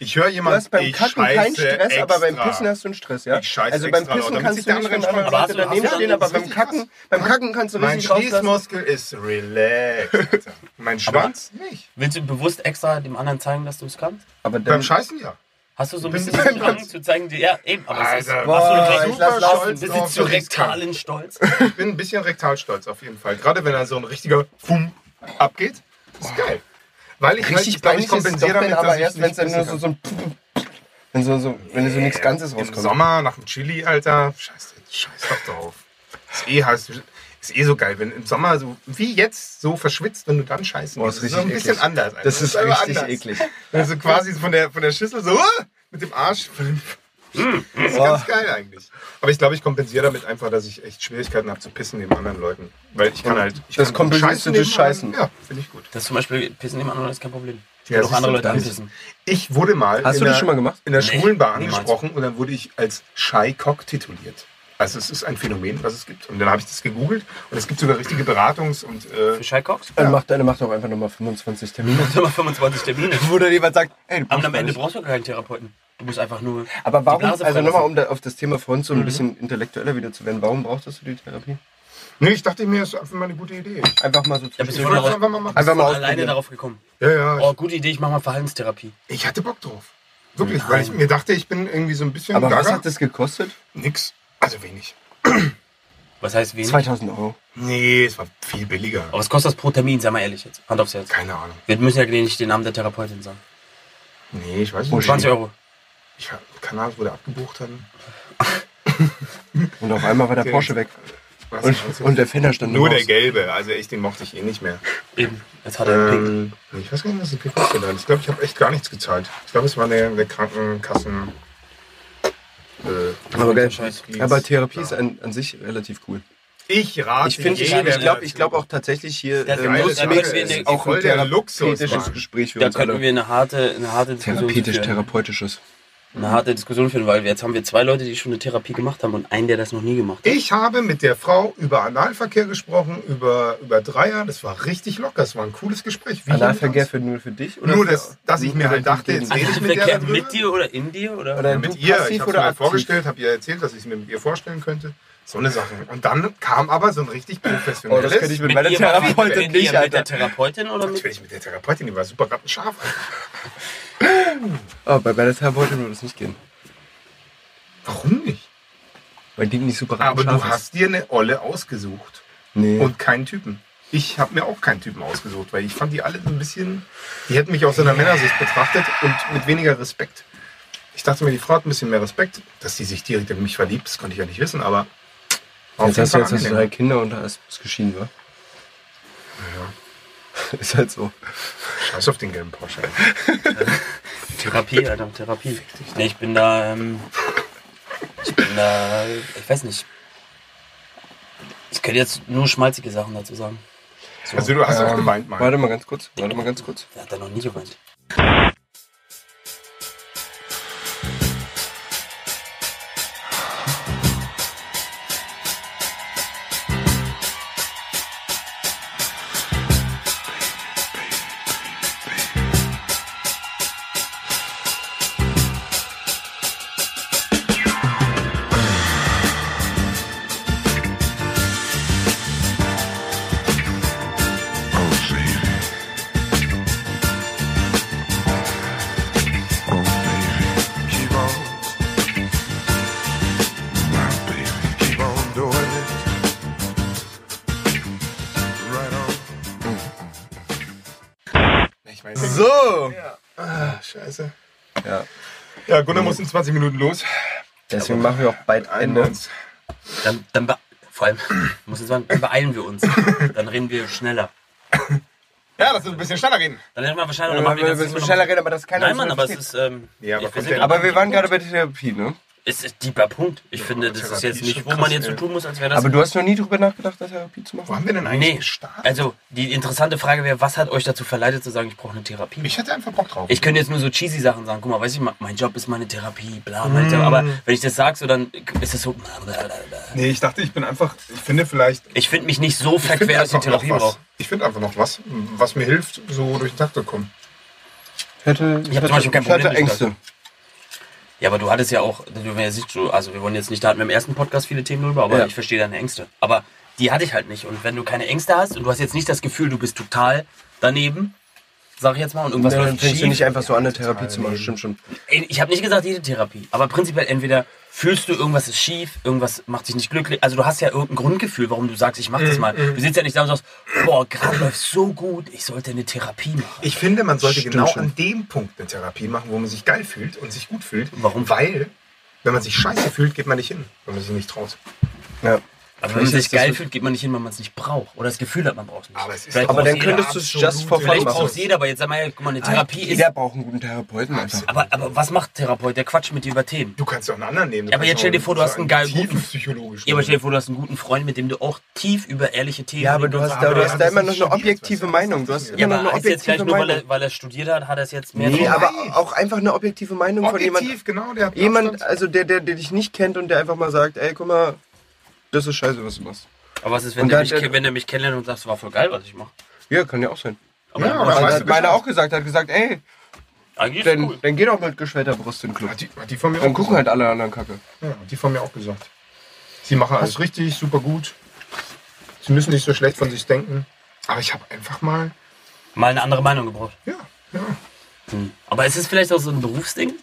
Speaker 4: Ich höre
Speaker 3: Du
Speaker 4: jemanden,
Speaker 3: hast beim
Speaker 4: ich
Speaker 3: Kacken keinen
Speaker 4: scheiße
Speaker 3: Stress,
Speaker 4: extra.
Speaker 3: aber beim Pissen hast du einen Stress, ja?
Speaker 4: Ich scheiße
Speaker 3: also beim
Speaker 4: extra laut,
Speaker 3: Pissen
Speaker 4: damit sich
Speaker 3: kannst
Speaker 4: der
Speaker 3: du nicht
Speaker 4: andere
Speaker 3: von der anderen
Speaker 4: entspannt.
Speaker 3: Seite
Speaker 4: Aber hast du
Speaker 3: daneben
Speaker 4: das
Speaker 3: stehen,
Speaker 4: auch
Speaker 3: aber
Speaker 4: richtig
Speaker 3: beim Kacken, beim Kacken kannst du
Speaker 4: Mein
Speaker 3: richtig rauslassen.
Speaker 4: Schließmuskel ist relaxed. Alter. Mein Schwanz nicht.
Speaker 6: Willst du bewusst extra dem anderen zeigen, dass du es kannst?
Speaker 3: Aber dann,
Speaker 4: Beim Scheißen ja.
Speaker 6: Hast du so ein
Speaker 4: Bist
Speaker 6: bisschen
Speaker 4: du beim
Speaker 6: Drang
Speaker 4: Platz?
Speaker 6: zu zeigen, die, ja, eben, aber es
Speaker 4: Alter,
Speaker 6: ist, hast du
Speaker 3: boah,
Speaker 6: einen
Speaker 3: ich lass
Speaker 6: super
Speaker 3: laufen,
Speaker 6: stolz,
Speaker 4: drauf,
Speaker 6: bisschen zu
Speaker 4: dass ich's kann.
Speaker 6: rektalen Stolz.
Speaker 4: Ich bin ein bisschen rektal stolz auf jeden Fall. Gerade wenn dann so ein richtiger Fum abgeht. Ist geil. Weil ich halt,
Speaker 3: richtig
Speaker 4: ich glaube, ich
Speaker 3: peinlich ist es doch,
Speaker 4: kompensiere damit,
Speaker 3: wenn aber
Speaker 4: dass
Speaker 3: erst,
Speaker 4: ich
Speaker 3: wenn es
Speaker 4: nicht
Speaker 3: dann nur
Speaker 4: pissen
Speaker 3: so,
Speaker 4: kann.
Speaker 3: so ein wenn
Speaker 4: Äh,
Speaker 3: so, so, wenn so nichts Ganzes
Speaker 4: Im
Speaker 3: rauskommt.
Speaker 4: Sommer nach dem Chili, Alter. Scheiße, scheiß doch drauf. Ist eh heiß. Ist eh so geil, wenn im Sommer so wie jetzt so verschwitzt, wenn du dann scheißen
Speaker 3: Boah,
Speaker 4: gehst.
Speaker 3: ist
Speaker 4: Das
Speaker 3: richtig
Speaker 4: so ein bisschen
Speaker 3: eklig.
Speaker 4: anders. Alter.
Speaker 3: Das ist
Speaker 4: aber
Speaker 3: richtig eklig.
Speaker 4: Also quasi von der, von der Schüssel so ah, mit dem Arsch.
Speaker 3: Hm.
Speaker 4: Das ist ganz geil eigentlich. Aber ich glaube, ich kompensiere damit einfach, dass ich echt Schwierigkeiten habe zu pissen neben anderen Leuten. Weil ich kann halt. Ich
Speaker 3: das
Speaker 4: kann
Speaker 3: kompensierst
Speaker 4: scheißen
Speaker 3: du durch
Speaker 4: neben anderen-
Speaker 3: Scheißen.
Speaker 4: Ja, finde ich gut.
Speaker 6: Das ist zum Beispiel Pissen im anderen ist kein Problem. Ich
Speaker 4: Ja,
Speaker 6: kann auch
Speaker 4: siehst
Speaker 6: andere
Speaker 4: du,
Speaker 6: Leute
Speaker 4: dann-
Speaker 6: anpissen.
Speaker 4: Ich wurde mal.
Speaker 3: Hast
Speaker 4: in
Speaker 3: du das
Speaker 4: der-
Speaker 3: schon mal gemacht?
Speaker 4: in der
Speaker 6: Nee,
Speaker 4: schwulen Bar
Speaker 6: niemals.
Speaker 4: angesprochen und dann wurde ich als Shy Cock tituliert. Also es ist ein Phänomen, was es gibt. Und dann habe ich das gegoogelt und es gibt sogar richtige Beratungs- und äh,
Speaker 6: Für Shy Cox?
Speaker 3: Dann macht deine macht doch einfach nochmal 25 Termine.
Speaker 6: Also Immer 25 Termine.
Speaker 3: Wo dann jemand sagt, ey, du
Speaker 6: Aber
Speaker 3: brauchst
Speaker 6: am
Speaker 3: gar
Speaker 6: Ende
Speaker 3: nicht.
Speaker 6: brauchst du keinen Therapeuten. Du musst einfach nur.
Speaker 3: Aber warum,
Speaker 6: die Blase Mhm.
Speaker 3: also
Speaker 6: freilassen.
Speaker 3: nochmal, um da auf das Thema vorhin so ein bisschen intellektueller wieder zu werden, warum brauchtest du die Therapie?
Speaker 4: Nee, ich dachte mir, das ist einfach mal eine gute Idee.
Speaker 3: Einfach mal so zu
Speaker 6: bist
Speaker 4: Ich
Speaker 6: du
Speaker 4: wollte das
Speaker 6: genau-
Speaker 4: einfach mal machen.
Speaker 3: Einfach
Speaker 6: Ich bin
Speaker 3: mal
Speaker 6: alleine
Speaker 3: ausprobieren.
Speaker 6: darauf gekommen.
Speaker 4: Ja, ja.
Speaker 6: Oh,
Speaker 4: ich-
Speaker 6: gute Idee, ich mache mal Verhaltenstherapie.
Speaker 4: Ich hatte Bock drauf. Wirklich, weil ich mir dachte, ich bin irgendwie so ein bisschen
Speaker 3: Aber was
Speaker 4: gaga.
Speaker 3: hat das gekostet?
Speaker 4: Nix. Also wenig.
Speaker 6: Was heißt wenig?
Speaker 3: 2000 Euro.
Speaker 4: Nee, es war viel billiger.
Speaker 3: Oh.
Speaker 6: Aber was kostet das pro Termin, sei mal ehrlich jetzt. Hand aufs Herz.
Speaker 4: Keine Ahnung.
Speaker 6: Wir müssen ja nicht den Namen der Therapeutin sagen.
Speaker 4: Nee, ich weiß nicht.
Speaker 6: 20 Euro.
Speaker 4: Ich, Kanal wurde abgebucht dann.
Speaker 3: Und auf einmal war der
Speaker 4: Okay.
Speaker 3: Porsche weg.
Speaker 4: Was
Speaker 3: Und, und der Fender stand
Speaker 4: Also, Nur
Speaker 3: im
Speaker 4: der
Speaker 3: Haus.
Speaker 4: gelbe, also echt, den mochte ich eh nicht mehr.
Speaker 6: Eben. Jetzt hat er
Speaker 3: Äh,
Speaker 6: einen Pink.
Speaker 4: Ähm, ich weiß gar nicht, was es gekostet hat. Ich glaube, ich habe echt gar nichts gezahlt. Ich glaube, es war eine, eine Krankenkassen. Äh,
Speaker 3: Aber, geil.
Speaker 4: Scheiß.
Speaker 3: Aber Therapie
Speaker 4: Ja.
Speaker 3: ist an, an sich relativ cool.
Speaker 4: ich rate
Speaker 3: Ich finde, ich,
Speaker 4: jedem
Speaker 3: ich glaube ich glaub auch tatsächlich hier
Speaker 6: Das
Speaker 3: ähm,
Speaker 6: muss-
Speaker 3: das
Speaker 6: da
Speaker 3: Mädel
Speaker 6: müssen wir in der-
Speaker 3: ist auch
Speaker 4: voll
Speaker 3: ein
Speaker 4: der Luxus,
Speaker 3: therapeutisches
Speaker 4: Mann.
Speaker 3: Gespiel für
Speaker 6: Da
Speaker 3: uns
Speaker 6: könnten
Speaker 3: alle.
Speaker 6: wir eine harte, eine harte Diskussion führen.
Speaker 3: Therapeutisch-therapeutisches.
Speaker 6: Eine harte Diskussion führen, weil wir- jetzt haben wir zwei Leute, die schon eine Therapie gemacht haben und einen, der das noch nie gemacht hat.
Speaker 4: Ich habe mit der Frau über Analverkehr gesprochen, über, über Dreier. Das war richtig locker. Das war ein cooles Gespräch. Wie
Speaker 3: Analverkehr
Speaker 4: jemals.
Speaker 3: für nur für dich?
Speaker 4: Nur,
Speaker 3: für-
Speaker 4: dass, dass ich mir halt dachte, jetzt rede ich mit der
Speaker 6: Verkehr
Speaker 4: darüber.
Speaker 6: mit dir oder in dir? Oder?
Speaker 3: Oder
Speaker 4: mit
Speaker 3: du
Speaker 4: ihr. Ich
Speaker 3: passiv
Speaker 4: habe
Speaker 3: oder
Speaker 4: mir
Speaker 3: aktiv?
Speaker 4: vorgestellt, habe ihr erzählt, dass ich es mir mit ihr vorstellen könnte. So eine Sache. Und dann kam aber so ein richtig
Speaker 3: Oh,
Speaker 4: professionelles.
Speaker 3: das könnte ich mit,
Speaker 6: Mit
Speaker 3: meiner
Speaker 6: ihr-
Speaker 3: Therapeutin
Speaker 6: mit ihr,
Speaker 3: nicht,
Speaker 6: Mit der
Speaker 3: Alter.
Speaker 6: Therapeutin oder mit
Speaker 4: Natürlich mit der Therapeutin, die war super rattenscharf. Alter.
Speaker 3: Oh, bei meiner Therapeutin würde das nicht gehen.
Speaker 4: Warum nicht?
Speaker 3: Weil die nicht super
Speaker 4: Aber
Speaker 3: rattenscharf
Speaker 4: du
Speaker 3: ist.
Speaker 4: hast dir eine Olle ausgesucht
Speaker 3: Nee.
Speaker 4: und keinen Typen. Ich habe mir auch keinen Typen ausgesucht, weil ich fand die alle so ein bisschen. Die hätten mich aus einer Männersicht betrachtet und mit weniger Respekt. Ich dachte mir, die Frau hat ein bisschen mehr Respekt, dass die sich direkt in mich verliebt. Das konnte ich ja nicht wissen, aber. war
Speaker 3: jetzt hast du
Speaker 4: Fall
Speaker 3: jetzt hast du
Speaker 4: angenehm.
Speaker 3: drei Kinder und da ist es geschieden, wa? Ja. Ist halt so.
Speaker 4: Scheiß auf den gelben Porsche. Alter.
Speaker 6: Therapie, Alter, Therapie. Nee, ich bin da, ähm, ich bin da, ich weiß nicht. Ich könnte jetzt nur schmalzige Sachen dazu sagen.
Speaker 4: Also du hast auch gemeint, Mann.
Speaker 3: Warte mal ganz kurz. Warte mal ganz kurz.
Speaker 6: Der hat da noch nie geweint.
Speaker 4: Ich meine,
Speaker 3: So!
Speaker 4: ah, scheiße.
Speaker 3: Ja.
Speaker 4: Ja, Gunnar muss in 20 Minuten los.
Speaker 3: Deswegen machen wir auch bald
Speaker 4: Einen
Speaker 3: Ende.
Speaker 4: uns.
Speaker 6: Dann, dann be- vor allem, ich muss jetzt sagen, dann beeilen wir uns. Dann reden wir schneller.
Speaker 4: Ja, lass uns ein bisschen schneller reden.
Speaker 6: Dann hätten wir wahrscheinlich
Speaker 3: Wir
Speaker 6: noch mal
Speaker 3: müssen schneller reden, aber das kann
Speaker 6: Nein,
Speaker 3: uns
Speaker 6: Mann,
Speaker 3: nicht
Speaker 6: aber es
Speaker 3: verstehen.
Speaker 6: ist, ähm,
Speaker 4: Ja, aber
Speaker 6: ich- wir
Speaker 4: kommt
Speaker 6: sind
Speaker 4: der-
Speaker 6: aber
Speaker 3: Aber wir waren gerade bei der Therapie, ne?
Speaker 6: es ist deeper Punkt. Ich finde, das ist
Speaker 3: Therapie
Speaker 6: jetzt
Speaker 3: ist
Speaker 6: nicht,
Speaker 3: schon
Speaker 6: wo man
Speaker 3: krass,
Speaker 6: jetzt so
Speaker 3: ey.
Speaker 6: tun muss, als wäre das.
Speaker 3: Aber du hast noch nie drüber nachgedacht, da Therapie zu machen? Wo
Speaker 4: haben wir denn
Speaker 6: Nee, also die interessante Frage wäre, was hat euch dazu verleitet zu sagen, ich brauche eine Therapie?
Speaker 4: Ich hatte einfach Bock drauf.
Speaker 6: Ich könnte jetzt nur so cheesy Sachen sagen, guck mal, weiß ich, ma- mein Job ist meine Therapie, bla, meine
Speaker 4: Mm.
Speaker 6: Therapie. aber wenn ich das sag, so dann ist das so.
Speaker 4: Nee, ich dachte, ich bin einfach, ich finde vielleicht.
Speaker 6: Ich finde mich nicht so
Speaker 4: Ich
Speaker 6: verquer,
Speaker 4: finde
Speaker 6: dass ich
Speaker 4: einfach noch
Speaker 6: Therapie
Speaker 4: was.
Speaker 6: brauche.
Speaker 4: Ich finde einfach noch was, was mir hilft, so durch den Tag zu kommen.
Speaker 3: Ich hätte,
Speaker 6: Ich habe zum Beispiel kein Problem.
Speaker 4: hatte
Speaker 6: damit.
Speaker 4: Ängste.
Speaker 6: Ja, aber du hattest ja auch, du ja siehst du, also wir wollen jetzt nicht, da hatten wir im ersten Podcast viele Themen drüber, aber
Speaker 5: Ja.
Speaker 6: ich verstehe deine Ängste. Aber die hatte ich halt nicht. Und wenn du keine Ängste hast und du hast jetzt nicht das Gefühl, du bist total daneben, sag ich jetzt mal, und irgendwas
Speaker 3: Nein, dann
Speaker 6: läuft
Speaker 3: fängst du
Speaker 6: schief.
Speaker 3: nicht einfach so an, eine Therapie zu machen. Stimmt schon.
Speaker 6: Ey, Ich habe nicht gesagt jede Therapie, aber prinzipiell entweder fühlst du irgendwas ist schief, irgendwas macht dich nicht glücklich. Also du hast ja irgendein Grundgefühl, warum du sagst, ich mache
Speaker 3: Mhm,
Speaker 6: das
Speaker 4: Mm,
Speaker 6: mal.
Speaker 4: mm.
Speaker 6: Du sitzt ja nicht da und sagst, boah, gerade läuft so gut, ich sollte eine Therapie machen.
Speaker 4: Ich finde, man sollte
Speaker 6: Stimmt
Speaker 4: genau
Speaker 6: schon.
Speaker 4: an dem Punkt eine Therapie machen, wo man sich geil fühlt und sich gut fühlt. Warum? Weil, wenn man sich scheiße fühlt, geht man nicht hin, wenn man sich nicht traut.
Speaker 3: Ja.
Speaker 6: Aber wenn man sich geil fühlt, geht man nicht hin, weil man es nicht braucht. Oder das Gefühl hat, man braucht es nicht. Aber,
Speaker 3: ist Aber dann könntest du es just for fun
Speaker 6: Vielleicht
Speaker 3: machen.
Speaker 6: braucht jeder, aber jetzt sag mal, guck mal, eine Therapie ist...
Speaker 3: Jeder braucht einen guten Therapeuten. Einfach.
Speaker 6: Aber, aber was macht Therapeut? Der quatscht mit dir über Themen.
Speaker 4: Du kannst ja auch einen anderen nehmen.
Speaker 6: Ja, aber jetzt stell dir vor, du hast einen geilen guten
Speaker 4: psychologisch.
Speaker 6: Ja, aber stell dir vor, du hast einen guten Freund, mit dem du auch tief über ehrliche Themen
Speaker 3: Ja, aber du
Speaker 6: redest.
Speaker 3: hast, da, du hast da immer noch eine objektive Meinung. Du hast
Speaker 6: Ja,
Speaker 3: immer noch
Speaker 6: aber
Speaker 3: eine
Speaker 6: heißt jetzt gleich
Speaker 3: objektive
Speaker 6: nur, weil
Speaker 3: Meinung.
Speaker 6: er, weil er studiert hat, hat er es jetzt mehr...
Speaker 3: Nee,
Speaker 6: drauf?
Speaker 3: aber auch einfach eine objektive Meinung von jemand.
Speaker 4: genau. Der hat
Speaker 3: jemand, also der, der, der dich nicht kennt und der einfach mal sagt, ey, guck mal, das ist scheiße, was du machst.
Speaker 6: Aber was ist, wenn
Speaker 3: Und
Speaker 6: der,
Speaker 3: dann-
Speaker 6: mich, ke- wenn der mich kennenlernt und sagt, es war voll geil, was ich mache?
Speaker 3: Ja, kann ja auch sein.
Speaker 6: Aber dann
Speaker 3: ja,
Speaker 6: weißt
Speaker 3: aber
Speaker 6: du
Speaker 3: hat
Speaker 6: Bescheid.
Speaker 3: meiner auch gesagt, hat gesagt, ey,
Speaker 6: Eigentlich
Speaker 3: dann, dann geh doch mit geschwellter Brust in den Club.
Speaker 6: Oh,
Speaker 3: dann
Speaker 4: auch
Speaker 3: gucken halt alle anderen Kacke.
Speaker 4: Ja, die von mir auch gesagt. Sie machen alles richtig, super gut. Sie müssen nicht so schlecht von sich denken. Aber ich habe einfach mal.
Speaker 6: Mal eine andere Meinung gebraucht.
Speaker 4: Ja,
Speaker 6: Hm. Aber ist es vielleicht auch so ein Berufsding?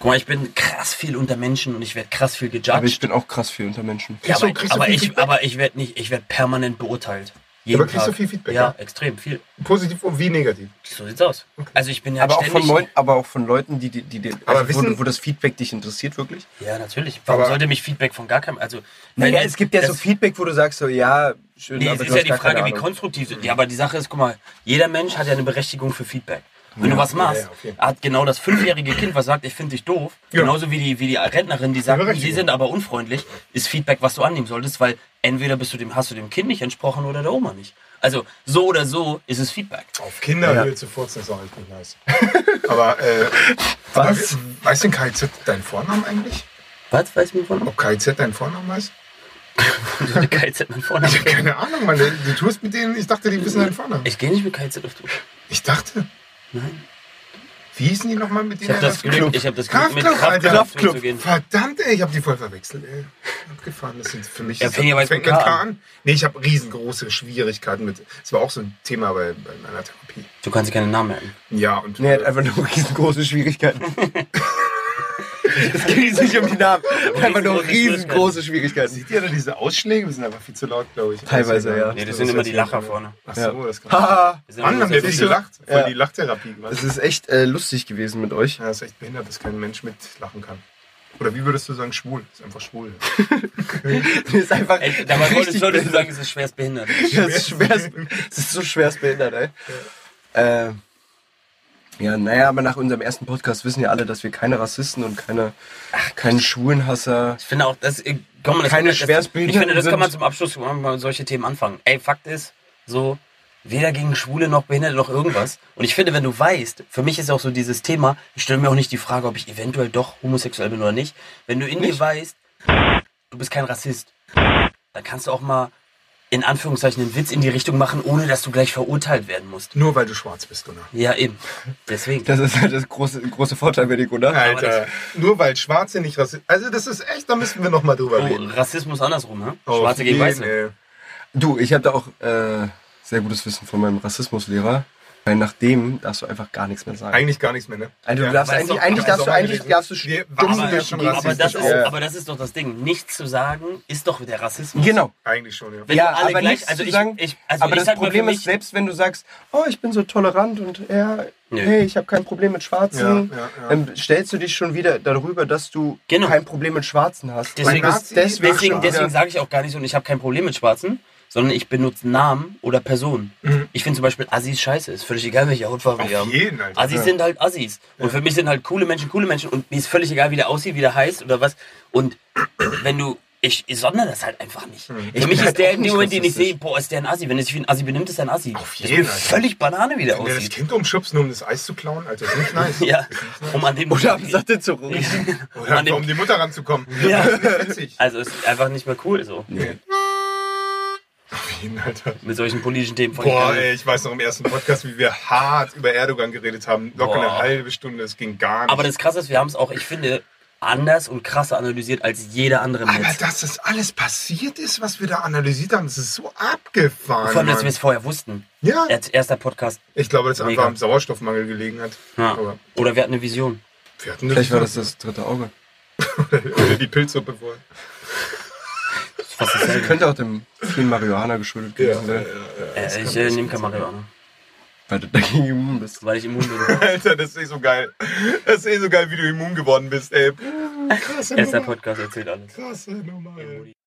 Speaker 6: Guck mal, ich bin krass viel unter Menschen und ich werde krass viel gejudged.
Speaker 3: Aber ich bin auch krass viel unter Menschen.
Speaker 6: Ja, aber, aber ich, aber ich werde nicht, ich werde permanent beurteilt. Jeden
Speaker 3: Aber kriegst
Speaker 6: Tag.
Speaker 3: du viel Feedback,
Speaker 6: Ja,
Speaker 3: ja?
Speaker 6: extrem viel.
Speaker 4: Positiv und wie negativ.
Speaker 6: So sieht's aus. Also ich bin ja
Speaker 3: aber, auch
Speaker 6: ständig.
Speaker 3: von Leuten, aber auch von Leuten, die, die, die, die
Speaker 6: Aber
Speaker 3: also
Speaker 6: wissen-
Speaker 3: wo, wo das Feedback dich interessiert, wirklich?
Speaker 6: ja, natürlich. Warum
Speaker 3: Aber-
Speaker 6: sollte mich Feedback von gar keinem? Also,
Speaker 3: Naja,
Speaker 6: weil-
Speaker 3: es gibt ja
Speaker 6: das-
Speaker 3: so Feedback, wo du sagst, so, ja, schön,
Speaker 6: Nee,
Speaker 3: aber
Speaker 6: es
Speaker 3: du
Speaker 6: ist ja
Speaker 3: hast
Speaker 6: die
Speaker 3: gar keine
Speaker 6: Frage, wie
Speaker 3: Ahnung. Mhm.
Speaker 6: konstruktiv sind. Ja, aber die Sache ist, guck mal, jeder Mensch hat ja eine Berechtigung für Feedback. Wenn
Speaker 3: Ja,
Speaker 6: du was machst,
Speaker 3: ja, ja, auf jeden
Speaker 6: hat genau das fünfjährige Kind, was sagt, ich finde dich doof,
Speaker 3: Ja.
Speaker 6: genauso wie die, wie die Rentnerin, die sagt, die sind aber unfreundlich, ist Feedback, was du annehmen solltest, weil entweder bist du dem, hast du dem Kind nicht entsprochen oder der Oma nicht. Also so oder so ist es Feedback.
Speaker 4: Auf Kinderhöhe zu furzen ist auch echt nicht nice. aber, äh, aber we- weiß denn KIZ deinen Vornamen eigentlich?
Speaker 6: Was weiß mein Vornamen?
Speaker 4: Ob KIZ deinen Vornamen weiß?
Speaker 6: KIZ mein Vornamen?
Speaker 4: Ich habe keine Ahnung, Mann. Du tust mit denen, ich dachte, die wissen deinen Vornamen.
Speaker 6: Ich gehe nicht mit KZ auf Tour.
Speaker 4: Ich dachte.
Speaker 6: Nein.
Speaker 4: Wie hießen die nochmal mit
Speaker 6: Ich
Speaker 4: denen?
Speaker 6: hab das Glück- ich hab das Glück,
Speaker 4: Kraftclub,
Speaker 6: mit Kraftclub
Speaker 4: Alter.
Speaker 6: zu Kraftclub. gehen.
Speaker 4: Verdammt, ey, ich hab die voll verwechselt, ey. Abgefahren, das sind für mich.
Speaker 6: Ja,
Speaker 4: ist-
Speaker 6: fängt ja bei
Speaker 4: fängt
Speaker 6: K
Speaker 4: mit K
Speaker 6: an.
Speaker 4: an. Nee, ich habe riesengroße Schwierigkeiten mit. Das war auch so ein Thema bei, bei meiner Therapie.
Speaker 6: Du kannst dir keine Namen merken.
Speaker 4: Ja, und. äh,
Speaker 3: Nee, also- er hat einfach nur riesengroße Schwierigkeiten. es geht nicht um die Namen. Einfach nur riesengroße Schwierigkeiten.
Speaker 4: Seht ihr da diese Ausschläge? Wir sind einfach viel zu laut, glaube ich.
Speaker 3: Teilweise,
Speaker 4: Also,
Speaker 3: ja. Nee, das
Speaker 6: sind immer die
Speaker 4: jetzt-
Speaker 6: Lacher vorne.
Speaker 4: Ach so,
Speaker 3: Ja.
Speaker 4: das
Speaker 3: Haha.
Speaker 4: kann Mann, haben wir viel gelacht. Voll
Speaker 3: Ja.
Speaker 4: die Lachtherapie gemacht.
Speaker 3: Es ist echt äh, lustig gewesen mit euch.
Speaker 4: Ja, das ist echt behindert, dass kein Mensch mitlachen kann. Oder wie würdest du sagen, schwul? Das ist einfach schwul.
Speaker 3: Das ist einfach
Speaker 6: Ey, dabei
Speaker 3: richtig
Speaker 6: wolltest- solltest du
Speaker 3: behindert.
Speaker 6: sagen, es ist schwerst behindert.
Speaker 3: Das ist, schwerst, das ist so schwerst behindert, ey. Ja. Äh, ja, naja, aber nach unserem ersten Podcast wissen ja alle, dass wir keine Rassisten und keine, keinen Schwulenhasser.
Speaker 6: Ich finde auch, das, äh, komm, das
Speaker 3: Keine
Speaker 6: das-
Speaker 3: Schwerstbehinderten
Speaker 6: Ich finde, das kann man
Speaker 3: sind-
Speaker 6: zum Abschluss mal solche Themen anfangen. Ey, Fakt ist, so, weder gegen Schwule noch Behinderte noch irgendwas. Und ich finde, wenn du weißt, für mich ist auch so dieses Thema, ich stelle mir auch nicht die Frage, ob ich eventuell doch homosexuell bin oder nicht. Wenn du in dir weißt, du bist kein Rassist, dann kannst du auch mal in Anführungszeichen einen Witz in die Richtung machen, ohne dass du gleich verurteilt werden musst.
Speaker 4: Nur weil du schwarz bist, Gunnar.
Speaker 6: Ja, eben. Deswegen.
Speaker 3: Das ist halt das große, große Vorteil bei dir, oder?
Speaker 4: Alter, nur weil Schwarze nicht Rassisten. Also das ist echt, da müssen wir nochmal drüber
Speaker 6: Oh,
Speaker 4: reden.
Speaker 6: Rassismus andersrum, ne?
Speaker 4: Auf
Speaker 6: Schwarze gegen
Speaker 4: jeden, äh,
Speaker 6: Weiße.
Speaker 4: ey.
Speaker 3: Du, ich habe da auch äh, sehr gutes Wissen von meinem Rassismuslehrer. Weil nach dem darfst du einfach gar nichts mehr sagen.
Speaker 4: Eigentlich gar nichts mehr, ne?
Speaker 3: Also du darfst
Speaker 6: weißt
Speaker 3: eigentlich,
Speaker 6: doch,
Speaker 3: eigentlich
Speaker 6: aber
Speaker 3: darfst du
Speaker 6: ist
Speaker 3: eigentlich
Speaker 4: doch
Speaker 3: darfst du
Speaker 4: gewesen. Wir
Speaker 3: dumm
Speaker 4: waren ja
Speaker 3: wirken
Speaker 4: schon
Speaker 6: Aber
Speaker 3: rassistisch
Speaker 6: das, ist,
Speaker 3: auch.
Speaker 6: aber das ist doch das Ding. Nichts zu sagen ist doch der Rassismus.
Speaker 3: Genau.
Speaker 4: Eigentlich schon, ja.
Speaker 6: Wenn
Speaker 3: ja,
Speaker 6: du alle
Speaker 3: aber
Speaker 6: gleich-
Speaker 3: nichts
Speaker 6: also
Speaker 3: zu
Speaker 6: ich-
Speaker 3: sagen.
Speaker 6: ich- also
Speaker 3: aber
Speaker 6: ich
Speaker 3: das
Speaker 6: sag mal für
Speaker 3: Problem
Speaker 6: mich-
Speaker 3: ist, selbst wenn du sagst, oh, ich bin so tolerant und ja,
Speaker 6: Nö.
Speaker 3: hey, ich habe kein Problem mit Schwarzen,
Speaker 4: Ja, ja, ja.
Speaker 3: dann stellst du dich schon wieder darüber, dass du kein Problem mit Schwarzen hast.
Speaker 6: Genau. Deswegen,
Speaker 3: Du bist
Speaker 6: deswegen,
Speaker 3: schon
Speaker 6: deswegen
Speaker 3: wieder-
Speaker 6: sage ich auch gar nicht so, und ich habe kein Problem mit Schwarzen, sondern ich benutze Namen oder Personen.
Speaker 4: Mhm.
Speaker 6: Ich finde zum Beispiel Assis scheiße. Ist völlig egal, welche Hautfarbe
Speaker 4: Auf
Speaker 6: die haben.
Speaker 4: jeden, Alter.
Speaker 6: Assis
Speaker 4: Ja.
Speaker 6: sind halt Assis. Und für mich sind halt coole Menschen coole Menschen. Und mir ist völlig egal, wie der aussieht, wie der heißt oder was. Und wenn du. Ich, ich sondere das halt einfach nicht.
Speaker 5: Ich
Speaker 6: Für mich
Speaker 5: bin
Speaker 6: ist
Speaker 5: halt
Speaker 6: der
Speaker 5: auch
Speaker 6: in
Speaker 5: nicht
Speaker 6: dem Moment, den ich
Speaker 5: rassistisch.
Speaker 6: sehe, boah, ist der ein Assi. Wenn er sich wie ein Assi benimmt, ist er ein Assi. Auf
Speaker 4: jeden, Alter.
Speaker 6: völlig Banane, wie der
Speaker 4: Wenn der das
Speaker 6: aussieht.
Speaker 4: Kind umschubst, nur um das Eis zu klauen, Alter, ist nicht nice.
Speaker 6: Ja, um an den
Speaker 4: Oder
Speaker 6: am
Speaker 4: Satte zu rutschen. Oder
Speaker 6: An dem-
Speaker 4: um die Mutter ranzukommen.
Speaker 6: Ja.
Speaker 4: Das ist nicht witzig.
Speaker 6: Also ist einfach nicht mehr cool so.
Speaker 4: Nee. Auf jeden, Alter.
Speaker 6: Mit solchen politischen Themen von
Speaker 4: Boah, ey, ich weiß noch im ersten Podcast, wie wir hart über Erdogan geredet haben. Locker
Speaker 6: Boah.
Speaker 4: eine halbe Stunde, das ging gar nicht.
Speaker 6: Aber das krasse ist, wir haben es auch, ich finde, anders und krasser analysiert als jeder andere
Speaker 4: Aber
Speaker 6: Mensch.
Speaker 4: dass das alles passiert ist, was wir da analysiert haben, das ist so abgefahren.
Speaker 6: Vor allem, dass
Speaker 4: Mann.
Speaker 6: wir es vorher wussten.
Speaker 4: Ja.
Speaker 6: Als erster Podcast.
Speaker 4: Ich glaube, dass es
Speaker 6: Mega.
Speaker 4: einfach am Sauerstoffmangel gelegen hat.
Speaker 6: Ja.
Speaker 4: Aber
Speaker 6: Oder wir hatten eine Vision.
Speaker 4: wir hatten
Speaker 3: Vielleicht war das das dritte Auge.
Speaker 4: Oder die Pilzsuppe vorher.
Speaker 3: Das könnte auch dem vielen Marihuana geschuldet gewesen sein.
Speaker 6: Äh, ich äh, nehme kein Marihuana.
Speaker 3: Weil du dagegen immun bist.
Speaker 6: Weil ich immun bin.
Speaker 4: Alter, das ist eh so geil. Das ist eh so geil, wie du immun geworden bist, ey.
Speaker 6: Erster Podcast erzählt alles.
Speaker 4: Krasse Nummer, ey.